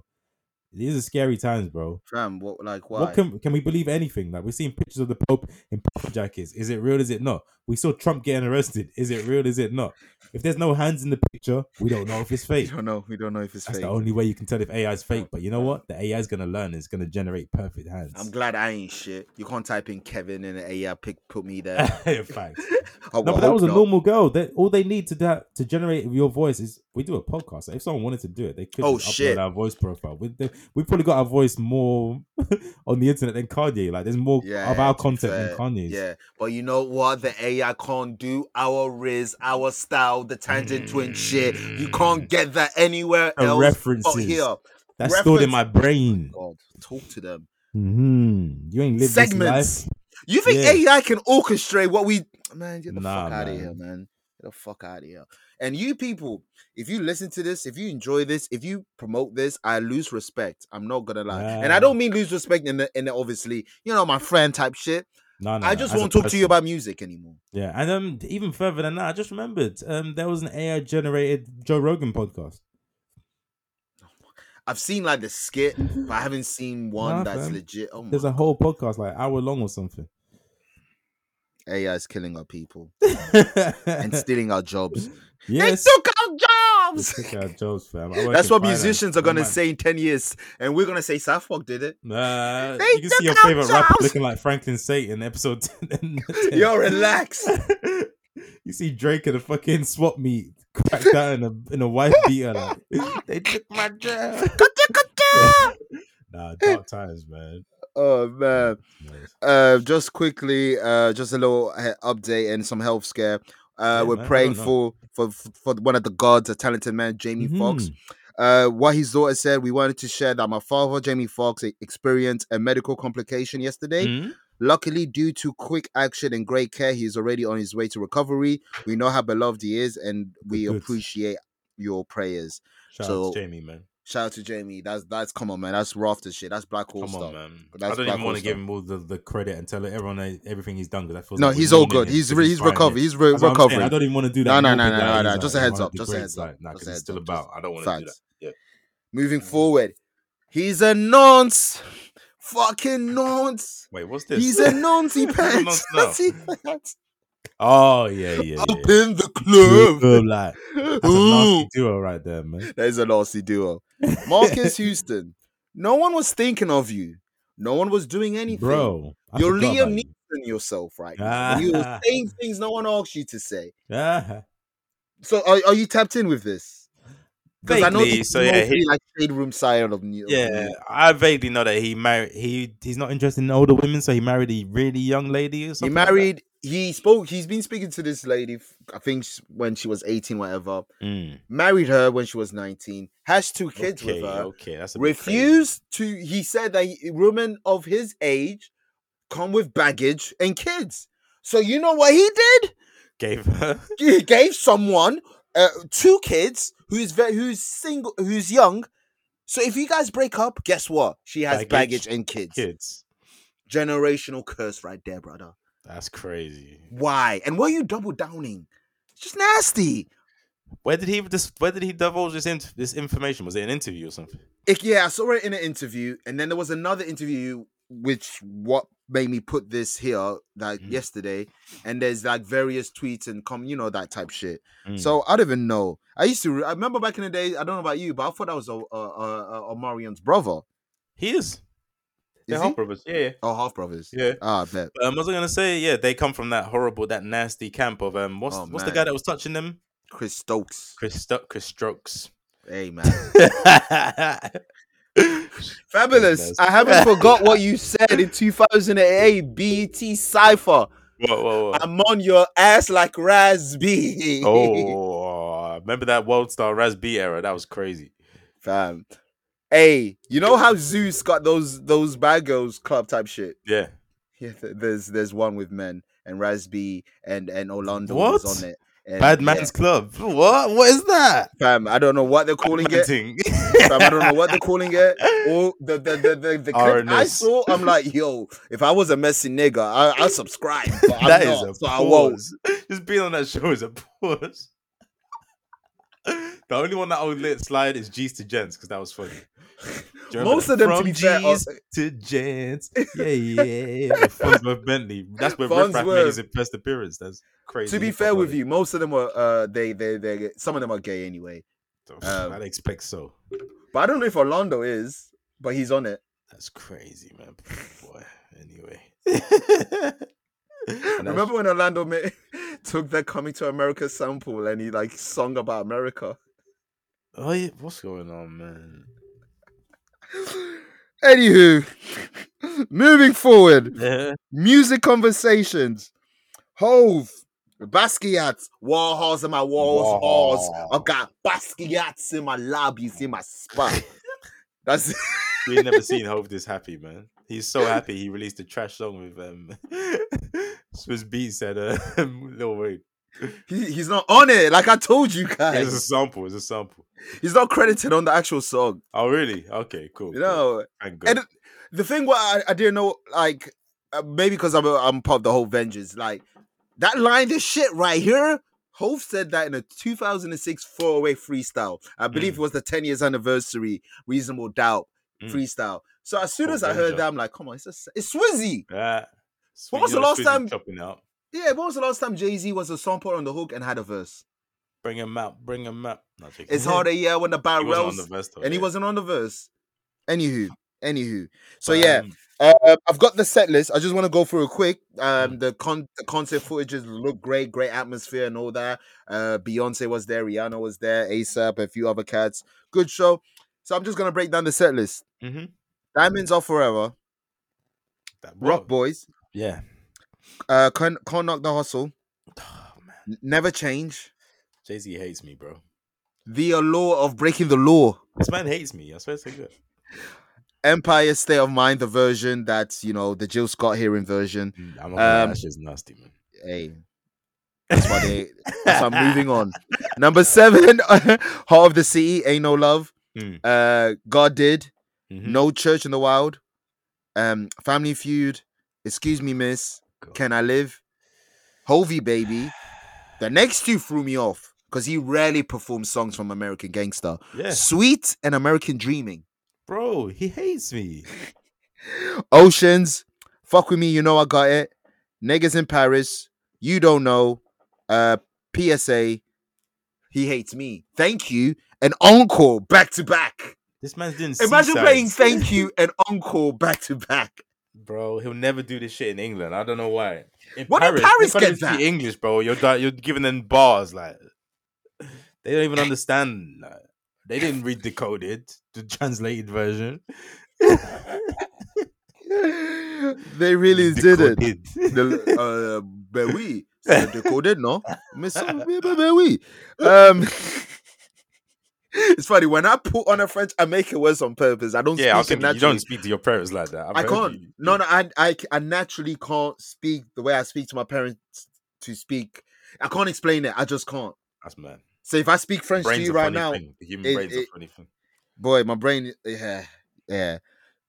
These are scary times, bro. Fam, what like why? What can can we believe anything? Like we're seeing pictures of the Pope in puffer jackets. Is it real? Is it not? We saw Trump getting arrested. Is it real? Is it not? If there's no hands in the picture, we don't know if it's we fake. don't know. We don't know if it's That's fake. the only way you can tell if AI is fake. But you know what? The AI is gonna learn. It's gonna generate perfect hands. I'm glad I ain't shit. You can't type in Kevin and the AI pick put me there. Fact. Oh, No, I but that hope was a not. normal girl. That all they need to do to generate your voice is we do a podcast. If someone wanted to do it, they could Oh, just upload shit. our voice profile. We they, we probably got our voice more on the internet than Kanye. Like there's more Yeah, of our to be content than fair, Kanye's. Yeah, but you know what? The AI can't do our riz, our style, the tangent twin shit. You can't get that anywhere And else. Mm. references. But here, That's stored in Reference- my brain. God, talk to them. hmm You ain't lived Segments. this You think Yeah. AI can orchestrate what we? Man, get the Nah, fuck out of man. here, man. Get the fuck out of here. And you people, if you listen to this, if you enjoy this, if you promote this, I lose respect. I'm not gonna lie, and I Nah. don't mean lose respect in the in the obviously, you know, my friend type shit. life. No, no. I no, just as a won't talk to you person. about music anymore. Yeah, and um, even further than that, I just remembered um, there was an AI generated Joe Rogan podcast. I've seen like the skit, but I haven't seen one Nah, that's fam. legit. Oh my, There's a whole podcast like hour long or something. AI is killing our people and and stealing our jobs. yes, They took our they jobs. took our jobs, fam. I work That's in what finance. musicians are I gonna might- say in ten years, and we're gonna say South Park did it. Nah, They you can see took your our favorite rapper jobs. looking like Franklin Satan, episode 10. Yo, relax. you see Drake at a fucking swap meet, cracked out in a in a wife beater. Like, they took my job. nah, dark times, man. oh man. Nice. Uh, just quickly, uh, just a little uh, update and some health scare. Uh, Yeah, we're man, I praying don't for, for for one of the gods, a talented man, Jamie Foxx. Mhm. Uh, what his daughter said, we wanted to share that my father, Jamie Foxx, e- experienced a medical complication yesterday. Mhm. Luckily, due to quick action and great care, he's already on his way to recovery. We know how beloved he is, and we good. appreciate your prayers. Shout So- out to Jamie, man. Shout out to Jamie. That's that's come on, man. That's rafter shit. That's black hole Come stuff. on, man. That's I don't Black even want Hole to give stuff. him all the, the credit and tell everyone that everything he's done because I feel No, he's all good. He's re- he's recovered. He's re- That's what I'm saying. I recovering. don't even want to do that. No, no, morbid no, no, that no, he's no. like, Just a I don't heads wanna up, just a degrade, heads up, like, Nah, just because a it's heads still up, about. just- I don't want to do that. Mm. Facts. Moving forward, he's a nonce. Fucking nonce. Wait, what's this? He's a noncy He's a pants. nonce Noncy pants. oh yeah, yeah, Up yeah. in the Good, club. good, like, that's a Ooh. nasty duo right there, man. That is a nasty duo. Marcus Houston. No one was thinking of you. No one was doing anything. Bro, I You're forgot Liam about you. Neeson yourself right now. And You're saying things no one asked you to say. Ah. So are, are you tapped in with this? Because I know Vaguely, this is so yeah, mostly he- like shade room side of New Yeah, I vaguely know that he married. He he's not interested in older women, so he married a really young lady. Or He something like that. married. He spoke. He's been speaking to this lady. f- I think s- when she was eighteen, whatever. Mm. Married her when she was nineteen. Has two kids okay, with her. Okay, that's a bit crazy. refused to he said that he- women of his age come with baggage and kids so you know what he did Gave her. he gave someone uh, two kids who's very who's single who's young so if you guys break up guess what she has baggage, Baggage, and kids. kids. generational curse right there brother That's crazy. why and why are you double downing it's just nasty Where did he dis- Where did he divulge this in- this information? Was it an interview or something? It, yeah, I saw it in an interview, and then there was another interview, which what made me put this here, like Mm. yesterday. And there's like various tweets and com, you know that type shit. Mm. So I don't even know. I used to. Re- I remember back in the day. I don't know about you, but I thought that was a, a, a, a Omarion's brother. he is. They're Is he? half brothers. Yeah, yeah. Oh, half brothers. Yeah. Ah, I bet. But, Um, what was I gonna say? Yeah, they come from that horrible, that nasty camp of um. What's Oh, what's the man. guy that was touching them? Chris Stokes. Chris Sto- Chris Strokes. Hey man, Fabulous. fabulous! I haven't forgot what you said in 2008 BT E Cipher. Whoa, whoa, whoa. I'm on your ass like Razby. oh, remember that World Star Raz B era? That was crazy. Fam. Hey, you know how Zeus got those those bad girls club type shit? Yeah. Yeah, th- there's there's one with men and Rasby and and Orlando What? was on it. And, Bad yeah, Man's Club. What? What is that? fam. I don't know what they're calling it. Hunting. Fam, I don't know what they're calling it. Or the the the the, the clip I RNS. saw, I'm like, yo, if I was a messy nigga, I I subscribe. But I'm That is not, a so I won't. pause. Just being on that show is a pause. the only one that I would let slide is G's to Gents because that was funny. Do you remember Most that? of them, to From be fair, are- G's to Gents. Yeah, yeah, yeah. With Farnsworth Bentley. That's where Riff Raff made Farnsworth. his first appearance. That's crazy. To be He fair forgot with it. you, most of them were uh they they they some of them are gay anyway. Um, I'd expect so. But I don't know if Orlando is, but he's on it. That's crazy, man. Boy, anyway. And that's- Remember when Orlando ma- took that "Coming to America" sample and he like sung about America? Oh, yeah, what's going on, man? Anywho, moving forward, Yeah. music conversations. Hove, Basquiat, Warhols in my walls, halls. Wow. I've got Basquiat in my lobbies, in my spot. That's We've never seen Hope this happy, man. He's so happy he released a trash song with um Swiss Beats and uh, Lil Wayne. he, he's not on it. Like I told you It's a guys, sample. It's a sample. he's not credited on the actual song. Oh, really? Okay, cool. You cool. know, Thank God. and the thing what I, I didn't know, like uh, maybe because I'm a, I'm part of the whole vengeance, like that line, this shit right here. Hove said that in a 2006 throwaway freestyle. I believe Mm. it was the 10 years anniversary, Reasonable Doubt Mm. freestyle. So as soon Oh, as I heard Venger. that, I'm like, come on, it's a, s- it's Swizzy. Ah, sweet, was you the know, last Swizzy time- Chopping it up. Yeah, when was the last time Jay Z was a sample on the hook and had a verse? Bring him out. Bring him out. No, I'm joking. It's hard a year when the He wasn't on barrels the verse, though, and he yeah. wasn't on the verse. Anywho, anywho. So But, yeah, um, Uh, I've got the set list. I just want to go through a quick. Um, the con the concert footages look great, great atmosphere and all that. Uh, Beyonce was there, Rihanna was there, ASAP, a few other cats. Good show. So I'm just gonna break down the set list. mhm. Diamonds Are Forever, That- Rock what? Boys, Yeah. uh, Con Con Knock the Hustle, Oh, man. N- Never Change, Jay Z hates me, bro. The Allure of Breaking the Law, This man hates me. I swear to God. Empire State of Mind, the version Mm, that's you know the Jill Scott hearing version. I'm not gonna lie, Um, that shit's nasty, man. Hey, That's why they. that's why I'm moving on. Number seven, Heart of the City, Ain't No Love. Mm. Uh, God did. Mhm. No Church in the Wild. Um, Family Feud. Excuse me, Miss. God. Can I live? Hovey Baby. The next two threw me off because he rarely performs songs from American Gangster. Yeah, Sweet and American Dreaming. bro, he hates me. Oceans, fuck with me, you know I got it. Niggas in Paris, you don't know. Uh, PSA, he hates me. Thank you, and encore back to back. This man's doing. Imagine seasides. playing thank you and encore back to back. bro. He'll never do this shit in England. I don't know why. In Why did Paris they can't get even speak that? English, bro. You're di- you're giving them bars like they don't even understand. like, they didn't read decoded the translated version. they really did it. Decoded. The, uh, ben oui, c'est décodé, non? Mais ça, ben- ben- ben oui. Um, it's funny when I put on a French, I make it worse on purpose. I don't yeah, I speak it think you naturally. don't speak to your parents like that. I've I heard can't. you. No, no, I, I, I naturally can't speak the way I speak to my parents to speak. I can't explain it. I just can't. That's mad. So if I speak French to Brains you are right funny now, thing. The human it- brains it- are funny thing. boy, my brain, yeah, yeah,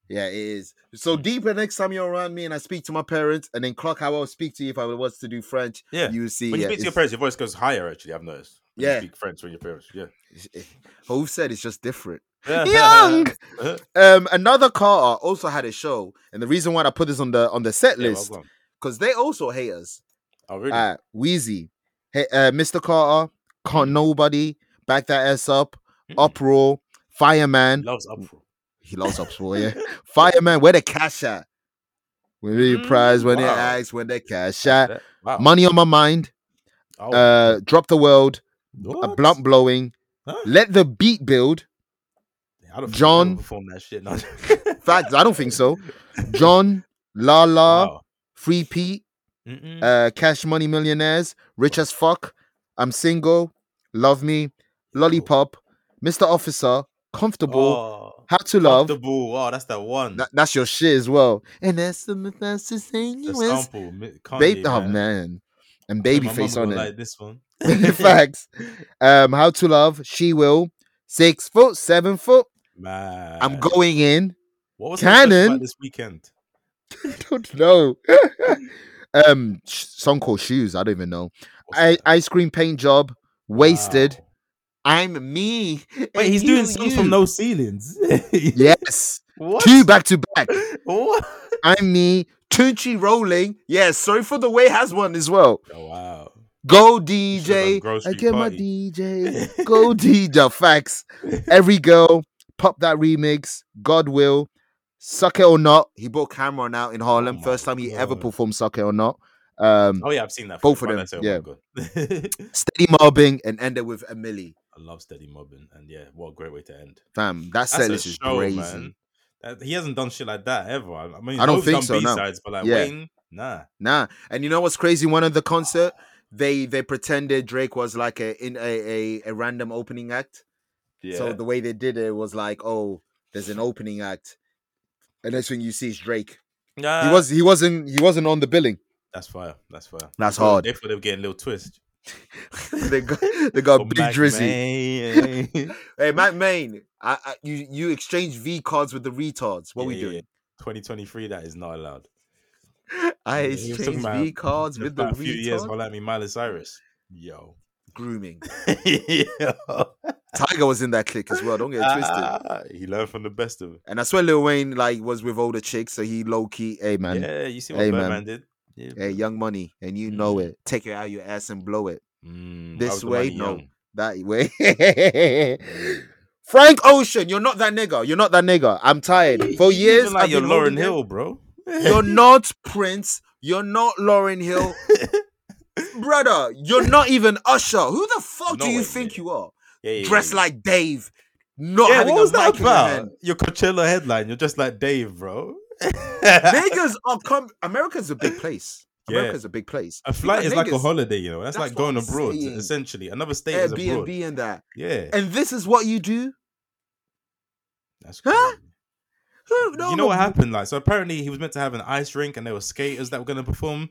yeah, it is. So Mm. deeper next time you're around me and I speak to my parents, and then clock how I'll speak to you if I was to do French. Yeah. you will see. When you yeah, speak to your it's- parents, your voice goes higher. Actually, I've noticed. When Yeah. you speak French when your parents. Yeah, Hove said it's just different. yeah. Young. Uh-huh. Um, another Carter also had a show, and the reason why I put this on the on the set well list Uh, gone. because they also hate us. oh really? All right, Wheezy, hey, uh, Mr. Carter, can't nobody back that ass up. Mm. Uproar, Fireman, Loves uproar. he loves uproar, yeah. Fireman, where the cash at? When they Mm, prize, when they wow. ask, when they cash at. Wow. Money on my mind, Oh, uh, drop the world, a what? blunt blowing, Huh? let the beat build. I don't think John- uh, John perform that shit. No. Facts, I don't think so. John, La La, Wow. Free Pete, Mm-mm. uh, Cash Money Millionaires, Rich as Fuck, I'm Single, Love Me, Lollipop, Mr. Officer, Comfortable, oh, How to Love. love the ball. Oh, that's that one. Tha- that's your shit as well. And that's the that's the thing the you is. sample. Mi- Kanye, Babe, oh man. man, and I think my mum babyface gonna on it. Like this one. Facts. Um, how to love? She will. Six foot, seven foot. Man, I'm going in. What was my question about Cannon. this weekend? Don't know. um, sh- song called Shoes. I don't even know. What's I- that? ice cream paint job. Wasted. Wow. I'm me. Wait, and he's doing you, songs you. from No Ceilings. Yes, what? two back to back. what? I'm me. Tunchi rolling. Yes, sorry for the way has one as well. Oh, wow. Go should've done DJ. Grove I Street get my Party. DJ. Go DJ. Facts. Every girl. Pop that remix. God will. Suck it or not. He brought Cameron out in Harlem. Oh my First time he ever God. performed Suck It or Not. Um, Oh yeah, I've seen that. Both film. of Right, them, that's it. Oh, my God. steady mobbing and ended with a milli. I love steady mobbing, and yeah, what a great way to end. Fam, that That's set a list is show, crazy. man. That- he hasn't done shit like that ever. I I mean, I don't Hope's think so, done no. B-sides, but like Yeah. Wayne, nah. Nah, and you know what's crazy? One of the concert, they they pretended Drake was like a in a a, a random opening act. Yeah. So the way they did it was like, oh, there's an opening act, and next thing you see is Drake. nah, he was he wasn't he wasn't on the billing. That's fire. That's fire. That's They thought- hard. They thought they were getting little twist. they got they got Or big Oh, Mac drizzy. May. Yeah, Hey, Matt Main, I, I you you exchange V cards with the retards. What we yeah, doing? yeah. 2023, that is not allowed. I Yeah, he was talking exchange about- V cards with the About a few years retards. while I mean Miley Cyrus. Yo. Grooming. Yo. Tiger was in that clique as well. Don't get it twisted. Ah, he learned from the best of it. And I swear Lil Wayne like was with older chicks, so he low key, hey man, Yeah, you see what Hey, man. Birdman did? Yeah. hey young money, and you know Mm-hmm. it. Take it out your ass and blow it Mm, I This was the way, money no. young. that way. Frank Ocean, you're not that nigga. You're not that nigga. I'm tired. For You years, even like I've your been Lauren holding it. Hill, bro. You're not Prince. You're not Lauren Hill, brother. You're not even Usher. Who the fuck No do you way, think yeah. you are? Yeah, yeah, Dressed yeah. like Dave, not yeah, having what a was that mic in your hand. about? Your Coachella headline. You're just like Dave, bro. Niggas are come. America's a big place. Yeah. America's a big place. a flight got is like a niggas. holiday, you know. That's, That's like what going I'm abroad, saying. essentially. Another state is abroad. Airbnb and that. Yeah, And this is what you do? that's crazy. Huh? Who- No, you know no, what happened? Like, so apparently he was meant to have an ice rink, and there were skaters that were going to perform.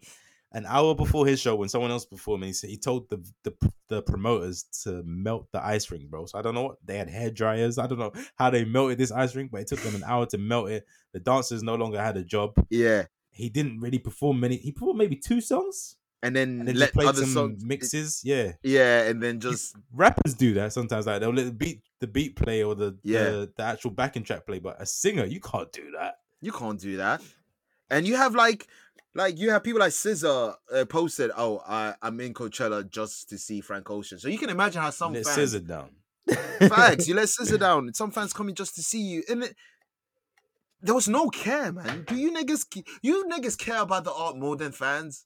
an hour before his show when someone else performed, he said he told the, the the promoters to melt the ice ring, bro. So I don't know what they had hair dryers. I don't know how they melted this ice ring, but it took them an hour to melt it. The dancers no longer had a job. Yeah. He didn't really perform many. He performed maybe two songs And then, and then let just played other some songs mixes. Yeah, Yeah, and then just rappers do that sometimes. Like they'll let the beat the beat play or the Yeah. the, the actual backing track play, but a singer you can't do that. You can't do that. And you have like, like you have people like Scissor uh, posted, "Oh, I I'm in Coachella just to see Frank Ocean." So you can imagine how some Let fans, scissor down. facts, you let Scissor down. Some fans coming just to see you, and it, there was no care, man. Do you niggas ca- you niggas care about the art more than fans?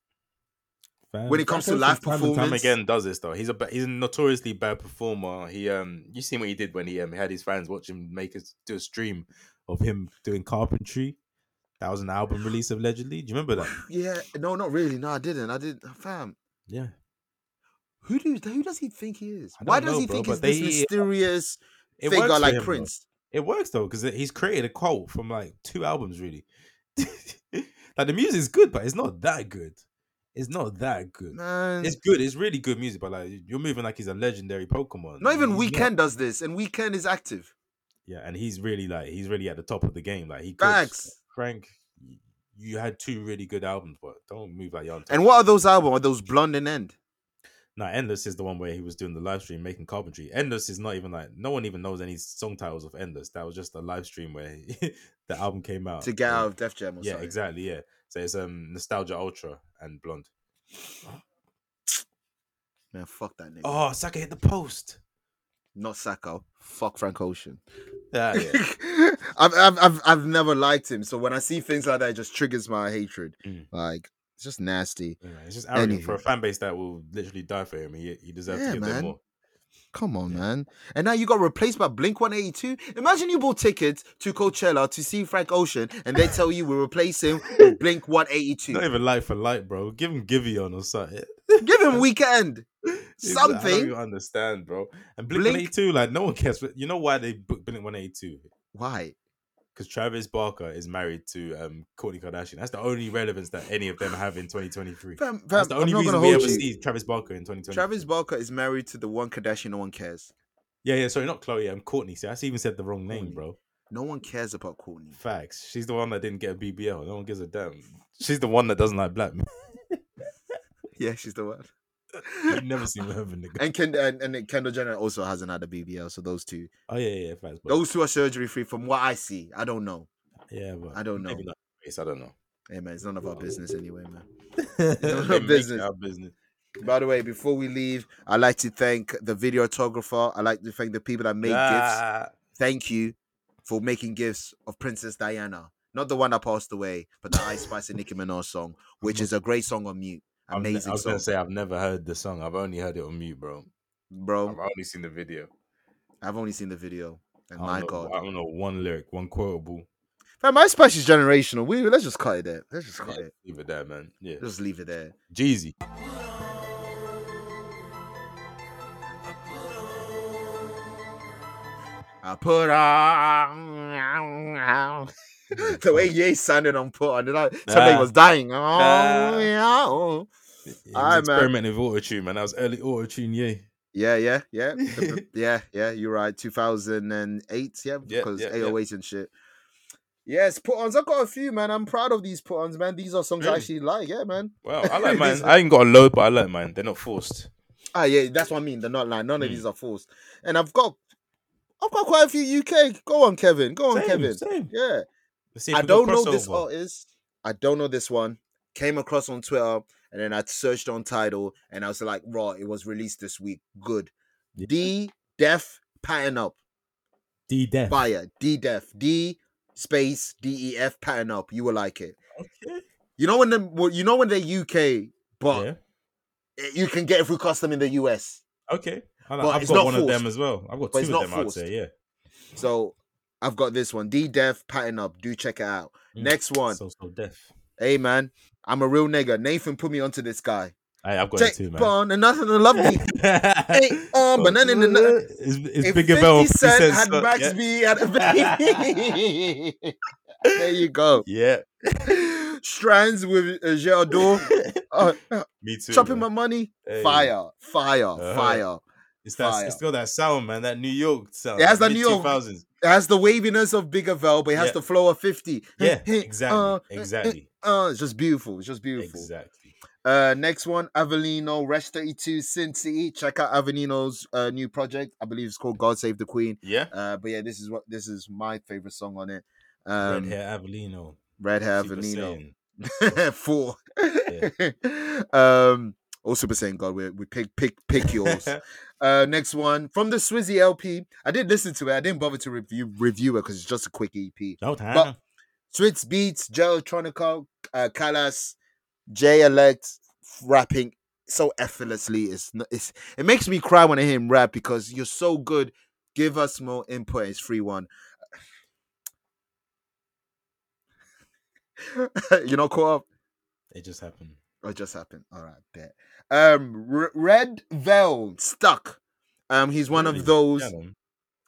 When it comes to live Time performance- again does this though. He's a ba- he's a notoriously bad performer. He um you seen what he did when he um had his fans watch him make us do a stream of him doing carpentry. That was an album release allegedly. Do you remember that? Yeah, no, not really. No, I didn't. I did, fam. Yeah. Who do who does he think he is? I Why don't does know, he bro, think but he's this they- uh, mysterious It works figure for like him, though. Prince? It works though because he's created a cult from like two albums really. like the music's good, but it's not that good. It's not that good. Man, It's good. It's really good music, but like you're moving like he's a legendary Pokemon. not even He's Weekend does this, and Weekend is active. Yeah, and he's really like he's really at the top of the game. Like he could Facts. Frank, y- you had two really good albums, but don't move like you're on top. And what are those albums? Are those Blonde and End? Now, Endless is the one where he was doing the live stream making carpentry. Endless is not even like no one even knows any song titles of Endless. That was just a live stream where the album came out. To get Uh, Yeah. out of Def Jam or Yeah, something. exactly. Yeah, so it's um Nostalgia Ultra and Blonde. Man, fuck that nigga. Oh, Saka hit the post. Not Sacco. Fuck Frank Ocean. Yeah, yeah. I've, I've, I've, I've never liked him. So when I see things like that, it just triggers my hatred. Mm. Like, it's just nasty. Yeah, it's just arrogant for a Anywho. fan base that will literally die for him. He, he deserves Yeah, to give man. them more. Come on, man. And now you got replaced by Blink 182. Imagine you bought tickets to Coachella to see Frank Ocean, and they tell you we replace him with Blink 182. Not even light for light, bro. Give him Giveon or something. Give him weekend. It's like, I don't Something. even understand, bro. And Blink, Blink- 182, like no one cares. But You know why they booked Blink 182? Why? Because Travis Barker is married to um Courtney Kardashian. That's the only relevance that any of them have in 2023. Fam, fam, That's the I'm only not reason gonna we hold ever you. see Travis Barker in 2020. Travis Barker is married to the one Kardashian no one cares. Yeah, yeah. Sorry, not Chloe. I'm Courtney. See, I even said the wrong name, Kourtney. bro. No one cares about Courtney. Facts. She's the one that didn't get a BBL. No one gives a damn. She's the one that doesn't like black men. Yeah, she's the one. You've never seen her have a nigga. And, Ken, and and Kendall Jenner also hasn't had a BBL, so those two, Oh yeah, yeah. Facts. But, those two are surgery free, from what I see. I don't know. yeah, but I don't know. maybe not. race, I don't know. Hey man, it's none of our business anyway, man. They make it Business. our business. By the way, before we leave, I'd like to thank the videographer. I'd like to thank the people that made gifts. Ah. Thank you for making gifts of Princess Diana. Not the one that passed away, but the Ice Spice and Nicki Minaj song, which is a great song on mute. I'm ne- Amazing I was song, gonna say I've never heard the song. I've only heard it on mute, bro. bro. I've only seen the video. I've only seen the video, and I my don't know- god, I don't know one lyric, one quotable. fam, Ice Spice is generational. We let's just cut it there. Let's just cut Yeah, it. leave it there, man. Yeah, Just leave it there. Jeezy. I put on the way Ye sounded on put on. Like, somebody Nah. was dying. Nah. Oh, He Aight, man. was experimenting with auto tune, man. That was early auto tune, yeah. yeah, yeah, yeah, yeah, yeah, yeah. You're right. 2008, yeah, Yeah, because yeah, yeah. 808 and shit. Yes, put ons. I've got a few, man. I'm proud of these put ons, man. These are songs I Really? actually like. Yeah, man. Wow, I like mine. I ain't got a load, but I like mine. They're not forced. Ah, yeah, that's what I mean. They're not like none of Mm. these are forced. And I've got, I've got quite a few UK. Go on, Kevin. Go on, Same, Kevin. same. Yeah, Let's see if I we got don't know this crossover. artist. I don't know this one. Came across on Twitter, and then I searched on Title, and I was like, "Raw, it was released this week. Good." Yeah. D Def Pattern Up D Def. Fire. D Def D Space D E F Pattern Up. You will like it. Okay. You know when the well, you know when they're UK, but Yeah. it- eh, you can get it through custom in the US. Okay. I But like, I've it's got not one of them forced. as well. I've got But two it's of not them. I'd forced. say, yeah. So I've got this one. D Def Pattern Up. Do check it out. Mm. Next one. So so deaf. hey man, I'm a real nigga. Nathan put me onto this guy. Hey, I've got it Check too, man. on and nothing to love me. Hey, um, banana in the nut. It's, it's If bigger 50 bell. 50 Cent Cent had son, Max yeah. B had a baby. there you go. Yeah. Shout strands with uh, Geraldor. Uh, Me too. chopping my man. money. Hey. Fire, fire, Uh-huh. fire. It's that. It's fire. got that sound, man. That New York sound. It has that New York- 2000s. It has the waviness of Big Vel, but it has Yeah. the flow of 50. Yeah, Uh, exactly, uh, exactly, uh, it's just beautiful. It's just beautiful. exactly. Uh, next one, Avelino, Resh 32, Sin City. Check out Avelino's uh, new project. I believe it's called God Save the Queen. Yeah. Uh, but yeah, this is what this is my favorite song on it. Red Um, hair Avelino. Red Hair Super Avelino. Saiyan. Four. Yeah. um, all Super Saiyan God, we, we pick pick pick yours. Uh, next one from the Swizzy LP. I did listen to it. I didn't bother to review review it because it's just a quick EP. no time. But- Switz Beats, Geotronica, uh, Kalas, J Elect rapping so effortlessly. It's, n- it's it makes me cry when I hear him rap because you're so good. Give us more input. It's free one. you know, caught up. it just happened. Or it just happened. All right, bet. Um, R- Red Vel stuck. Um, he's one Really? of those. Yeah, man.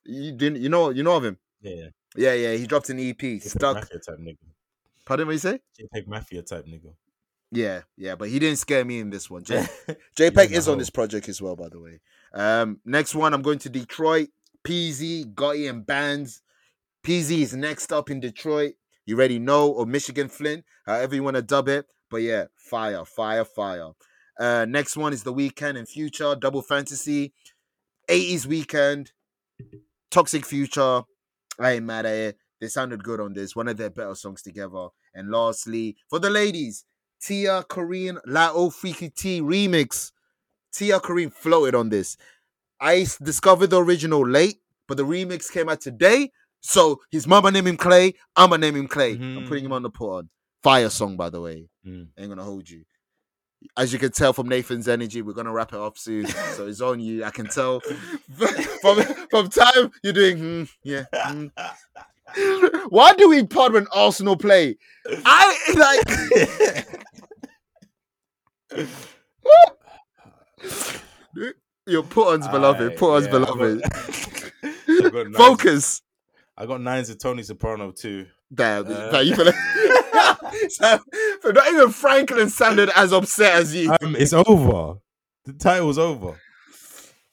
You didn't. You know. You know of him. yeah, yeah. Yeah, yeah. He dropped an EP. JPEG Stuck. Mafia type nigga. Pardon what you say? JPEG mafia type nigga. Yeah, yeah. But he didn't scare me in this one. J- He's JPEG in the is on hole. this project as well, by the way. Um, next one, I'm going to Detroit. PZ, Gotti, and Bands. PZ is next up in Detroit. You already know, or Michigan Flint, however you want to dub it. But yeah, fire, fire, fire. Uh, next one is The Weekend and Future, Double Fantasy, 80s Weekend, Toxic Future. I ain't mad at it. eh, They sounded good on this. One of their better songs together. And lastly, for the ladies, Tia Korean Lao Freaky T remix. Tia Korean floated on this. I s- discovered the original late, but the remix came out today. So his mama name him Clay. I'ma name him Clay. I'm putting him on the pod. Fire song, by the way. Mm. Ain't gonna hold you. As you can tell from Nathan's energy, we're gonna wrap it up soon. so it's on you. I can tell from from time you're doing. hmm, yeah. hmm. Why do we pod when Arsenal play? I like. Your put ons, beloved. Aight, Put ons, yeah, I got- beloved. I got nines- Focus. I got nines of Tony Soprano too. Damn, Uh. like, you feel like... so, so not even Franklin sounded as upset as you. Um, it's over. The title's over.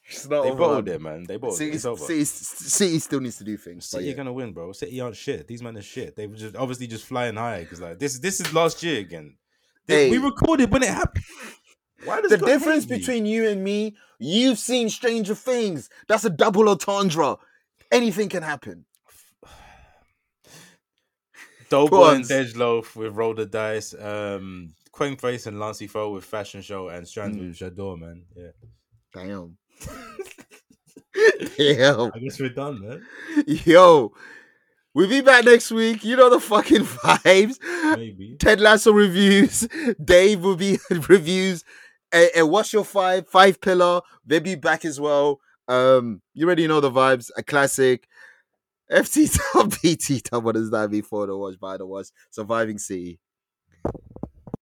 It's not They over, bottled man. it, man. They bottled it. City, It's over. City, City still needs to do things. but City yeah. are gonna win, bro. City aren't shit. These men are shit. They were just obviously just flying high because like this this is last year again. They- We Hey. recorded when it happened. Why does The God hate difference me? between you and me, you've seen Stranger Things. That's a double entendre. Anything can happen. Doughboy and Prawns. Dej Loaf with Roll the Dice, um, Quang Face and Lancey Foe with Fashion Show, and Strands with J'adore, man. Yeah, Damn. Damn. I guess we're done, man. Yo. We'll be back next week. You know the fucking vibes. Maybe. Ted Lasso reviews. Dave will be reviews. And, and what's your five? Five pillar. They'll be back as well. Um, you already know the vibes. A classic. FT top BT top. What does that mean for the watch? By the watch. Surviving City.